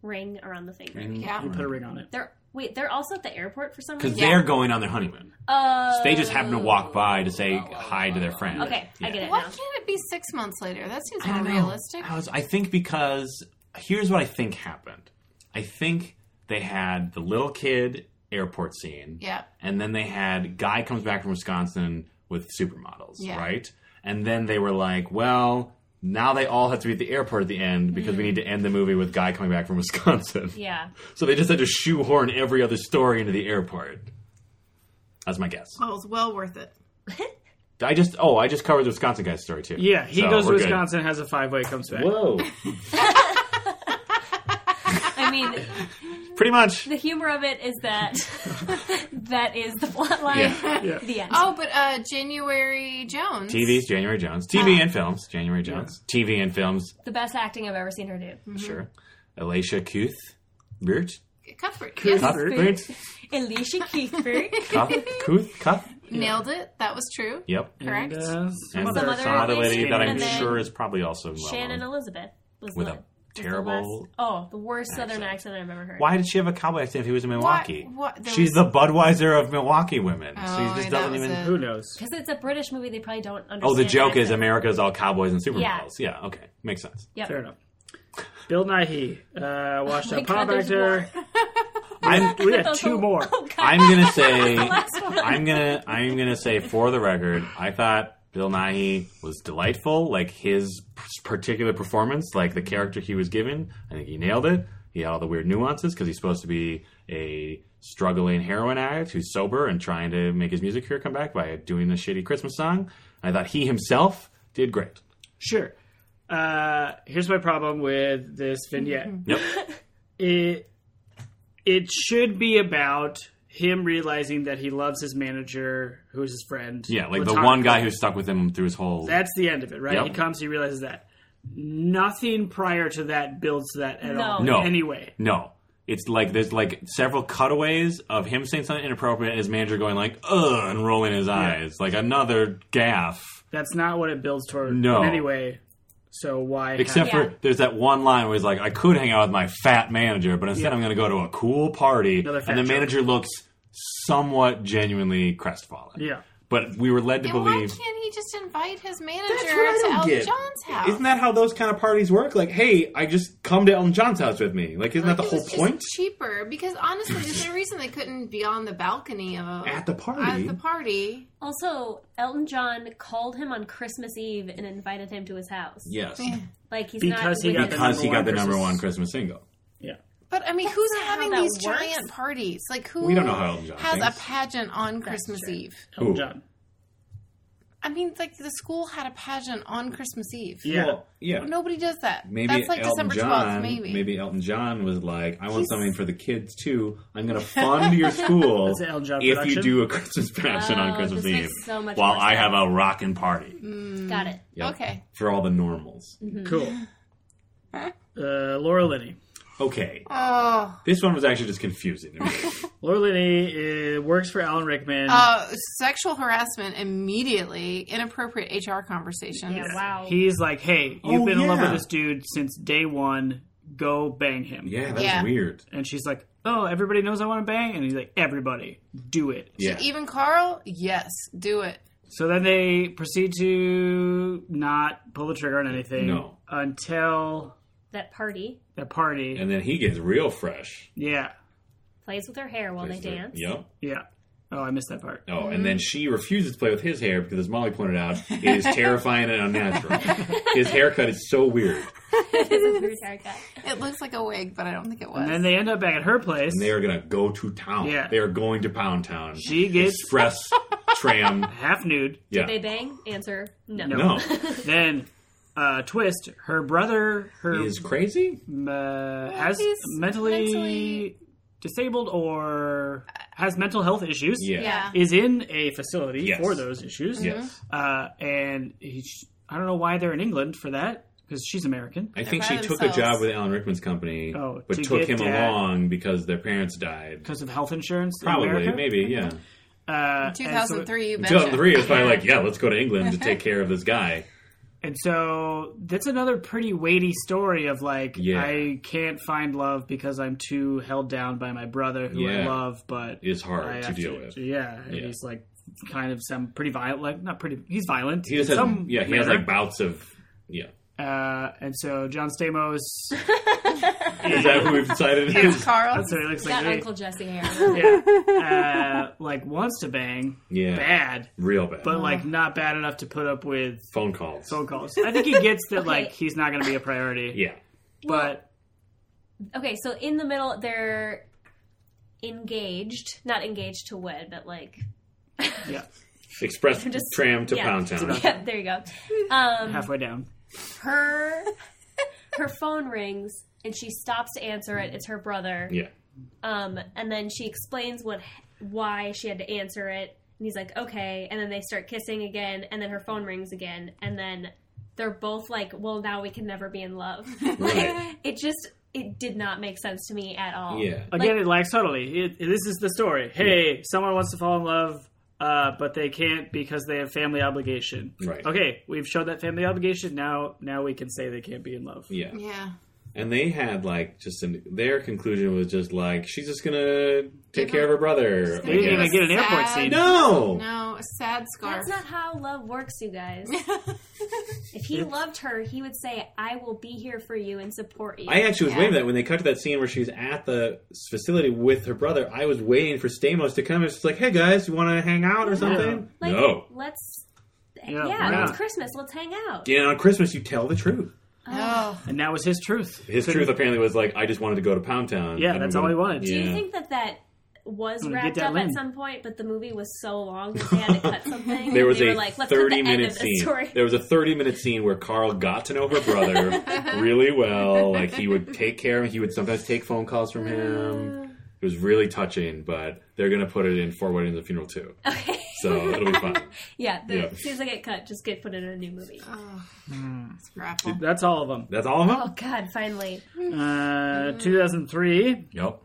D: ring around the finger.
C: Mm-hmm.
A: Yeah.
B: You put a ring on it.
D: They're wait. They're also at the airport for some
C: Because
D: reason.
A: Yeah.
C: they're going on their honeymoon.
D: Oh,
C: They just happen to walk by to say hi to their friend.
D: Okay, I get it
A: Why
D: now.
A: can't it be six months later? That seems
C: I
A: more
C: don't know.
A: realistic.
C: I, was, I think because here's what I think happened. I think they had the little kid airport scene.
A: Yeah.
C: And then they had guy comes back from Wisconsin with supermodels,
A: Yeah.
C: right? And then they were like, well, now they all have to be at the airport at the end because
A: Mm-hmm.
C: we need to end the movie with guy coming back from Wisconsin.
D: Yeah,
C: So they just had to shoehorn every other story into the airport. That's my guess.
A: Well, it's well worth it.
C: I just oh, I just covered the Wisconsin guy's story too.
B: Yeah, he
C: So
B: goes to
C: we're good.
B: Wisconsin, has a five way, comes back.
C: Whoa.
D: I mean,
C: Pretty much.
D: The humor of it is that that is the plot line.
E: Yeah.
B: Yeah.
D: The end.
A: Oh, but uh, January Jones.
C: TV's January Jones. TV and films. January Jones. TV and films.
D: The best acting I've ever seen her do.
C: Sure. Alicia Cuth. Bert?
A: Cuthbert. Yes.
C: Cuth? Bert?
D: Alicia Keithberg.
C: Cuth? Cuth? Cuth?
A: Nailed it. That was true.
C: Yep.
A: Correct.
B: And, uh, some
C: And
B: other
D: Some
C: some other
D: other
C: lady that I'm
D: And then-
C: sure is probably also well
D: Shannon
C: known.
D: Elizabeth was
C: With
D: the-
C: a
D: was the
C: terrible
D: last- oh, the worst Southern accent I've ever heard.
C: Why did she have a cowboy accent if he was in Milwaukee?
A: What? what there
C: She's
A: was-
C: the Budweiser of Milwaukee women.
A: Oh,
C: she just
A: that
C: doesn't
A: was
C: even.
A: a-
B: Who knows?
D: Because it's a British movie, they probably don't understand.
C: Oh, the joke is
D: accent.
C: America's all cowboys and
D: Yeah.
C: supermodels. Yeah. okay. Makes sense.
D: Yep.
B: Fair enough. Bill Nighy, uh, washed
D: Oh my
B: up
D: God,
B: pop
D: there's
B: actor.
D: more.
C: I'm,
B: We had
D: Those
B: two
D: are-
B: more.
D: Oh, God.
C: I'm gonna say
D: last one.
C: I'm gonna I'm gonna say for the record, I thought Bill Nighy was delightful. Like his particular performance, like the character he was given, I think he nailed it. He had all the weird nuances because he's supposed to be a struggling heroin addict who's sober and trying to make his music career come back by doing a shitty Christmas song. I thought he himself did great.
B: Sure. Uh, here's my problem with this vignette.
D: Mm-hmm.
C: Yep.
B: It it should be about him realizing that he loves his manager, who is his friend.
C: Yeah, like the
B: Latara.
C: one guy who stuck with him through his whole.
B: That's the end of it, right?
C: Yep.
B: He comes, he realizes that. Nothing prior to that builds that at
D: No.
B: all.
C: No.
B: Anyway,
C: No. It's like there's like several cutaways of him saying something inappropriate and his manager going like, ugh, and rolling his eyes. Like another gaff.
B: that's not what it builds toward.
C: No.
B: Anyway, so why?
C: Except
D: Yeah.
C: for there's that one line where he's like, I could hang out with my fat manager, but instead
B: Yeah.
C: I'm going to go to a cool party.
B: Another fat
C: And the
B: joke.
C: manager looks somewhat genuinely crestfallen.
B: yeah.
C: But we were led to
A: And why
C: believe.
A: can't he just invite his manager
C: That's
A: to
C: what I don't
A: Elton
C: get.
A: John's house?
C: Isn't that how those kind of parties work? Like, hey, I just come to Elton John's house with me. Like, isn't
A: Like,
C: that the
A: it
C: whole
A: was just
C: point?
A: Cheaper because honestly, there's no reason they couldn't be on the balcony of a,
C: At the party.
A: At the party,
D: Also, Elton John called him on Christmas Eve and invited him to his house.
C: Yes.
D: Like he's
B: Because
D: not
B: he got
D: with-
B: the
C: Because he got the
B: Number one
C: number
B: Christmas-
C: one Christmas single.
B: Yeah.
A: but I mean, who's
D: not how
A: having
D: that
A: these
D: works.
A: giant parties? Like, who
C: We don't know how Elton John
A: has
C: thinks.
A: a pageant on Christmas
D: true.
A: Eve?
B: Elton
C: Who?
B: John.
A: I mean, like the school had a pageant on Christmas Eve.
B: Yeah.
C: Well, yeah.
A: Nobody does that.
C: Maybe
A: That's like
C: Elton
A: December
C: John.
A: 12th, maybe.
C: Elton John was like, "I want
A: He's-
C: something for the kids too. I'm going to fund your school
B: That's an Elton John
C: if you
B: production?
C: do a Christmas pageon on
D: Oh,
C: Christmas
D: this
C: Eve,
D: makes so much
C: while
D: more
C: I
D: sense.
C: have a rockin' party
D: Got it.
C: Yep.
A: Mm, Okay.
C: for all the normals."
B: Cool. Uh, Laura Linney.
C: Okay,
A: Oh,
C: this one was actually just confusing to me.
B: Laura Linney uh, works for Alan Rickman.
A: uh, sexual harassment immediately, inappropriate HR conversations.
D: Yeah. Wow.
B: He's like, hey, you've
C: Oh,
B: been in love
C: yeah.
B: with this dude since day one. Go bang him.
C: yeah, that was
A: Yeah.
C: weird.
B: And she's like, oh, everybody knows I want to bang. And he's like, everybody, do it.
C: Yeah,
A: Even Carl, yes, do it.
B: So then they proceed to not pull the trigger on anything
C: No.
B: until
D: That party
B: the party.
C: and then he gets real fresh.
B: yeah.
D: plays with her hair while they dance.
C: Yep.
B: Yeah. Oh, I missed that part.
C: Oh,
A: Mm-hmm.
C: and then she refuses to play with his hair because, as Molly pointed out, it is terrifying and unnatural. his haircut is so weird.
D: It's a weird haircut.
A: It looks like a wig, but I don't think it was.
B: And then they end up back at her place.
C: and they are going to go to town.
B: Yeah.
C: They are going to Pound Town.
B: She gets-
C: express tram.
B: half nude.
C: Yeah.
D: They bang. Answer no.
C: no.
B: Then, uh, twist. Her brother, her
C: Is crazy?
B: uh, has
A: he's
B: mentally,
A: mentally-
B: disabled or has mental health issues.
C: Yeah.
A: yeah.
B: Is in a facility
C: Yes.
B: for those issues.
C: Yes.
B: Uh, and he, I don't know why they're in England for that because she's American.
C: I think
A: by
C: she took a
A: themselves.
C: job with Alan Rickman's company,
B: Oh,
C: but
B: to
C: took
B: get
C: him
B: dad-
C: along because their parents died.
B: Because of health insurance, in
C: Probably,
B: America?
C: maybe, yeah.
B: Uh, and so-
A: 2003, you
C: Until
A: mentioned.
C: three, it was probably like, yeah, let's go to England to take care of this guy.
B: And so that's another pretty weighty story of like
C: Yeah.
B: I can't find love because I'm too held down by my brother who I
C: Yeah.
B: love, but
C: It's hard
B: I
C: to
B: have
C: deal with.
B: Yeah, and
C: Yeah.
B: he's like kind of some pretty violent, like not pretty. He's violent.
C: He just
B: in
C: has,
B: some
C: yeah, he has
B: manner.
C: like bouts of, yeah.
B: Uh, and so John Stamos.
C: Is that who we've decided it is?
A: Carl.
B: that's what it looks
D: Got
B: like.
D: Uncle Jesse hair.
B: Yeah, uh, like wants to bang
C: Yeah.
B: bad,
C: Real bad.
D: Uh-huh.
B: but like not bad enough to put up with
C: Phone calls.
B: phone calls. I think he gets that
D: Okay.
B: like he's not going to be a priority,
C: Yeah.
B: but
D: okay, so in the middle they're engaged, not engaged to wed, but like
B: yeah,
C: Express
D: just-
C: tram to
D: yeah.
C: Pound Town.
D: yeah, there you go. Um,
B: halfway down.
D: her her phone rings and she stops to answer it. It's her brother.
C: Yeah.
D: Um, and then she explains what why she had to answer it, and he's like, "Okay." And then they start kissing again, and then her phone rings again, and then they're both like, "Well, now we can never be in love."
F: Right.
D: like, it just it did not make sense to me at all.
F: Yeah.
B: Again, it lacks subtlety. It, it- this is the story. Hey, someone wants to fall in love, uh, but they can't because they have family obligation.
F: Right.
B: Okay, we've showed that family obligation. Now, now we can say they can't be in love.
F: Yeah.
A: Yeah.
F: And they had like just an, their conclusion was just like she's just gonna take care of her brother. I
B: They didn't even
F: guess.
B: get an airport
A: Sad.
B: scene.
F: no.
A: No, a sad scarf.
D: That's not how love works, you guys. if he loved her, he would say, "I will be here for you and support you."
F: I actually was
A: Yeah.
F: waiting for that when they cut to that scene where she's at the facility with her brother. I was waiting for Stamos to come. It's just like, hey guys, you want to hang out or something?
D: like,
F: No.
D: let's.
B: Yeah,
D: Yeah,
B: wow.
D: it's Christmas. Let's hang out.
F: And on Christmas, you tell the truth.
A: oh.
B: And that was his truth.
F: His truth apparently was like, I just wanted to go to Pound Town.
B: Yeah,
F: And
B: that's
F: we-
B: all he wanted.
D: Do
F: Yeah.
D: you think that that was
B: I'm gonna
D: wrapped
B: get that
D: up
B: lane.
D: at some point? But the movie was so long that they had to cut something.
F: There was
D: they
F: a
D: were like, let's put the end
F: thirty-minute
D: of this
F: scene.
D: story.
F: There was a thirty-minute scene where Carl got to know her brother really well. Like he would take care of him. He would sometimes take phone calls from him. It was really touching, but they're gonna put it in Four Weddings and a Funeral too.
D: Okay.
F: So it'll be fun.
D: yeah, the,
F: Yeah.
D: as soon as I get cut, just get put in a new movie.
A: Oh. Scrapple.
B: That's all of them.
F: That's all of them.
D: Oh God, finally.
A: Mm-hmm.
B: Uh, 2003.
C: Yep.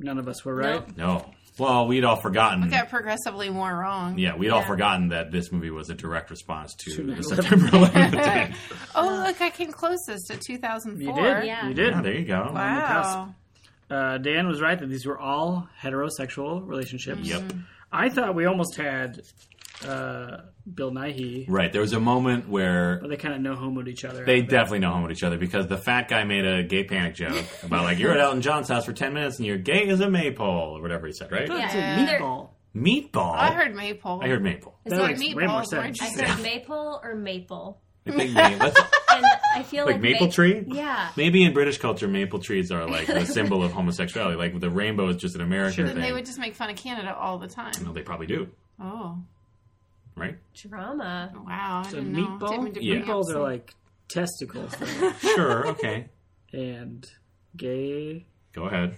B: None of us were right.
D: Nope.
C: No. Well, we'd all forgotten.
A: Got progressively more wrong.
C: Yeah, we'd all
D: Yeah.
C: forgotten that this movie was a direct response to the September 11th attack.
A: Oh, look, I came closest to 2004.
B: You did.
D: Yeah.
B: You did.
C: Yeah, there you go.
A: Wow.
B: Uh, Dan was right that these were all heterosexual relationships.
C: Yep.
B: I thought we almost had uh, Bill Nighy,
C: Right. There was a moment where
B: but they kind of no homoed each other.
C: they definitely know home with each other because the fat guy made a gay panic joke about like you're at Elton John's house for ten minutes and you're gay as a maypole or whatever he said, right?
B: That's a
A: Yeah.
B: meatball.
C: Meatball.
A: I heard Maple.
C: I heard maple.
D: Is
B: That
D: there
B: makes
D: me-
B: way
A: meatballs
B: more
A: were
B: sense.
D: I
A: just-
D: said maple or maple,
C: I think ma- that's-
D: and I feel
C: like
D: like,
C: maple
D: ma-
C: tree.
D: Yeah,
C: Maybe in British culture, maple trees are like the symbol of homosexuality. Like the rainbow is just an American
A: Then
C: thing.
A: they would just make fun of Canada all the
C: no,
A: time.
C: they probably do,
A: Oh,
C: right?
D: drama.
A: wow. I
B: So
A: didn't know.
B: meatball?
A: Didn't mean to
C: Yeah.
A: bring up
B: Meatballs are
A: some-
B: like testicles though,
C: Sure. Okay.
B: and gay
C: Go ahead.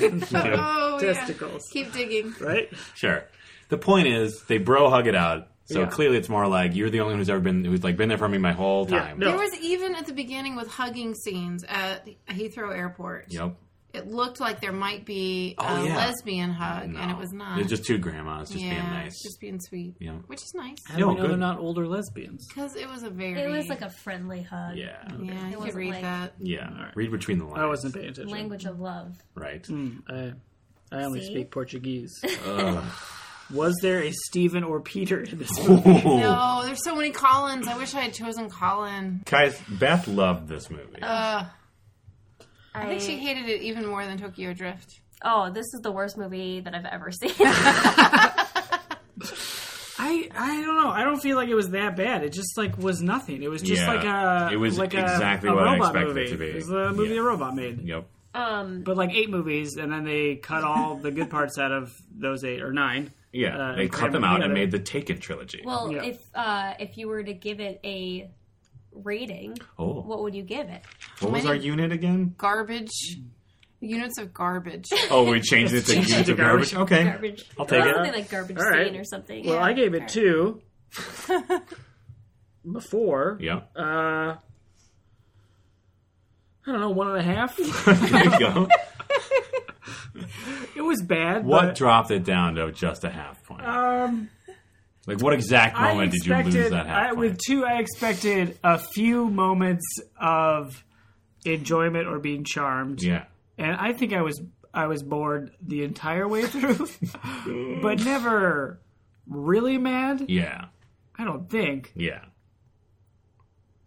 B: men
A: Oh, yeah.
B: testicles,
A: Keep digging.
B: right?
C: Sure. The point is, they bro hug it out. So
B: Yeah.
C: clearly, it's more like you're the only one who's ever been who's like been there for me my whole time.
B: no.
A: There was even at the beginning with hugging scenes at Heathrow Airport.
C: Yep.
A: It looked like there might be a
C: Oh, yeah.
A: lesbian hug, and
C: No.
A: it was not.
C: They're just two grandmas just
A: yeah,
C: being nice.
A: just being sweet,
C: Yeah.
A: which is nice
B: How do we
C: No,
B: know they're
C: good.
B: not older lesbians?
A: because it was a very.
D: It was like a friendly hug.
C: yeah.
A: Yeah, you could
D: wasn't
A: read
D: like-
A: that.
C: Yeah.
B: right.
C: Read between the lines.
B: I wasn't paying attention.
D: Language of love.
C: Right.
B: Mm, I, I only
D: See?
B: speak Portuguese. Was there a Stephen or Peter in this movie?
C: Ooh.
A: No, Oh, there's so many Collins. I wish I had chosen Colin.
C: Guys, Beth loved this movie.
A: Ugh.
D: I,
A: I think she hated it even more than Tokyo Drift.
D: Oh, this is the worst movie that I've ever seen.
B: I I don't know. I don't feel like it was that bad. It just like was nothing. It was just
C: Yeah.
B: like a
C: It was
B: like a-
C: exactly
B: a,
C: what I
B: robot
C: expected
B: movie.
C: it to be.
B: It was a movie
C: Yeah.
B: a robot made.
C: yep.
D: um,
B: But like eight movies, and then they cut all the good parts out of those eight or nine.
C: Yeah.
B: Uh,
C: they
B: and
C: cut
B: crammed
C: them
B: them
C: out and
B: together.
C: made the Taken trilogy.
D: well,
B: Yeah.
D: if uh, if you were to give it a rating,
C: oh.
D: what would you give it?
C: what was our unit again?
A: Garbage. Units of garbage.
C: Oh, we changed it to
B: Changed it
C: units
B: to
C: of garbage.
B: garbage.
C: Okay.
D: Garbage.
C: I'll take
B: Eh, it.
D: Something like garbage
B: All right.
D: scene or something.
B: Well, I gave it two. Before,
C: Oh, Yeah.
B: uh, I don't know, one and a half.
C: there you go.
B: it was bad.
C: What
B: but
C: dropped it down to just a half point?
B: um,
C: Like, what exact
B: I
C: moment did you
B: expected
C: lose that half
B: I,
C: point?
B: with two. I expected a few moments of enjoyment or being charmed.
C: yeah.
B: and I think I was I was bored the entire way through, but never really mad.
C: Yeah.
B: I don't think.
C: Yeah.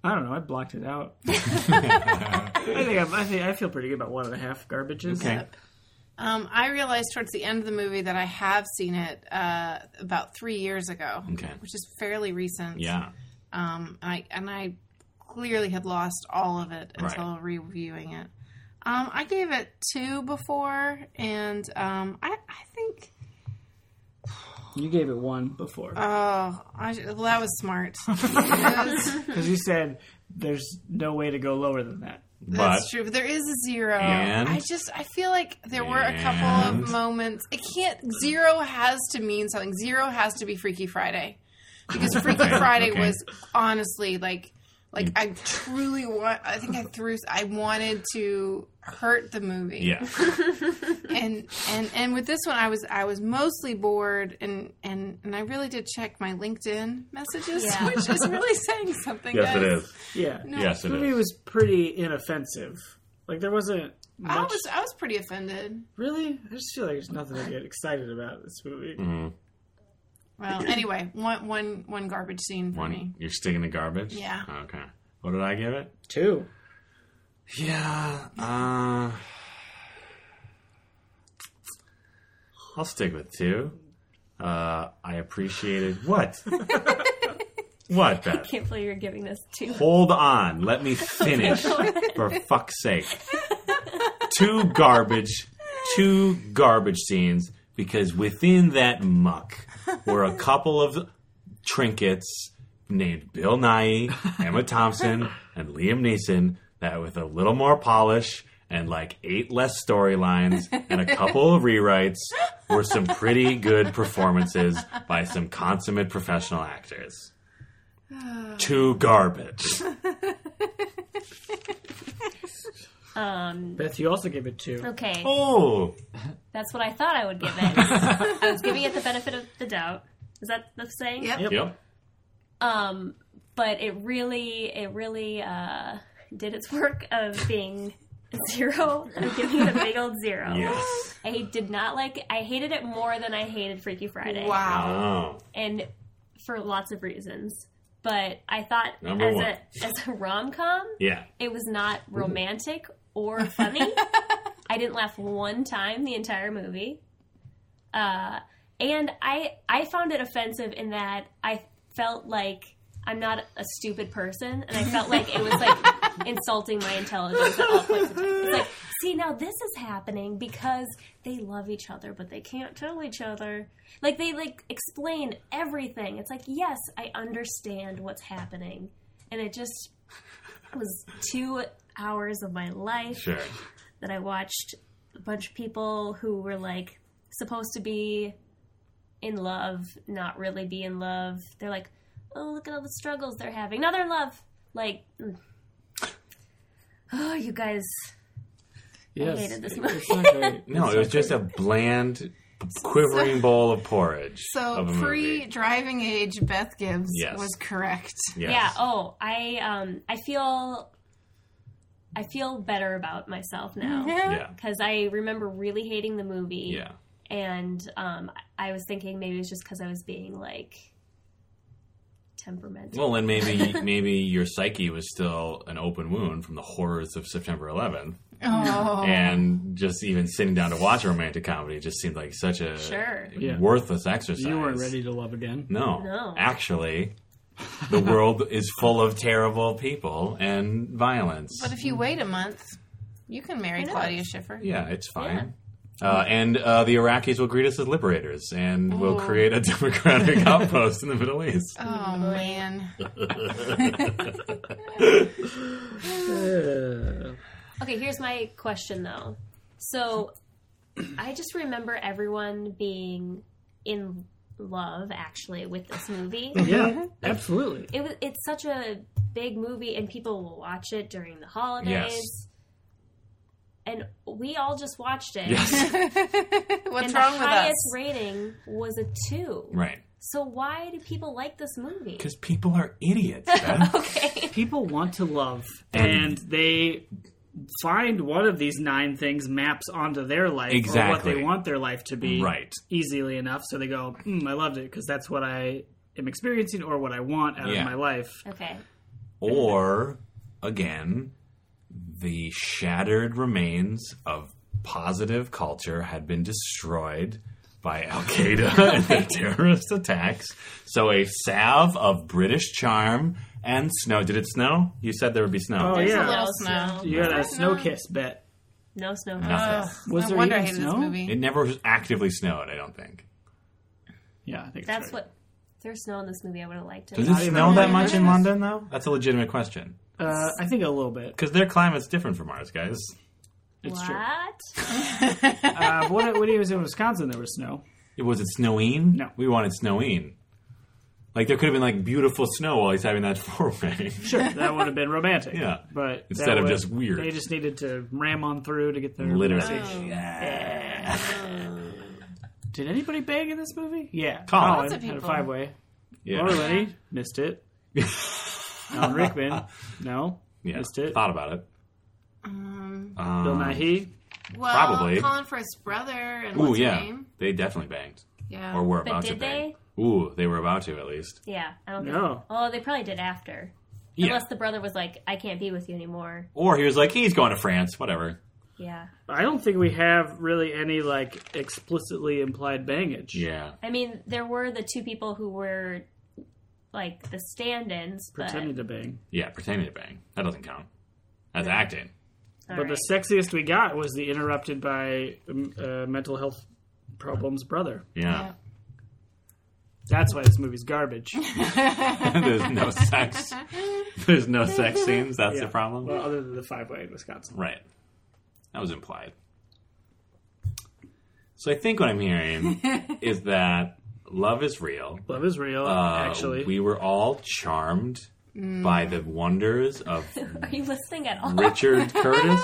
B: I don't know. I blocked it out. I think I'm, I think I feel pretty good about one and a half garbages.
C: Okay.
A: Um, I realized towards the end of the movie that I have seen it uh, about three years ago,
C: Okay.
A: which is fairly recent.
C: Yeah.
A: Um, and I and I clearly had lost all of it
C: Right.
A: until reviewing it. Um, I gave it two before, and um, I I think
B: You gave it one before
A: oh I, well, that was smart. It was-
B: because you said there's no way to go lower than that.
A: That's
C: but
A: true. But there is a zero.
C: And?
A: I just I feel like there were a couple
C: And?
A: of moments. It can't zero has to mean something. Zero has to be Freaky Friday. Because Freaky
C: Okay,
A: Friday
C: okay. Mm.
A: was honestly like like I truly want I think I threw I wanted to hurt the movie.
C: yeah,
A: And and and with this one I was I was mostly bored and and and I really did check my LinkedIn messages
D: Yeah.
A: which is really saying something.
C: yes, it
A: guys.
C: is.
B: Yeah.
A: No,
C: Yes,
B: The
C: it
B: movie
C: is.
B: was pretty inoffensive. Like there wasn't much.
A: I was I was pretty offended.
B: Really, I just feel like there's nothing to get excited about in this movie.
C: Mhm.
A: Well, anyway, one one one garbage scene for me.
C: One, you're sticking to garbage.
A: Yeah.
C: Okay. What did I give it?
B: Two.
C: Yeah. Uh, I'll stick with two. Uh, I appreciated what? what,
D: I
C: Beth?
D: can't believe you're giving this two.
C: Hold on. Let me finish. for fuck's sake. Two garbage, two garbage scenes because within that muck were a couple of trinkets named Bill Nye, Emma Thompson, and Liam Neeson that with a little more polish and like eight less storylines and a couple of rewrites were some pretty good performances by some consummate professional actors. Two garbage.
D: Um,
B: Beth, you also gave it two.
D: okay,
C: Oh,
D: that's what I thought I would give it. I was giving it the benefit of the doubt. Is that the saying?
A: Yep.
C: yep.
D: Um, but it really, it really uh, did its work of being zero. I'm giving it a big old zero.
C: Yes.
D: I did not like. I hated it more than I hated Freaky Friday.
A: Wow.
C: Oh.
D: and for lots of reasons. But I thought
C: Number
D: as
C: one.
D: a as a rom com,
C: Yeah.
D: it was not romantic or funny. I didn't laugh one time the entire movie, uh, and I I found it offensive in that I felt like I'm not a stupid person, and I felt like it was like insulting my intelligence at all points. Of time. It's like, see, now this is happening because they love each other, but they can't tell each other. Like they like explain everything. It's like, yes, I understand what's happening, and it just was two hours of my life
C: Sure.
D: that I watched a bunch of people who were like supposed to be in love, not really be in love. They're like, oh, look at all the struggles they're having. Now they're in love. Like, mm. oh, you guys.
B: Yes.
D: hated this movie.
B: It's not great.
C: No, it was just a bland, quivering bowl of porridge.
A: So
C: of a
A: pre
C: movie.
A: driving age Beth Gibbs
C: Yes.
A: was correct.
C: Yes.
D: Yeah. Oh, I um, I feel, I feel better about myself now
C: Yeah.
D: because I remember really hating the movie.
C: Mm-hmm. Yeah.
D: and um, I was thinking maybe it was just because I was being like temperamental.
C: Well, and maybe maybe your psyche was still an open wound from the horrors of September 11th,
A: Oh.
C: and just even sitting down to watch a romantic comedy just seemed like such a
D: Sure.
B: Yeah.
C: worthless exercise.
B: You weren't ready to love again.
C: No.
D: No.
C: Actually, the world is full of terrible people and violence.
A: But if you wait a month, you can marry
D: Who knows?
A: Claudia Schiffer.
C: Yeah, it's fine. Uh, and uh, the Iraqis will greet us as liberators, and will
A: Oh.
C: create a democratic outpost in the Middle East.
A: Oh man.
B: Uh,
D: Okay, here's my question though. So I just remember everyone being in love actually with this movie.
B: Oh,
A: Mm-hmm.
B: yeah, absolutely.
D: it was it's such a big movie and people will watch it during the holidays.
C: Yes.
D: And we all just watched it.
C: Yes,
A: What's
D: and
A: wrong
D: the
A: with
D: highest
A: us?
D: rating was a two.
C: right.
D: So why do people like this movie?
C: Because people are idiots. Beth.
D: Okay.
B: People want to love, and they find one of these nine things maps onto their life or what
C: Exactly.
B: they want their life to be
C: right.
B: easily enough. So they go, mm, "I loved it because that's what I am experiencing or what I want out
C: Yeah.
B: of my life."
D: Okay.
C: Or again, the shattered remains of positive culture had been destroyed by Al Qaeda and their terrorist attacks. So a salve of British charm and snow. Did it snow? You said there would be snow.
B: Oh,
A: There's
B: yeah.
A: a little
D: No
A: snow.
B: You got a snow kiss bet.
D: No snow.
C: Nothing.
B: Was
A: no
B: there
A: wonder I
B: even
A: hated
B: snow?
A: this movie.
C: It never actively snowed, I don't think.
B: Yeah, I think
D: That's
B: right.
D: what. If there's snow in this movie, I would have liked
C: Does
D: it.
C: it snow that much in London, though? That's a legitimate question.
B: Uh, I think a little bit.
C: Because their climate's different from ours, guys.
B: It's true.
D: what?
B: Uh, but when, when he was in Wisconsin, there was snow.
C: It was it snowing?
B: No.
C: we wanted snowing. Like there could have been like beautiful snow while he's having that four way.
B: Sure, that would have been romantic.
C: Yeah.
B: but that
C: Instead of
B: would-
C: just weird.
B: they just needed to ram on through to get their
C: Literally.
B: message.
C: Yeah.
B: Did anybody bang in this movie? Yeah,
C: Colin.
B: Colin
A: Lots of
B: had a
A: people.
B: five way.
C: Yeah.
B: Laura Linney missed it. Alan Rickman, no,
C: Yeah.
B: missed it.
C: Thought about it. Um,
B: Bill Nighy,
A: Well,
C: Probably.
A: Colin for his brother and
C: Ooh,
A: what's her
C: yeah.
A: name? Uh,
C: They definitely banged.
A: Yeah.
C: Or were
D: But
C: about to
D: did
C: bang. Ooh, they were about to at least.
D: Yeah, I don't
B: No.
D: think. Oh, they probably did after.
C: Yeah.
D: Unless the brother was like, I can't be with you anymore.
C: Or he was like, he's going to France, whatever.
D: Yeah.
B: I don't think we have really any like explicitly implied bangage.
C: Yeah.
D: I mean, there were the two people who were like the stand ins, but.
B: Pretending to bang.
C: Yeah, pretending to bang. That doesn't count. That's acting.
B: but
D: all right.
B: the sexiest we got was the interrupted by um, uh, mental health problems brother.
C: Yeah.
B: That's why this movie's garbage.
C: There's no sex. There's no sex scenes. That's
B: Yeah.
C: the problem.
B: Well, other than the five way in Wisconsin.
C: Right. That was implied. So I think what I'm hearing is that love is real.
B: Love is real,
C: Uh,
B: actually.
C: we were all charmed by the wonders of
D: Are you listening at all?
C: Richard Curtis,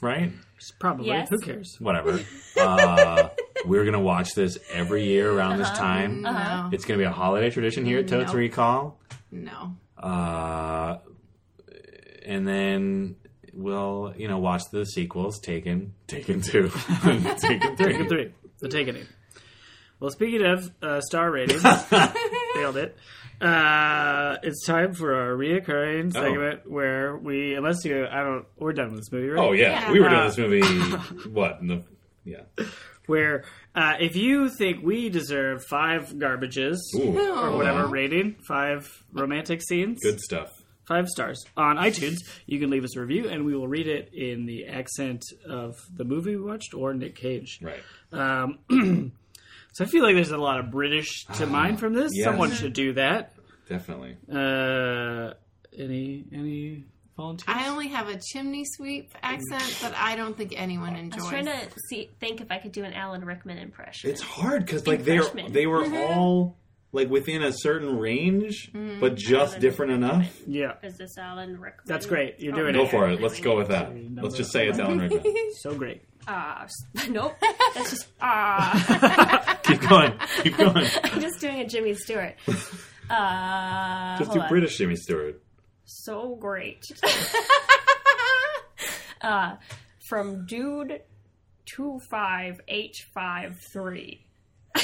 C: right?
B: Probably.
D: Yes.
B: Who cares?
C: Whatever. Uh, we're gonna watch this every year around this time.
D: Uh-huh.
A: No.
C: It's gonna be a holiday tradition here at Totes
A: No.
C: Recall.
A: No.
C: Uh, and then we'll, you know, watch the sequels, Taken, Taken 2, Taken 3.
B: Taken three. The Taken eight. Well, speaking of uh, star ratings, nailed it. Uh, it's time for our reoccurring
C: Oh.
B: segment where we, unless you, I don't, we're done with this movie, right?
C: Oh, yeah.
A: Yeah.
C: We were doing this movie, what? In the, yeah.
B: Where uh, if you think we deserve five garbages
C: Ooh.
B: or whatever rating, five romantic scenes,
C: Good stuff.
B: five stars on iTunes, you can leave us a review and we will read it in the accent of the movie we watched or Nick Cage.
C: Right.
B: Um, so I feel like there's a lot of British to mine from this.
C: yes.
B: Someone should do that.
C: Definitely.
B: Uh, any any volunteers?
A: I only have a chimney sweep accent that I don't think anyone
D: I
A: enjoys.
D: was trying to see, think if I could do an Alan Rickman impression.
C: It's hard because, like, they're,
D: Freshmen.
C: they were all, like, within a certain range, but just different enough.
B: yeah,
D: Is this Alan Rickman? Oh.
B: That's great. You're doing
C: Go for it. Let's go with that. Let's just say it's Alan Rickman.
B: so great.
D: Ah, s- nope. That's just ah.
C: Keep going. Keep going.
D: I'm just doing a Jimmy Stewart. Uh,
C: Just
D: hold
C: do
D: on.
C: British Jimmy Stewart.
D: So great. uh, from dude two five eight five three.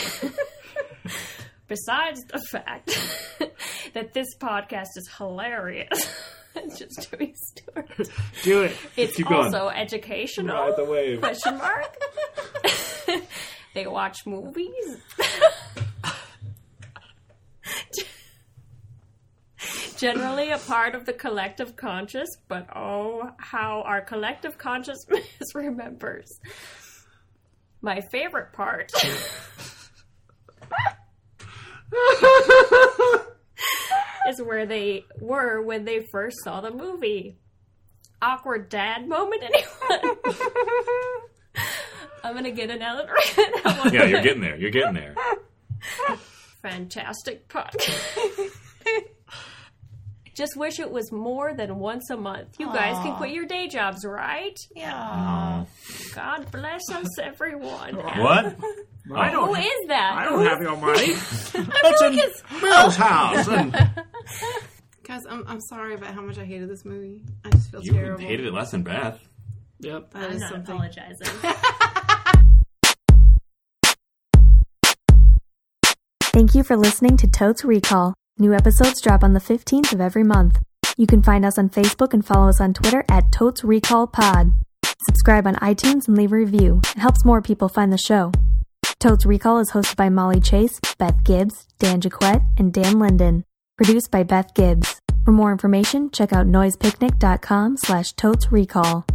D: Besides the fact that this podcast is hilarious, it's just Jimmy Stewart.
B: Do it.
D: It's
C: Keep going.
D: also educational.
C: Ride the wave.
D: Question mark. they watch movies. Generally a part of the collective conscious, but oh, how our collective conscious misremembers. My favorite part is where they were when they first saw the movie. Awkward dad moment, anyone? I'm gonna get an Ellen Rickman.
C: Yeah, you're getting there. You're getting there.
D: fantastic podcast. Just wish it was more than once a month. You guys can quit your day jobs, right?
A: Yeah.
C: Uh,
D: God bless us, everyone.
C: What?
B: I
D: Who
B: don't.
D: is that?
B: I don't have your money.
C: That's in Bill's house. And
A: Guys, I'm, I'm sorry about how much I hated this movie. I just feel
C: you
A: terrible.
C: hated it less than Beth.
B: yep.
A: That
D: I'm
A: is
D: not
A: something.
D: apologizing.
G: Thank you for listening to Totes Recall. New episodes drop on the 15th of every month. You can find us on Facebook and follow us on Twitter at Totes Recall Pod. Subscribe on iTunes and leave a review. It helps more people find the show. Totes Recall is hosted by Molly Chase, Beth Gibbs, Dan Jaquette, and Dan Linden. Produced by Beth Gibbs. For more information, check out noisepicnic.com slash totes recall.